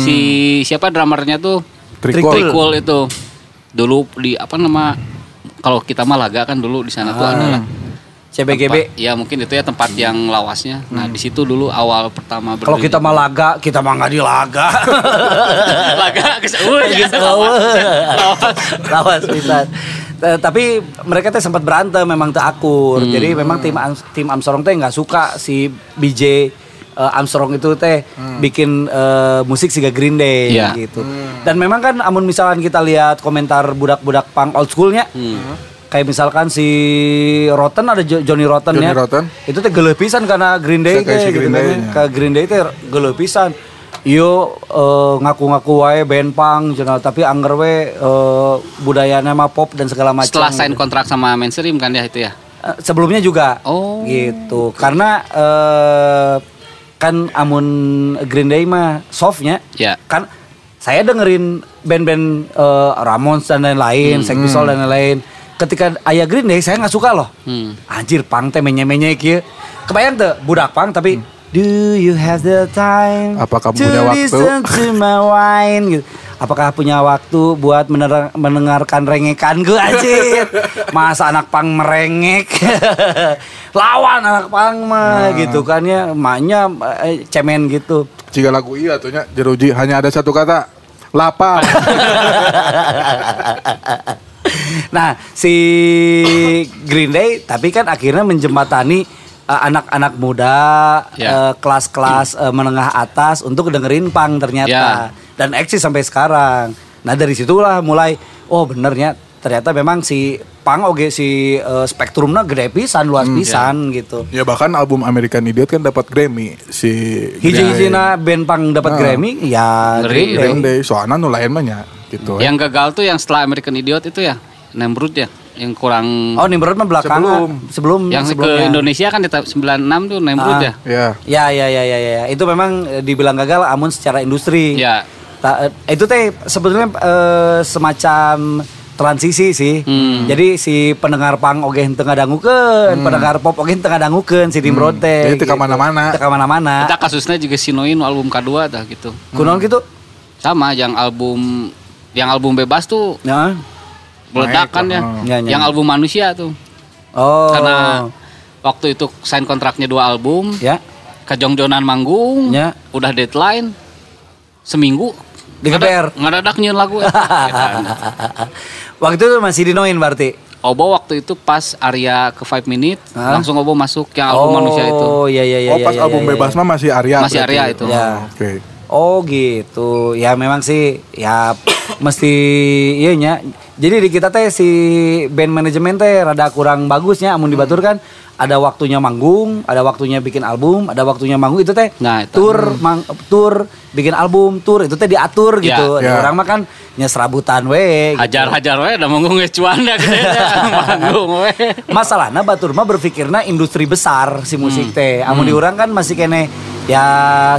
S1: Hmm.
S3: si siapa drummernya tuh
S2: Trikul.
S3: Trikul itu dulu di apa nama kalau kita mah laga kan dulu di sana tuh
S1: Ah,
S3: adalah
S1: CBGB.
S3: ya mungkin itu ya tempat yang lawasnya. Nah, di situ dulu awal pertama
S1: Hmm. Kalau kita mah laga, kita mah nggak di laga.
S3: laga geus eueuh, ya.
S1: Geus eueuh. gitu, Lawas bisa. Eh, Tapi mereka teh sempat berantem memang teu akur. Jadi memang tim Am- tim Armstrong teh nggak suka si BJ eh, Armstrong itu teh
S2: Hmm.
S1: bikin eh, musik siga Green Day
S3: Iya.
S1: gitu.
S2: Hmm.
S1: Dan memang kan amun misalkan kita lihat komentar budak-budak punk old schoolnya Kayak misalkan si Rotten ada Jo- Johnny Rotten ya.
S2: Johnny Rotten.
S1: Itu teh geuleuh pisan karena Green Day
S2: Kayak
S1: teh
S2: si Green
S1: gitu
S2: Day-nya.
S1: kan. Ke Green Day teh geuleuh pisan. Yo eh, ngaku-ngaku wae band punk jenal tapi anger we eh, budayanya mah pop dan segala macam.
S3: Setelah sign kontrak sama mainstream kan ya itu ya.
S1: Eh, sebelumnya juga.
S3: Oh.
S1: Gitu. Karena eh, kan amun Green Day mah softnya
S3: Ya.
S2: Iya.
S1: kan saya dengerin band-band eh, Ramones dan
S2: Hmm,
S1: lain-lain, Sex Pistols dan lain-lain. Ketika ayah Green Day saya nggak suka loh.
S3: Hmm.
S1: Anjir pang teh menye-menye kieu. Kebayang teh budak pang tapi do you have the time
S2: Apa kamu
S1: to
S2: Hmm. punya waktu?
S1: listen to my wine gitu. Apakah punya waktu buat mener- mendengarkan rengekan gue anjir? Masa anak pang merengek? Lawan anak pang mah
S2: Nah.
S1: gitu kan ya, maknya eh, cemen gitu.
S2: Jika lagu iya tuhnya jeruji hanya ada satu kata lapar.
S1: nah si Green Day tapi kan akhirnya menjembatani eh, anak-anak muda eh,
S3: Ya.
S1: kelas-kelas eh, menengah atas untuk dengerin pang
S3: Ya.
S1: ternyata dan eksis sampai sekarang nah dari situlah mulai oh benernya ternyata memang si pang oke si eh, spektrumnya gede pisan luas
S3: Hmm,
S1: pisan gitu
S2: ya bahkan album American Idiot kan dapat Grammy si
S1: hiji-hijina band pang dapat Grammy ya
S3: Ngeri,
S1: Green Day
S2: Green Day soalnya nu lain mah nya gitu.
S1: Oh,
S3: Gitu.
S1: ya.
S3: Yang gagal tuh yang setelah American Idiot itu ya, Nemrut ya, yang kurang
S1: oh Nimrod mah belakangan
S2: Sebelum.
S1: sebelum
S3: yang
S1: sebelumnya.
S3: ke Indonesia kan di tahun 96 tuh
S1: Ah.
S3: Nemrut ya.
S2: Ya.
S1: Ya, ya, ya, ya, ya. Itu memang eh, dibilang gagal, amun secara industri.
S3: Ya.
S1: Ta- eh, itu teh sebetulnya eh, semacam transisi sih.
S3: Hmm.
S1: Jadi si pendengar pang oge henteu ngadangukeun, pendengar pop oge henteu ngadangukeun si
S3: Hmm.
S1: Nimrod teh. gitu.
S2: Jadi teu ka mana-mana.
S1: Teu ka mana-mana.
S3: Kita kasusnya juga Sinoin album kedua dah gitu.
S1: Kunaon gitu?
S3: Sama yang album yang album bebas tuh
S1: Ya.
S3: meledakan ya.
S2: oh.
S1: Ya, ya.
S3: Yang album manusia tuh.
S1: Oh.
S3: Karena waktu itu sign kontraknya dua album,
S1: ya.
S3: kejongjonan manggung,
S1: Ya.
S3: udah deadline seminggu
S1: Digeber.
S3: nggak ada lagu. Gitu Eta.
S1: Waktu itu masih dinoin berarti.
S3: Obo waktu itu pas Arya ke 5 minute
S1: Hah?
S3: langsung Obo masuk yang album manusia itu.
S1: Oh, iya, iya, iya.
S2: oh
S1: iya,
S2: pas
S1: iya,
S2: album
S1: iya, iya.
S2: bebas mah masih Arya.
S3: Masih
S2: berarti.
S3: Arya itu.
S1: Ya.
S2: Oh, Oke.
S1: Oh gitu. Ya memang sih ya mesti iya nya. Jadi di kita teh si band manajemen teh rada kurang bagusnya
S3: Hmm.
S1: amun dibatur kan ada waktunya manggung, ada waktunya bikin album, ada waktunya manggung itu teh
S3: Nah, itu.
S1: tur mang, tur bikin album, tur itu teh diatur
S3: Ya,
S1: gitu.
S2: ya.
S1: Ada Orang mah kan nyeserabutan we gitu.
S3: Hajar-hajar we udah manggung ge cuan dah gede dah. manggung we.
S1: Masalahnya Batur mah berpikirnya industri besar si
S3: Hmm.
S1: musik teh. Amun diurang kan masih kene ya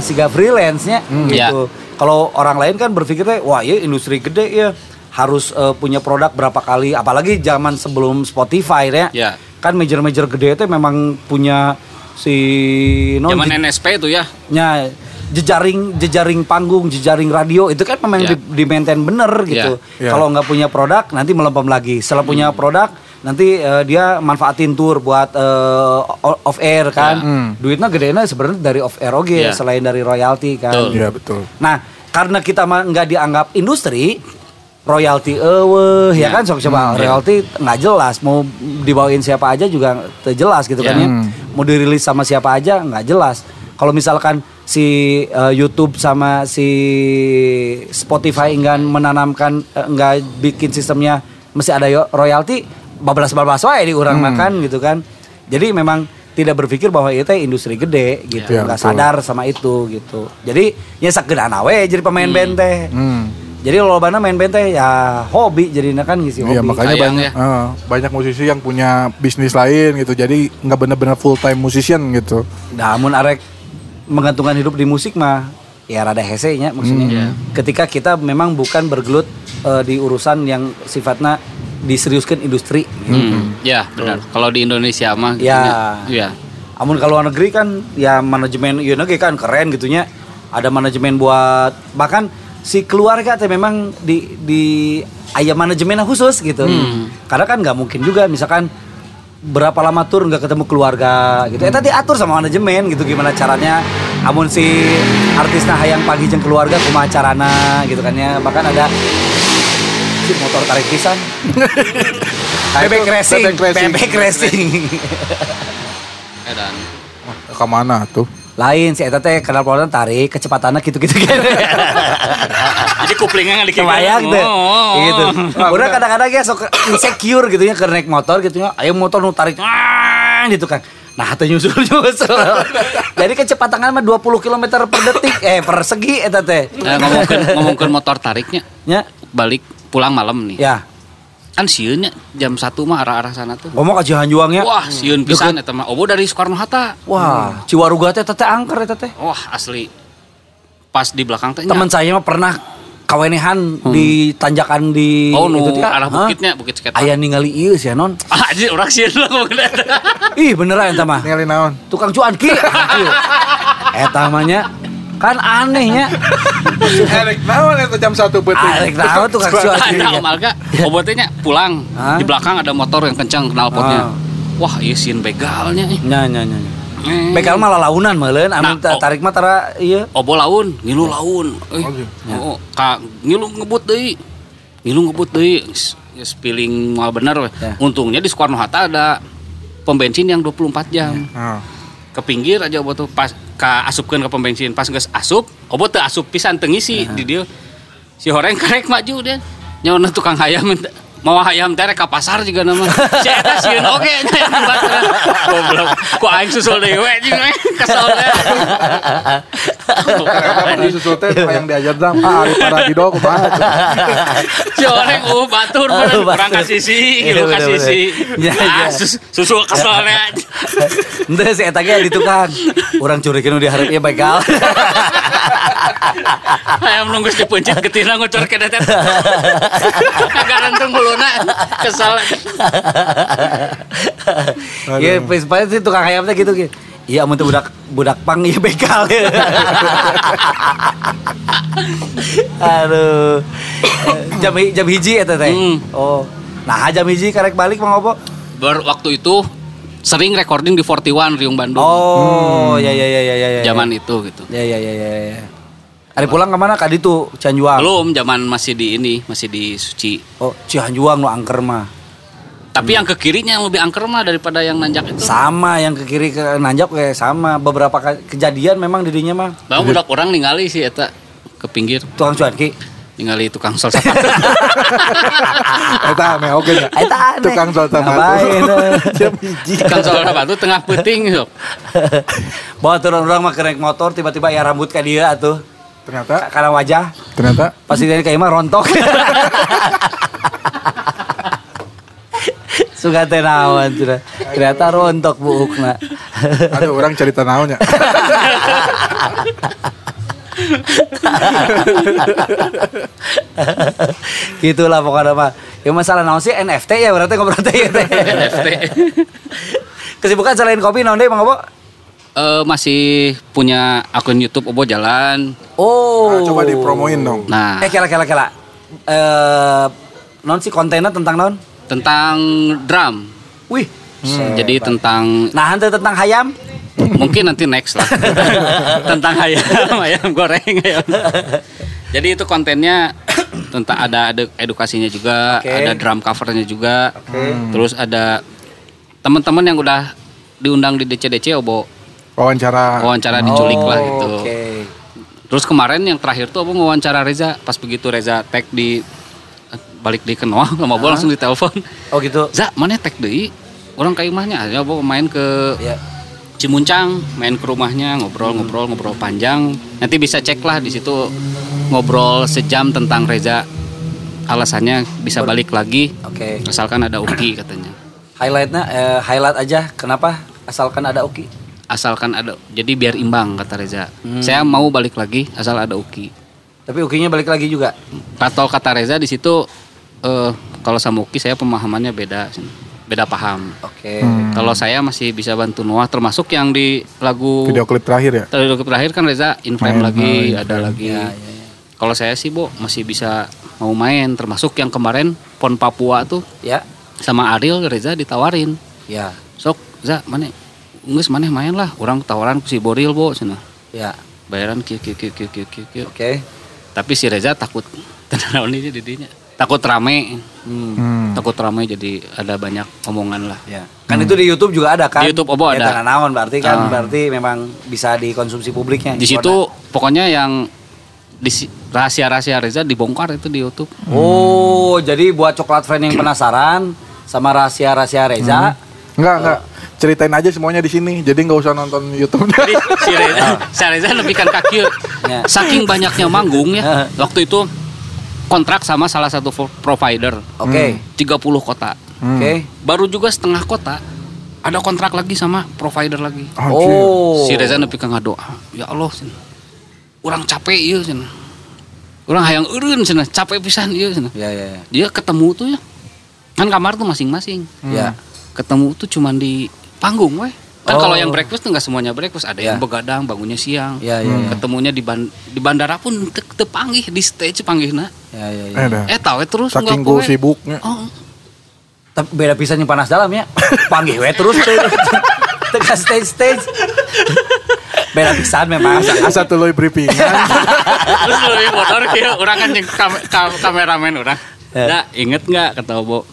S1: siga freelance-nya
S3: Hmm.
S1: gitu.
S3: Ya.
S1: Kalau orang lain kan berpikirnya wah ya industri gede ya harus eh, punya produk berapa kali apalagi zaman sebelum Spotify ya.
S3: Ya.
S1: Kan major-major gede itu memang punya si non
S3: Zaman NSP itu ya.
S1: nya jejaring jejaring panggung jejaring radio itu kan memang
S3: Ya.
S1: di, di maintain bener gitu
S2: Ya. Ya.
S1: kalau nggak punya produk nanti melempem lagi setelah punya
S3: Hmm.
S1: produk nanti eh, dia manfaatin tour buat eh, o- off air kan duitnya gedenya sebenarnya dari off air oke
S3: Hmm. Ya.
S1: selain dari royalti kan
S3: Betul.
S2: Iya betul.
S1: Nah, karena kita mah nggak dianggap industri, royalti eueuh ya kan sok coba royalti nggak jelas mau dibawain siapa aja juga teu jelas gitu kan
S3: Ya.
S1: ya. Mau dirilis sama siapa aja nggak jelas. Kalau misalkan si eh, YouTube sama si Spotify enggak menanamkan eh, enggak bikin sistemnya mesti ada yo- royalti bablas-bablas wae di orang makan gitu kan. Jadi memang tidak berpikir bahwa itu industri gede gitu,
S2: Ya,
S1: nggak
S2: betul.
S1: sadar sama itu gitu. Jadi ya sakeudana we jadi pemain band teh.
S2: Hmm.
S1: Jadi lolobana main band teh ya hobi jadinya kan ngisi hobi.
S2: Iya makanya
S3: Sayang ya.
S2: banyak eh, banyak musisi yang punya bisnis lain gitu. Jadi nggak benar-benar full time musician gitu.
S1: Nah, mun arek menggantungkan hidup di musik mah ya rada hese nya maksudnya. Ketika kita memang bukan bergelut eh, di urusan yang sifatnya diseriuskan industri. gitu.
S3: Hmm. Ya, benar. Kalau di Indonesia mah gitu
S1: Ya.
S3: Ya.
S1: Amun kalau luar negeri kan ya manajemen ieu negeri kan keren gitunya. Ada manajemen buat bahkan si keluarga teh memang di di aya manajemen khusus gitu.
S2: Hmm.
S1: Karena kan nggak mungkin juga misalkan berapa lama tur nggak ketemu keluarga gitu. Eta
S2: Hmm.
S1: diatur sama manajemen gitu gimana caranya. Amun si artisna hayang pagi jeung keluarga kumaha carana gitu kan ya. Bahkan ada si motor tarik pisan. Bebek racing,
S2: Bebek racing.
S1: bebek racing.
S3: Eh, dan
S2: Ke mana tuh?
S1: lain si eta teh kenal polan tarik kecepatannya gitu-gitu kan
S3: Jadi kuplingnya nggak dikirim.
S1: kebayang tuh
S3: Oh.
S1: gitu udah kadang-kadang ya sok insecure gitu ya karena naik motor gitu ya ayo motor nu tarik Ah, gitu kan nah hati nyusul nyusul jadi kecepatan mah 20 km per detik eh per segi eta teh
S3: Eh, ngomongkeun ngomongkeun motor tariknya
S1: nya
S3: balik pulang malam nih.
S1: ya
S3: Kan sieun nya jam 1 mah arah-arah sana tuh.
S1: ngomong ke Cihanjuang ya
S3: Wah, sieun pisan eta mah. Obo dari Soekarno Hatta.
S1: wah Ciwaruga teh teteh angker eta teh
S3: Wah, asli. Pas di belakang teh nya.
S1: teman saya mah pernah kawenehan di tanjakan di
S3: Hmm. Oh, nu
S1: teh,
S3: arah
S1: hah?
S3: bukitnya, bukit Seketan.
S1: Aya ningali ieu sih ya, non
S3: Ah, jadi orang sieun lah ngomong eta.
S1: ih beneran eta mah
S2: Ningali naon?
S1: tukang cuan ki eta mahnya Eh, Kan anehnya.
S2: Erek naon itu jam 1 beuting.
S1: Arek tahu tuh kan
S3: Nah, ada Om Alga, obatnya pulang.
S1: Hah?
S3: Di belakang ada motor yang kencang
S1: Ah.
S3: knalpotnya. Wah, isin begalnya. ih.
S1: Nya nya nya. nya.
S3: Eh,
S1: Begal malah launan meuleun
S3: Nah,
S1: anu ta-
S3: oh.
S1: tarik mah tara iya. ieu.
S3: Obo laun, ngilu laun. Eh,
S2: Oh, iya.
S3: oh, ka ngilu ngebut deui. Ngilu ngebut deui. Geus- geus Feeling moal bener weh.
S1: Ya.
S3: Untungnya di Soekarno Hatta ada pom bensin yang 24 jam.
S2: Nah,
S3: Ke pinggir aja obat tuh pas ka asupkeun ke pom bensin. Pas geus asup, obat teu asup pisan teu ngisi di dieu. Si horeng karek maju dia. Nyawana tukang hayam ente- mau hayam teh rek ka pasar juga nama. Si eta sieun oge nya yang dibakar. Goblok. Ku aing susul deui we jeung we. kesel we.
S2: kenapa di susul teh yang diajar jam? Ah, Ari Paradido kumaha tuh.
S3: Si orang uh batur bener
S1: Oh, batur.
S3: kurang kasisi,
S1: Iya,
S3: gitu
S1: bener,
S3: kasisi.
S1: bener. Ya,
S3: Ah,
S1: ya.
S3: sus- susul kesel we.
S1: Ente si eta ge di tukang. Urang curigin udah hareup ieu iya, begal.
S3: Hayam nunggu di puncak getina ngocor ke detet. Garantung muluna kesel.
S1: Ya paling sih tukang ayam teh gitu gitu. Iya amun teu budak budak pang ieu begal. Aduh. Jam hi- jam hiji eta teh.
S3: Hmm.
S1: Oh. Nah, jam hiji karek balik mah opo?
S3: Ber waktu itu sering recording di 41 Riung Bandung.
S1: Oh, ya ya ya ya ya. ya.
S3: Hmm. Zaman itu gitu.
S1: Ya ya ya ya. ya. Ari pulang kemana kadi tuh Cianjuang?
S3: Belum zaman masih di ini, masih di Suci.
S1: Oh Cianjuang nu angker mah.
S3: Tapi yang ke kirinya yang lebih angker mah daripada yang nanjak itu.
S1: Sama yang ke kiri ke nanjak kayak sama. Beberapa ka- kejadian memang didinya mah
S3: Bang budak orang ningali sih eta ke pinggir
S1: tukang cuanki.
S3: ningali tukang sol sepatu.
S2: Eta ame oge nya.
S3: Ya.
S1: Eta aneh.
S2: Tukang sol
S1: eh.
S2: sepatu.
S1: Ngapain, eh?
S2: Jam hiji.
S3: tukang sol sepatu tengah puting sok.
S1: Bawa turun orang mah kerek motor tiba-tiba ya rambut ka dia atuh.
S2: Ternyata
S1: Karena wajah
S2: ternyata
S1: pasti dari kayak mah rontok. Suka tenawan sudah. Ternyata rontok buukna.
S2: ada orang cerita naonnya.
S1: Gitulah pokoknya mah. Ya masalah naon sih NFT ya berarti ngobrol teh. ya, teh.
S3: NFT.
S1: Kesibukan selain kopi naon deh Mang Opo?
S3: Eh, masih punya akun YouTube Obo Jalan.
S1: Oh.
S2: Nah, coba dipromoin dong.
S3: Nah,
S1: Eh kela kela kela. Eh non sih kontennya tentang non?
S3: tentang drum.
S1: Wih.
S3: Hmm, Jadi tentang
S1: Nah, hantu tentang hayam.
S3: mungkin nanti next lah tentang ayam ayam goreng ayam. jadi itu kontennya tentang ada edu- edukasinya juga
S1: Oke.
S3: ada drum covernya juga terus ada teman-teman yang udah diundang di DCDC obo
S2: Wawancara.
S3: wawancara diculik lah
S1: Oh,
S3: gitu
S1: Oke.
S3: terus kemarin yang terakhir tuh obo wawancara Reza pas begitu Reza tag di eh, balik di Kenoa sama
S1: Ah.
S3: obo langsung ditelepon
S1: Oh gitu.
S3: Za mana tag deui orang kayak imahnya aja obo main ke
S1: Ya.
S3: Cimuncang main ke rumahnya ngobrol-ngobrol ngobrol panjang nanti bisa cek lah di situ ngobrol sejam tentang Reza alasannya bisa balik lagi
S1: Oke.
S3: asalkan ada Uki katanya
S1: Highlightnya eh, highlight aja. Kenapa? Asalkan ada Oki.
S3: asalkan ada jadi biar imbang kata Reza saya mau balik lagi asal ada Uki
S1: Tapi Ukinya balik lagi juga.
S3: atau kata Reza di situ eh, kalau sama Uki saya pemahamannya beda beda paham
S1: Oke.
S3: kalau saya masih bisa bantu Noah termasuk yang di lagu
S2: Video klip terakhir ya.
S3: Terus terakhir kan Reza in frame
S2: Main,
S3: lagi,
S2: main, in
S3: ada lagi.
S1: Ya, ya, ya.
S3: Kalau saya sih, Bo, masih bisa mau main. Termasuk yang kemarin PON Papua tuh
S1: Ya.
S3: sama Ariel Reza ditawarin.
S1: Ya.
S3: Sok, Za, mana? Nges mana main lah. Orang tawaran ku si Boril, Bo, sana.
S1: Ya.
S3: Bayaran kieu kieu kieu kieu kieu kieu, kieu.
S1: Oke.
S3: Tapi si Reza takut tenang ini didinya. Takut rame.
S1: Hmm.
S2: Hmm.
S3: Takut rame jadi ada banyak omongan lah.
S1: Ya. Kan itu di YouTube juga ada kan?
S3: Hmm. Di YouTube Obo
S1: Ya,
S3: ada.
S1: tanah naon berarti kan
S3: Ah.
S1: berarti memang bisa dikonsumsi publiknya.
S3: Di situ pokoknya yang disi- rahasia-rahasia Reza dibongkar itu di YouTube.
S1: Oh, jadi buat coklat friend yang penasaran sama rahasia-rahasia Reza.
S3: Hmm.
S2: Enggak, enggak. Ceritain aja semuanya di sini. Jadi nggak usah nonton YouTube-nya.
S3: Jadi si Reza, si Reza lebih kan kaki.
S1: Ah. Ya.
S3: Saking banyaknya manggung ya.
S1: Ya.
S3: Waktu itu kontrak sama salah satu fo- provider
S1: Oke.
S3: 30 kota.
S1: Oke.
S2: Hmm.
S3: Baru juga setengah kota ada kontrak lagi sama provider lagi.
S2: Oh.
S1: Oh.
S3: Si Reza nepi ka ngadoa. Ya Allah, cenah. Urang capek ieu cenah. Urang hayang eureun cenah, capek pisan ieu cenah.
S1: Ya, ya, ya.
S3: Dia ketemu tuh ya. Kan kamar tuh masing-masing.
S1: Ya.
S3: Ketemu tuh cuman di panggung weh. Kan kalau yang breakfast tuh nggak semuanya breakfast, ada yang begadang, bangunnya siang.
S1: Oh. Ya, ya, ya.
S3: Ketemunya di, ban- di bandara pun te, te panggih di stage panggihna.
S1: Ya, ya, ya.
S2: Eh, dah.
S3: Eh tahu terus
S2: Saking gue
S3: nggak
S2: sibuknya.
S3: Oh,
S1: Tapi beda pisan yang panas dalam ya. Panggil we terus tegas stage stage. Beda pisan memang.
S2: Asa tuloy briefingan.
S3: Terus lebih motor kieu urang kan jeung kam kam- kameramen urang.
S1: Eh.
S3: Da, inget nggak kata Bo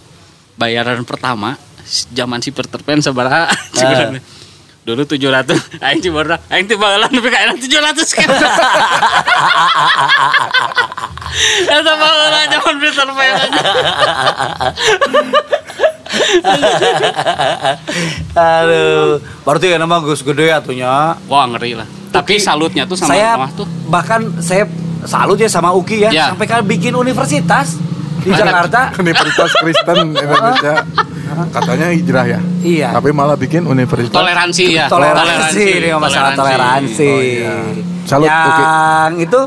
S3: bayaran pertama s- zaman si perterpen sabaraha? Cik
S1: Eh.
S3: urang. Dulu 700, aing cibor aing teh bakalan nepi ka 700 kan. Eta bakalan zaman Peterpan.
S1: Aduh, baru tuh yang nama Gus Gede ya tuhnya.
S3: Wah, ngeri lah. Tapi salutnya tuh sama
S1: saya
S3: Mamah tuh.
S1: bahkan saya salut ya sama Uki ya,
S3: Ya.
S1: sampai kan bikin universitas di
S3: Ada.
S1: Jakarta.
S2: Universitas Kristen Indonesia. Katanya hijrah ya.
S1: Iya.
S2: Tapi malah bikin universitas.
S3: Toleransi ya.
S1: toleransi, ini masalah toleransi.
S2: Oh, iya. Salut, Uki.
S1: yang itu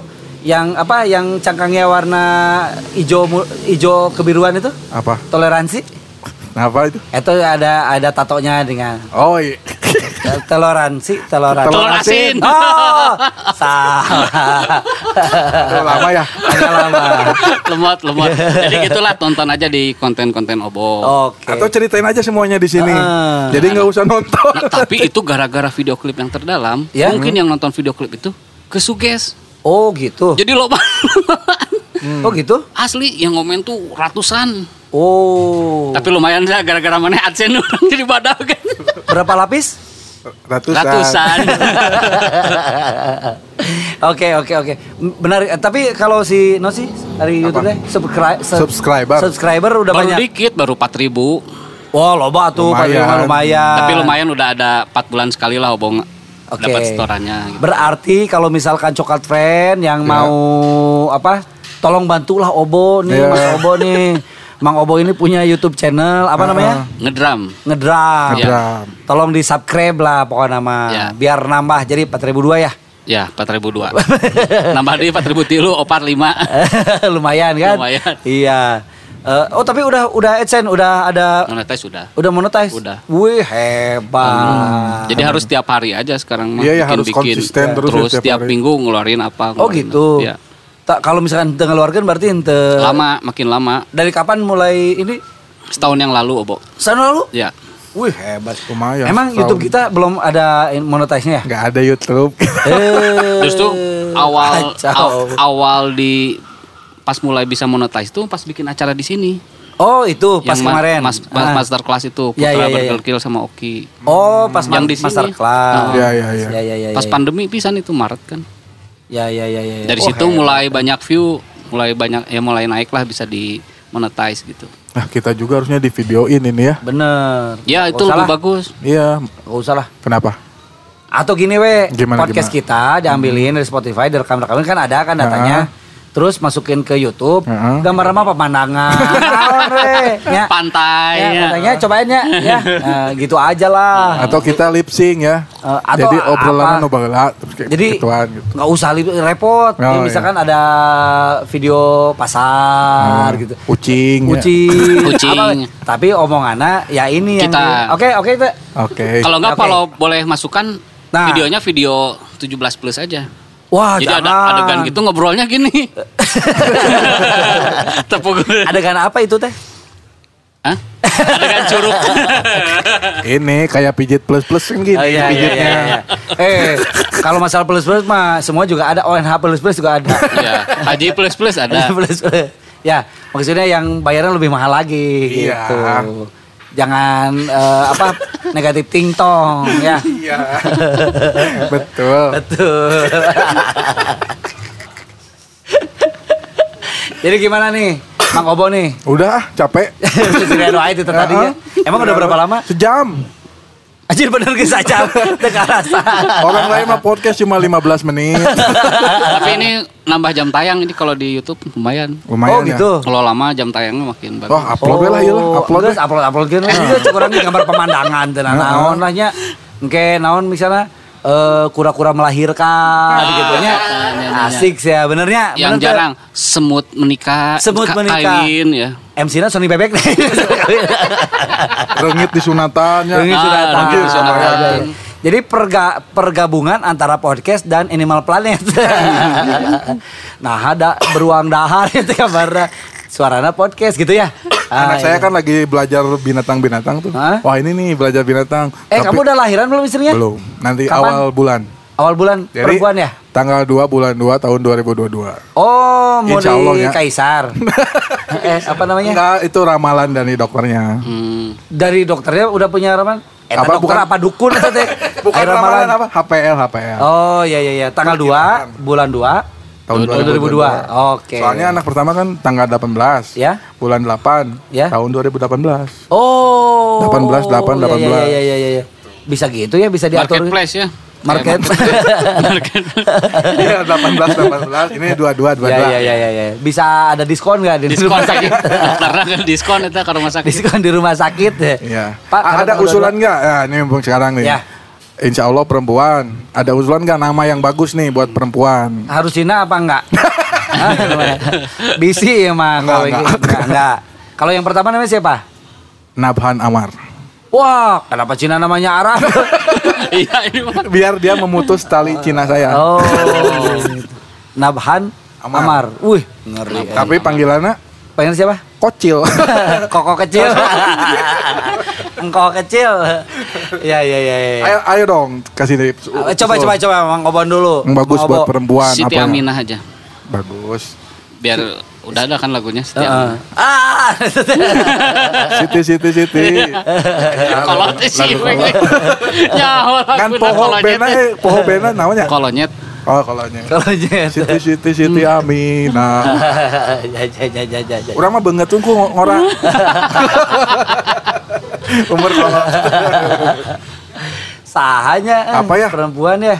S1: yang apa yang cangkangnya warna hijau mu- hijau kebiruan itu
S2: Apa? Nah,
S1: toleransi
S2: Apa itu?
S1: itu ada ada tatonya dengan
S2: Oh iya.
S1: toleransi toleransi
S3: Telur asin.
S1: oh salah
S2: Aduh, lama ya.
S1: Agak lama
S3: lemot, lemot.
S1: Iya.
S3: Jadi gitulah tonton aja di konten-konten obor.
S1: oke
S2: Oh. Atau ceritain aja semuanya di sini.
S1: Ah.
S2: Jadi nggak usah nonton.
S3: Nah, tapi itu gara-gara video klip yang terdalam,
S1: Ya.
S3: mungkin yang nonton video klip itu kesuges.
S1: oh gitu
S3: Jadi lo
S1: oh gitu
S3: asli yang komen tuh ratusan.
S1: oh
S3: Tapi lumayan lah gara-gara mana AdSense orang jadi badal kan.
S1: berapa lapis
S2: Ratusan.
S3: Ratusan.
S1: Oke oke oke benar eh, tapi kalau si no sih dari YouTube deh subscribe
S2: Subscriber.
S1: subscriber udah
S3: baru
S1: banyak
S3: dikit baru 4000.
S1: wah loba tuh lumayan.
S2: Lumayan.
S1: lumayan
S3: Tapi lumayan udah ada 4 bulan sekali lah obong
S1: Ya. Oke.
S3: dapat setorannya gitu.
S1: berarti kalau misalkan coklat friend yang
S2: Ya.
S1: mau apa tolong bantulah Obo nih
S2: Ya.
S1: Mas Obo nih Mang Obo ini punya YouTube channel apa namanya
S3: Ngedram.
S1: ngedram
S2: Nah,
S3: Ngedram.
S1: tolong di subscribe lah pokoknya nama
S3: Ya.
S1: biar nambah jadi 4002 ya
S3: Ya, 4002. Nambah di 4003 opar
S1: Eh.
S3: 5.
S1: lumayan kan
S3: Lumayan.
S1: iya Eh, oh tapi udah udah adsense udah ada
S3: Nah, teh sudah.
S1: Udah monetize?
S3: Udah. Hmm,
S1: Wih hebat.
S3: Jadi harus tiap hari aja sekarang
S2: Ah,
S3: mah
S2: Iya, iya,
S3: bikin-
S2: harus
S3: bikin.
S2: konsisten terus ya, tiap
S3: tiap
S2: hari.
S3: minggu ngeluarin apa.
S1: oh
S3: ngeluarin
S1: gitu.
S3: apa. Iya.
S1: Tak kalau misalkan ente ngeluarkan berarti ente
S3: Lama, makin lama.
S1: dari kapan mulai ini?
S3: Setahun yang lalu, Obo.
S1: Setahun lalu?
S3: Ya.
S1: Wih hebat.
S2: Lumayan.
S1: Emang
S2: Iya, setahun.
S1: YouTube kita belum ada in- monetize-nya ya?
S2: nggak ada YouTube.
S1: Eh,
S3: Terus tuh awal
S1: kacau.
S3: aw- awal di pas mulai bisa monetize tuh pas bikin acara di sini.
S1: Oh itu pas
S3: Yang ma-
S1: kemarin.
S3: Mas,
S1: Ah.
S3: mas master class itu Putra
S1: Iya, iya, iya,
S3: Burger
S1: iya.
S3: Kill sama Oki.
S1: Oh pas
S3: Yang
S1: ma-
S3: di sini. Ah.
S1: master class.
S2: Iya, iya, iya.
S1: Ya ya ya.
S3: Pas
S1: ya.
S3: pandemi pisan itu Maret kan.
S1: Ya ya ya ya. ya.
S3: Dari
S1: Oh,
S3: situ
S2: iya.
S1: hebat.
S3: mulai banyak view, mulai banyak ya mulai naik lah bisa di monetize gitu.
S2: Nah kita juga harusnya di videoin ini ya.
S1: Bener.
S3: Ya
S1: Nggak
S3: itu
S1: usah
S3: lebih
S1: lah.
S3: bagus.
S2: Iya.
S1: Nggak usah lah.
S2: Kenapa?
S1: Atau gini we,
S2: Gimana,
S1: podcast
S2: gimana?
S1: kita diambilin dari Spotify, direkam-rekamin kan ada kan datanya.
S2: Ah.
S1: Terus masukin ke YouTube,
S2: Heeh.
S1: gambar mah pemandangan. Naon we? Nya.
S3: Pantai.
S1: Ya,
S3: ya.
S1: katanya cobain ya, ya. Nah, gitu aja lah.
S2: Atau kita lip sync ya.
S1: Eh, atau
S2: Jadi
S1: apa?
S2: obrolan nu baheula terus kayak
S1: Jadi
S2: gituan gitu.
S1: nggak usah li- repot. Ya,
S2: Oh,
S1: misalkan ada video pasar gitu.
S2: Ah, Kucing. ya.
S1: Kucing,
S3: Kucing.
S1: Apa- tapi omongannya ya ini yang
S3: Kita.
S1: di- Oke, oke kita.
S2: Oke.
S3: Kalau enggak
S1: Eh, Oke.
S3: kalau boleh masukkan
S1: Nah.
S3: videonya video 17 plus aja.
S1: Wah,
S3: Jadi ada
S1: jangan.
S3: adegan gitu ngobrolnya gini. Tepuk.
S1: Adegan apa itu teh?
S3: Hah? Adegan curug.
S2: Ini kayak pijit plus plus kan gini
S1: Oh, iya, iya,
S2: pijitnya.
S1: iya, iya. Eh, kalau masalah plus plus mah semua juga ada Oh, ONH plus plus juga ada.
S3: ya, Haji plus plus ada.
S1: plus plus. Ya, maksudnya yang bayarnya lebih mahal lagi
S2: Iya.
S1: gitu. Jangan eh, apa negatif tingtong ya.
S2: Iya. Betul.
S1: Betul. Jadi gimana nih, Mang Obo nih?
S2: Udah ah, capek.
S1: Si Reno Ait itu tadi ya. Emang udah berapa lama?
S2: Sejam.
S1: Anjir bener geus aja. Teu karasa.
S2: Orang lain mah podcast cuma 15 menit.
S3: Tapi ini nambah jam tayang ini kalau di YouTube lumayan. ya.
S1: Oh
S2: Lumayan ya.
S1: gitu. Oh,
S3: Kalau lama jam tayangnya makin bagus.
S2: Wah, upload we lah ieu lah, upload. Nah.
S1: geus,
S2: we.
S1: upload upload gitu. geus lah. Geus, cek urang ge gambar pemandangan teh nah, naon lah nya. Engke naon misalnya eh, kura-kura melahirkan gitu nya.
S3: iya, iya, iya.
S1: Asik sih ya benernya.
S3: Yang
S1: bener teh.
S3: jarang semut menikah,
S1: Semut
S3: ka-
S1: menikah.
S3: kain ya.
S1: MC-nya Sony Bebek
S3: Ah,
S1: nih.
S2: Rengit di sunatannya.
S1: Ini
S3: Ah,
S1: sudah iya,
S3: ada,
S1: tahu.
S2: ada,
S1: Sudah
S2: ada.
S1: tahu. Jadi perga- pergabungan antara podcast dan Animal Planet. nah, ada beruang dahar itu kabarnya. Suaranya podcast gitu ya. Ah,
S2: Anak
S1: iya.
S2: saya kan lagi belajar binatang-binatang tuh.
S1: Hah?
S2: Wah ini nih belajar binatang.
S1: Eh,
S2: Tapi-
S1: kamu udah lahiran belum istrinya?
S2: Belum. Nanti
S1: Kapan?
S2: awal bulan.
S1: Awal bulan perempuan ya?
S2: Tanggal 2 bulan 2 tahun 2022.
S1: Oh, mau
S2: Insya Allah
S1: di
S2: ya.
S1: Kaisar. eh, apa namanya?
S2: Enggak, itu ramalan dari dokternya.
S3: Hmm.
S1: Dari dokternya udah punya ramalan? Eh,
S2: Apa,
S1: dokter
S2: bukan-
S1: apa dukun atau teh?
S2: Bukan
S1: Air
S2: Eh, ramalan apa? HPL, HPL.
S1: Oh, iya iya iya. Tanggal 2 bulan 2
S2: Tahun
S1: 2022. Oke.
S2: Soalnya anak pertama kan tanggal 18.
S1: Ya.
S2: Bulan 8.
S1: Ya.
S2: Tahun 2018.
S1: Oh. Iya,
S2: 18, 8,
S1: iya,
S2: 18.
S1: Iya iya iya iya. Bisa gitu ya bisa diatur.
S3: Marketplace ya.
S1: Market.
S2: Iya, 18 18.
S1: Iya
S2: Ini 22 22.
S1: iya iya iya. iya. Bisa ada diskon nggak di
S3: diskon
S1: rumah sakit?
S3: Karena kan diskon itu ke rumah sakit.
S1: diskon di rumah sakit.
S2: Iya.
S1: Pak,
S2: Ah, ada
S1: karena-
S2: usulan nggak? Ya, ini mumpung sekarang nih.
S1: Ya.
S2: Insya Allah perempuan. Ada usulan nggak nama yang bagus nih buat perempuan?
S1: Harus Cina apa enggak? Hah, gimana? Bisi emang
S2: Enggak,
S1: kalau ini.
S2: enggak.
S1: enggak. enggak. Kalau yang pertama namanya siapa?
S2: Nabhan Amar.
S1: Wah, kenapa Cina namanya Arab?
S3: Iya ini mah.
S2: Biar dia memutus tali Cina saya.
S1: oh. gitu. Nabhan
S2: Amar.
S1: Amar. Wih, ngeri. eh.
S2: Tapi panggilannya
S1: Pengen siapa?
S2: kocil.
S1: Koko kecil. Engkau kecil. Ya ya ya. ya.
S2: ayo, ayo dong kasih tips.
S1: Eh, Coba
S2: Usul.
S1: coba coba Mang Obon dulu.
S2: Yang bagus
S1: Mang
S2: buat
S1: Obon.
S2: perempuan
S3: Siti
S2: yang-
S3: Aminah aja.
S2: Bagus.
S3: Biar udah ada kan lagunya Siti
S1: Heeh.
S3: Aminah.
S1: Ah. Ya.
S2: Siti Siti Siti. Ya,
S3: Kolot sih Nyawa
S2: kan
S3: lagu nah,
S2: poho bena eh poho bena namanya.
S3: Kolonyet.
S2: Oh, kolanya.
S1: Kalau gitu. nyet.
S2: Siti Siti Siti
S1: Hmm.
S2: Aminah.
S1: Ya ya ya ya ya. ya.
S2: Orang mah banget tuh ngora. Umur kolot.
S1: Sahanya eh,
S2: Apa ya?
S1: perempuan ya.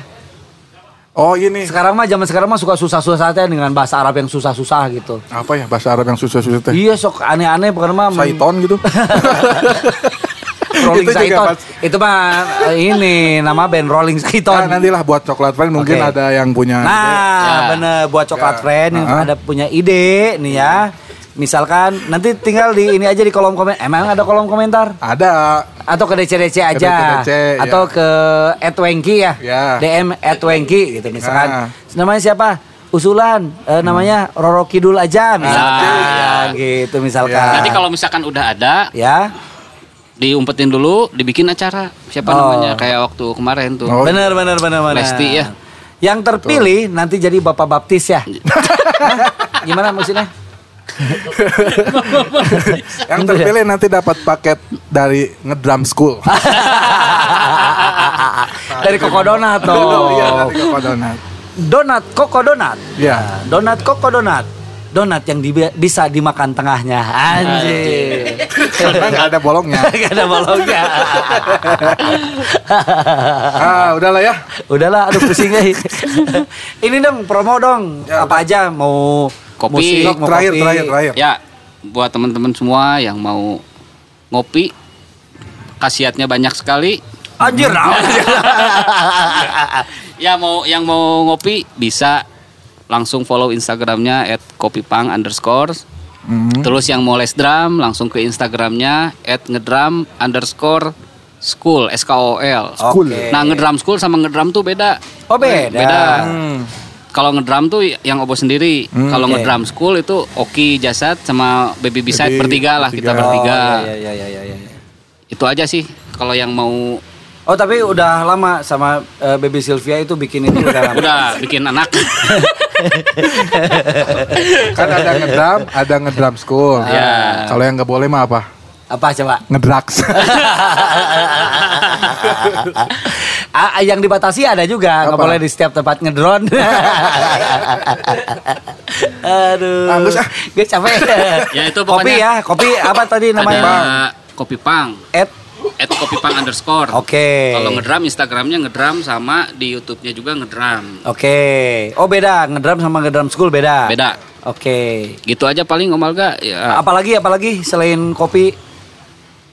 S2: Oh, ini.
S1: Sekarang mah zaman sekarang mah suka susah-susah teh dengan bahasa Arab yang susah-susah gitu.
S2: Apa ya bahasa Arab yang susah-susah teh?
S1: Iya sok aneh-aneh bukan mah men-
S2: Saiton gitu.
S1: Rolling
S2: Itu juga
S1: Saiton.
S2: pas-
S1: Itu mah eh, ini nama band Rolling
S2: Nah,
S1: Saiton.
S2: nantilah buat coklat friend mungkin
S1: Oke.
S2: ada yang punya.
S1: Nah,
S3: Ya.
S1: bener buat coklat
S2: Ya.
S1: friend yang
S2: Nah.
S1: ada punya ide nih ya. Misalkan nanti tinggal di ini aja di kolom komen. Emang ada kolom komentar?
S2: Ada.
S1: Atau ke DC-DC aja.
S2: Ke DC, ya.
S1: Atau ke @wengki ya.
S2: Ya.
S1: DM @wengki gitu misalkan.
S2: Nah.
S1: Namanya siapa? Usulan eh, namanya Roro Kidul aja misalkan gitu
S2: Ah.
S1: misalkan.
S3: Nanti kalau misalkan udah ada,
S1: ya.
S3: diumpetin dulu, dibikin acara. Siapa
S1: Oh.
S3: namanya? Kayak waktu kemarin tuh.
S2: Oh.
S1: bener bener bener bener.
S3: Lesti, ya.
S1: Yang terpilih nanti jadi bapak baptis ya. Hah? Gimana maksudnya?
S2: Yang terpilih nanti dapat paket dari ngedrum school.
S1: Dari Koko Donat
S2: Iya,
S1: dong.
S2: dari Koko Donat.
S1: Donat Koko Donat.
S2: Iya.
S1: Donat Koko Donat. Donat yang dibi- bisa dimakan tengahnya. Anjir.
S2: Karena nggak ada bolongnya.
S1: Gak ada bolongnya.
S2: Ah, udahlah ya.
S1: Udahlah, aduh pusing eh. Ini dong promo dong. Apa aja mau
S3: Kopi.
S1: musik, mau
S2: Ya. Terakhir,
S1: kopi.
S2: terakhir, terakhir.
S3: Ya, buat teman-teman semua yang mau ngopi, khasiatnya banyak sekali.
S1: Anjir. nah.
S3: Ya mau yang mau ngopi bisa langsung follow Instagramnya at kopipang underscore.
S2: Hmm.
S3: Terus yang mau les drum langsung ke Instagramnya at ngedrum underscore school SKOL.
S2: School.
S1: Oke.
S3: Nah ngedrum school sama ngedrum tuh beda.
S1: Oh, beda.
S3: Kalau ngedrum tuh yang obo sendiri. Kalau
S1: Hmm, oke.
S3: ngedrum school itu Oki Jasad sama Baby Beside
S2: Baby
S3: bertiga lah kita
S2: bertiga.
S3: bertiga.
S1: Oh, iya, iya, iya, iya, iya.
S3: Itu aja sih kalau yang mau
S1: Oh, tapi udah lama sama eh, Baby Sylvia itu bikin itu udah lama.
S3: udah bikin anak.
S2: Kan ada ngedrum, ada ngedrum school.
S3: Iya.
S2: Kalau yang nggak boleh mah apa?
S1: Apa coba?
S2: Ngedrugs.
S1: Ah, yang dibatasi ada juga, nggak
S2: Apa?
S1: boleh di setiap tempat ngedron. Aduh.
S2: Ah, Gus, ah.
S1: Gue capek.
S3: Ya, itu
S1: kopi
S3: pokoknya.
S1: ya, kopi apa tadi namanya?
S3: ada kopi pang.
S1: Ed.
S3: at kopipang underscore.
S1: Oke.
S3: Kalau ngedram Instagramnya ngedram sama di YouTube-nya juga ngedram.
S1: Oke. Oh, beda, ngedrum sama ngedrum school beda.
S3: Beda.
S1: Oke.
S3: Gitu aja paling Om Alga. Ya,
S1: Apalagi apalagi selain kopi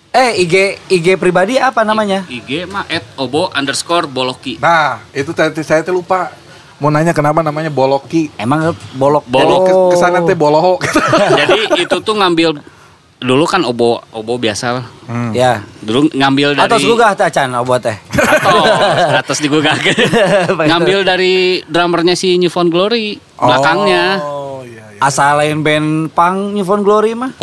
S1: Eh, IG IG pribadi apa namanya?
S3: IG mah at obo underscore boloki.
S2: Nah, itu tadi saya tuh lupa mau nanya kenapa namanya boloki.
S1: Emang bolok
S2: Jadi
S3: Bolok.
S2: ke- kesana teh boloho.
S3: Jadi itu tuh ngambil dulu kan obo obo biasa
S1: Ya.
S3: dulu ngambil dari Oh,
S1: Atas gugah teh Chan obat eh. teh.
S3: atau atas digugah ngambil dari drummernya si New Found Glory belakangnya
S2: Oh iya iya.
S1: Asal lain band pang New Found Glory mah.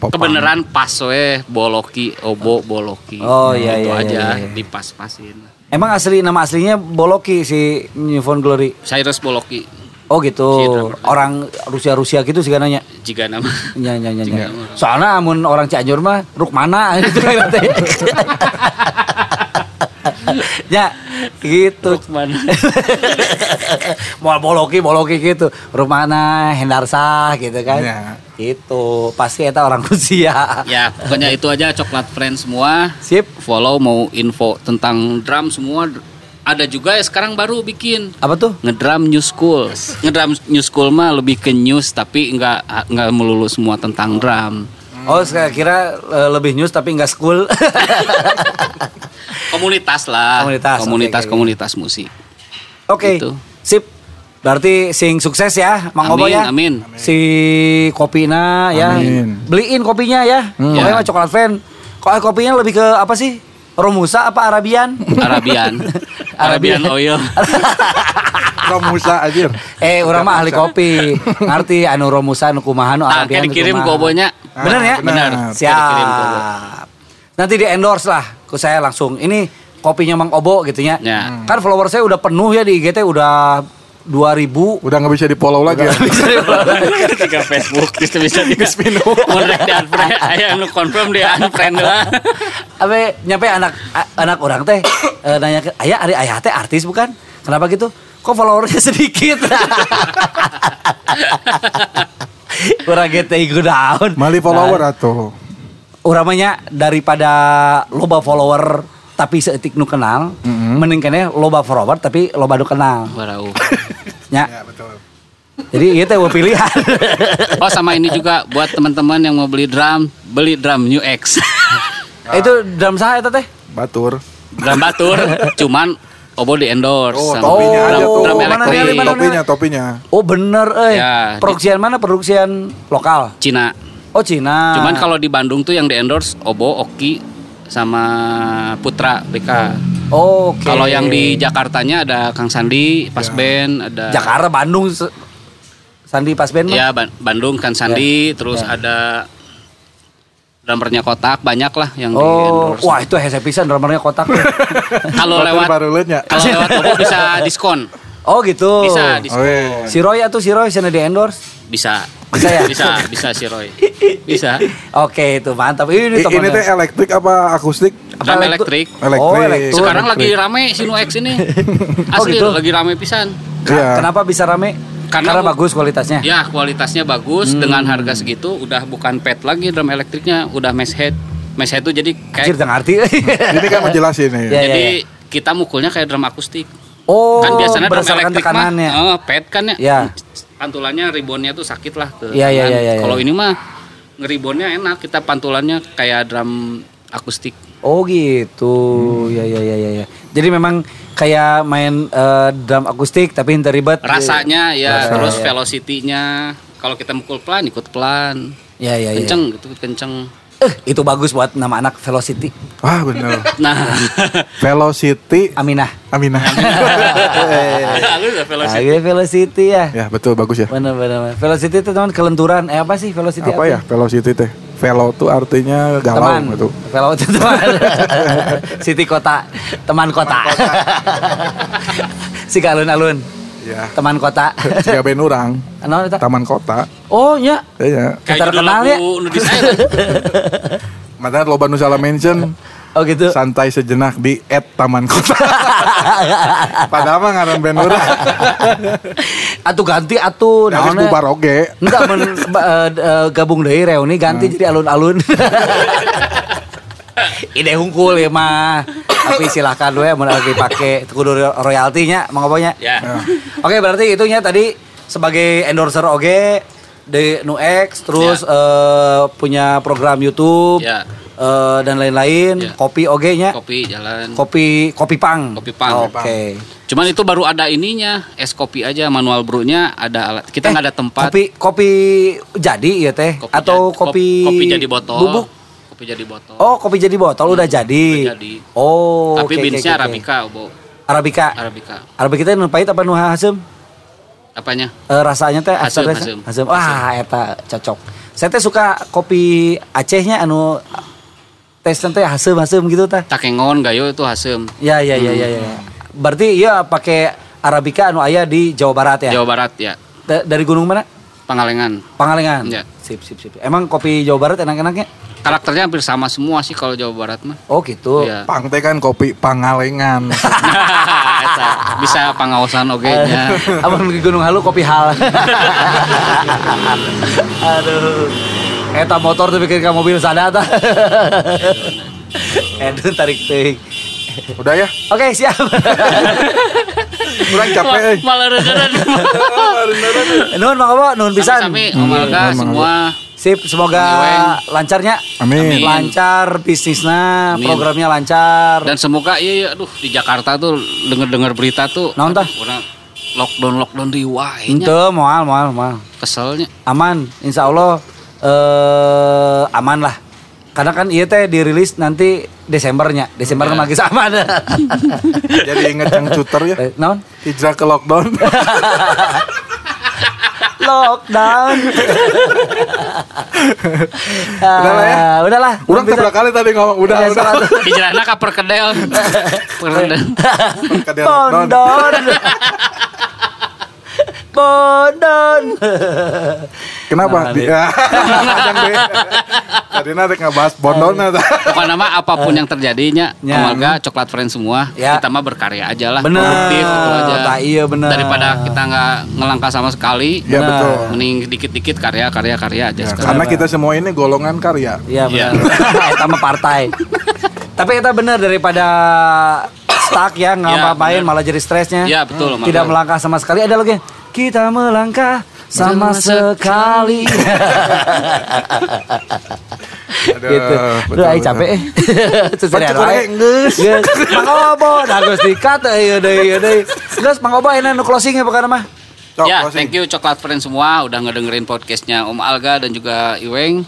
S2: Popang, popang.
S3: kebenaran pas we boloki obo boloki
S1: Oh,
S3: Nah,
S1: iya, iya,
S3: itu
S1: iya,
S3: aja
S1: iya.
S3: dipas-pasin
S1: Emang asli nama aslinya Boloki si New Found Glory.
S3: Cyrus boloki
S1: Oh gitu.
S3: Si drummer.
S1: Orang Rusia-Rusia gitu sih nanya.
S3: jika nama
S1: Ya, ya, ya, ya. Soalnya amun orang Cianjur mah Rukmana gitu kan teh. ya, gitu.
S3: Rukmana.
S1: Mau boloki boloki gitu. Rukmana, Hendarsah gitu kan.
S2: Ya.
S1: Itu pasti eta orang Rusia.
S3: ya pokoknya itu aja coklat friend semua
S1: Sip.
S3: follow mau info tentang drum semua ada juga ya sekarang baru bikin
S1: Apa tuh?
S3: ngedrum new school ngedrum new school mah lebih ke news tapi nggak nggak melulu semua tentang drum
S1: Oh, saya kira eh, lebih news tapi nggak school.
S3: komunitas lah
S1: Komunitas,
S3: komunitas,
S1: oke, oke.
S3: komunitas musik
S1: Oke.
S3: Gitu.
S1: Sip. Berarti sing sukses ya, Mang Obo
S3: Amin,
S1: ya.
S3: amin.
S1: Si Kopina ya.
S2: Amin.
S1: Beliin kopinya ya. Pokoknya
S3: Ya.
S1: mah coklat fan. Kok eh, kopinya lebih ke apa sih? Romusa apa Arabian?
S3: Arabian Arabian oil
S2: Romusa anjir.
S1: eh, orang mah ahli kopi. Ngerti anu Romusa anu kumaha anu
S3: nah,
S1: Arabian.
S3: kayak
S1: anu
S3: dikirim
S1: kumaha.
S3: kobonya Ah,
S1: Bener ya?
S2: Bener.
S3: Dikirim ke Obo.
S1: Siap. Nanti di endorse lah ke saya langsung. Ini kopinya Mang Obo gitu ya.
S3: Ya.
S1: Kan follower saya udah penuh ya di IGT udah 2000
S2: Udah nggak bisa di follow lagi. ya?
S3: ketika Facebook bisa bisa di Mun rek di unfriend aya anu confirm di unfriend lah
S1: Abe nyampe anak a- anak orang teh eh, nanya ke ayah ari ayah teh artis bukan? Kenapa gitu? Kok followernya sedikit? Urang ge teh igu gitu, daun.
S2: Mali follower atau
S1: Urang mah nya daripada loba follower tapi seetik nu kenal,
S3: Mm-hmm.
S1: mending keneh loba follower tapi loba nu kenal.
S3: Barau.
S1: Nya.
S2: betul.
S1: Jadi ieu teh eueuh pilihan.
S3: Oh sama ini juga buat teman-teman yang mau beli drum, beli drum New X.
S1: Itu drum saha eta teh?
S2: Batur.
S3: drum batur, cuman Obo di endorse
S2: Oh,
S3: sama
S2: topinya
S3: drum,
S2: aja tuh.
S3: drum
S1: Mana
S3: elektrik
S1: Nelly, mana?
S2: Topinya, topinya.
S1: Oh bener euy.
S3: Ya, di-
S1: Produksian mana? Produksian lokal.
S3: Cina.
S1: Oh Cina.
S3: Cuman kalau di Bandung tuh yang di endorse Obo, Oki sama Putra BK.
S1: oh, oke.
S3: Kalau yang di Jakartanya ada Kang Sandi, Pas Band, ada
S1: Ya. Jakarta, Bandung, se- Sandi Pasben mah. Ya.
S3: Ya Ban- Bandung Kang Sandi, terus ada drummernya kotak banyak lah yang di
S1: oh,
S3: endorse.
S1: wah itu hese pisan drummernya kotak.
S3: Kalau
S2: Batur
S3: lewat
S2: baruleutnya.
S3: kalau lewat Obo bisa diskon.
S1: oh gitu.
S3: Bisa diskon.
S2: Oke.
S1: Si Roy atau si Roy sana di endorse.
S3: Bisa.
S1: Bisa ya?
S3: Bisa, bisa si Roy. Bisa.
S1: Oke itu mantap. Ini
S2: I-
S1: temannya.
S2: Ini teh elektrik apa akustik?
S1: Apa
S3: Drum
S1: elektu-
S3: elektrik.
S1: Oh,
S2: Elektrik.
S1: elektrik.
S3: Sekarang lagi
S2: Elektrik.
S3: rame si Nuex ini.
S1: Oh,
S3: Asli
S1: gitu?
S3: lagi rame pisan.
S1: Ka-
S2: Iya.
S1: Kenapa bisa rame? Karena,
S3: Karena-
S1: bagus kualitasnya.
S3: Ya, kualitasnya bagus
S1: Hmm.
S3: dengan harga segitu udah bukan pet lagi drum elektriknya, udah mesh head. Mesh head tuh jadi
S1: Anjir iya,
S3: kayak
S1: teu ngerti.
S2: Ini kan menjelasin
S1: Ya,
S2: nih.
S1: ya,
S3: jadi kita mukulnya kayak drum akustik.
S1: oh,
S3: kan biasanya drum
S1: berdasarkan
S3: elektrik
S1: tekanannya.
S3: mah eh, pet kan ya,
S1: Ya.
S3: pantulannya ribonnya tuh sakit lah ke
S1: Ya, ya,
S3: tangan.
S1: ya, ya, ya.
S3: kalau ini mah ngeribonnya enak kita pantulannya kayak drum akustik
S1: Oh gitu.
S2: Hmm.
S1: Ya ya ya ya ya. Jadi memang kayak main eh, drum akustik tapi henteu ribet.
S3: rasanya ya
S1: Rasa,
S3: terus
S1: ya.
S3: velocity-nya kalau kita mukul pelan ikut pelan
S1: Ya ya ya.
S3: kenceng gitu kenceng
S1: Eh, itu bagus buat nama anak Velocity.
S2: Wah bener.
S3: nah
S2: Velocity.
S1: Aminah.
S2: Aminah.
S1: Nah,
S3: lu udah velocity
S1: Velocity. Velocity ya.
S2: ya betul bagus ya.
S1: Benar benar. benar. Velocity itu teman kelenturan. Eh apa sih Velocity?
S2: Apa ya velocity teh? Velo tuh artinya galau
S1: Teman.
S2: gitu.
S1: Velo itu teman. City kota. Teman kota. si alun-alun.
S2: Ya.
S1: Teman kota.
S2: Jika ben urang,
S1: Nah, eta.
S2: taman kota.
S1: Oh ya.
S2: Ya,
S1: Kita
S2: ya.
S3: kayak judul
S1: terkenal ya.
S3: lagu nu di saya kan.
S2: Makanya loba nu salah mention
S1: Oh gitu.
S2: santai sejenak di at taman kota. Padahal mah ngaran ben urang.
S1: Atuh ganti atuh.
S2: Nyaris
S1: naonnya.
S2: bubar oge.
S1: Enggak men, ba- eh, d- eh, gabung deh reuni ganti jadi alun-alun. Ide hungkul ya mah. Tapi silahkan we mau lagi pakai kudu royaltinya mangapanya.
S3: Ya.
S1: Nah, Oke berarti itunya tadi sebagai endorser oge di Nuex terus eh, punya program YouTube
S3: Ya.
S1: eh, dan lain-lain
S3: Ya.
S1: kopi oge nya
S3: kopi jalan
S1: kopi kopi pang
S3: Kopi Pang.
S1: oke
S3: Cuman itu baru ada ininya, es kopi aja manual brewnya ada alat.
S1: Eh,
S3: Kita nggak ada tempat.
S1: Kopi kopi jadi ya teh atau
S3: jadi- kop-
S1: kopi
S3: kopi jadi botol.
S1: Bubuk.
S3: Kopi jadi botol.
S1: Oh, kopi jadi botol udah jadi.
S3: udah jadi.
S1: Oh,
S3: Tapi
S1: oke, oke,
S3: beansnya
S1: oke, oke.
S3: arabica, Bo.
S1: Arabica.
S3: Arabica.
S1: Arabica itu nu pahit apa nu hasim?
S3: Apanya?
S1: Eh, rasanya teh
S3: Hasim,
S1: after
S3: hasim.
S1: hasim. Wah, eta cocok. Saya teh suka kopi Acehnya anu tesnya teh hasim hasim gitu teh.
S3: Takengon, gayo itu hasem.
S1: Ya ya ya ya ya.
S3: Hmm.
S1: Berarti iya pakai Arabica anu aya di Jawa Barat ya.
S3: Jawa Barat ya,
S1: Da- dari gunung mana?
S3: Pangalengan.
S1: Pangalengan.
S3: Ya.
S1: Sip sip sip. Emang kopi Jawa Barat enak-enaknya?
S3: Karakternya hampir sama semua sih kalau Jawa Barat mah.
S1: Oh gitu.
S3: Iya.
S2: Pang teh kan kopi pangalengan.
S3: Eta, bisa pengawasan oge nya.
S1: Abang di Gunung Halu kopi hal. Aduh. Eta motor tuh bikin ke mobil sana ta.
S3: Iya,
S1: Edun tarik ting.
S2: Udah ya.
S1: Oke, siap.
S2: Kurang capek
S1: eh.
S2: eh. euy.
S3: Malah regeran.
S1: Nuhun Mang Obo, nuhun pisan.
S3: Sami, Om Alga,
S2: Iya, Mang
S3: semua.
S1: Sip, semoga
S3: Amin.
S1: lancarnya.
S2: Amin.
S1: Lancar bisnisnya,
S3: Amin.
S1: programnya lancar.
S3: Dan semoga iya, iya, aduh di Jakarta tuh denger-denger berita tuh.
S1: Naon tah?
S3: aduh, Orang lockdown lockdown di wahnya.
S1: Ente moal moal moal.
S3: Keselnya.
S1: Aman, insya Allah eh aman lah. Karena kan iya teh dirilis nanti Desembernya. Desember
S3: Ya.
S1: lagi aman.
S2: Jadi inget yang cuter
S1: Eh,
S2: ya.
S1: Naon?
S2: Hijrah ke lockdown.
S1: Lockdown.
S2: lah ya?
S1: Ah, Udahlah.
S2: Orang
S1: Bisa.
S2: seberapa kali tadi ngomong udah
S1: Ya,
S2: udah.
S1: salah.
S3: Hijrahna ka perkedel. Perkedel.
S2: Perkedel lockdown.
S1: Bondon. Bondon.
S2: Kenapa? Di, ah, jangan deh. Tadi nanti ngebahas bondona. tah.
S3: Bukan nama apapun yang terjadinya,
S1: Ya.
S3: Om Alga, coklat friend semua.
S1: Ya.
S3: Kita mah berkarya aja lah.
S1: Bener.
S3: Produktif gitu aja.
S1: Tah, iya, bener.
S3: Daripada kita nggak ngelangkah sama sekali.
S2: Ya
S1: Benar.
S2: betul.
S3: Mending dikit-dikit karya karya karya aja
S2: Ya,
S3: sekarang.
S2: karena kita semua ini golongan karya.
S1: Iya
S3: Iya.
S1: benar. Eta mah partai. Tapi eta benar daripada stuck ya nggak
S3: Ya,
S1: apa-apain
S3: bener.
S1: malah jadi stresnya.
S3: Ya, betul,
S1: Hmm.
S3: makanya.
S1: Tidak melangkah sama sekali ada lagi. Kita melangkah sama
S3: Sama
S1: sekali.
S2: Aduh,
S1: gitu.
S2: betul,
S1: Duh, ai
S2: betul.
S1: capek eh. Seserian
S2: Pacuk
S1: wae.
S2: orek, geus.
S1: Geus. Mang Obo, dah geus dikat Eh, iya, ieu deui ieu deui. Geus Mang Obo ini nu closing ya pokona mah.
S2: Cok,
S3: ya,
S2: closing.
S3: thank you coklat friend semua udah ngedengerin podcastnya Om Alga dan juga Iweng.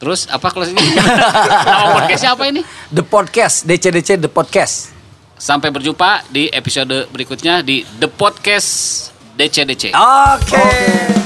S3: Terus apa closing? Nama podcastnya apa ini?
S1: The podcast, DCDC The Podcast.
S3: Sampai berjumpa di episode berikutnya di The Podcast DCDC.
S1: Oke.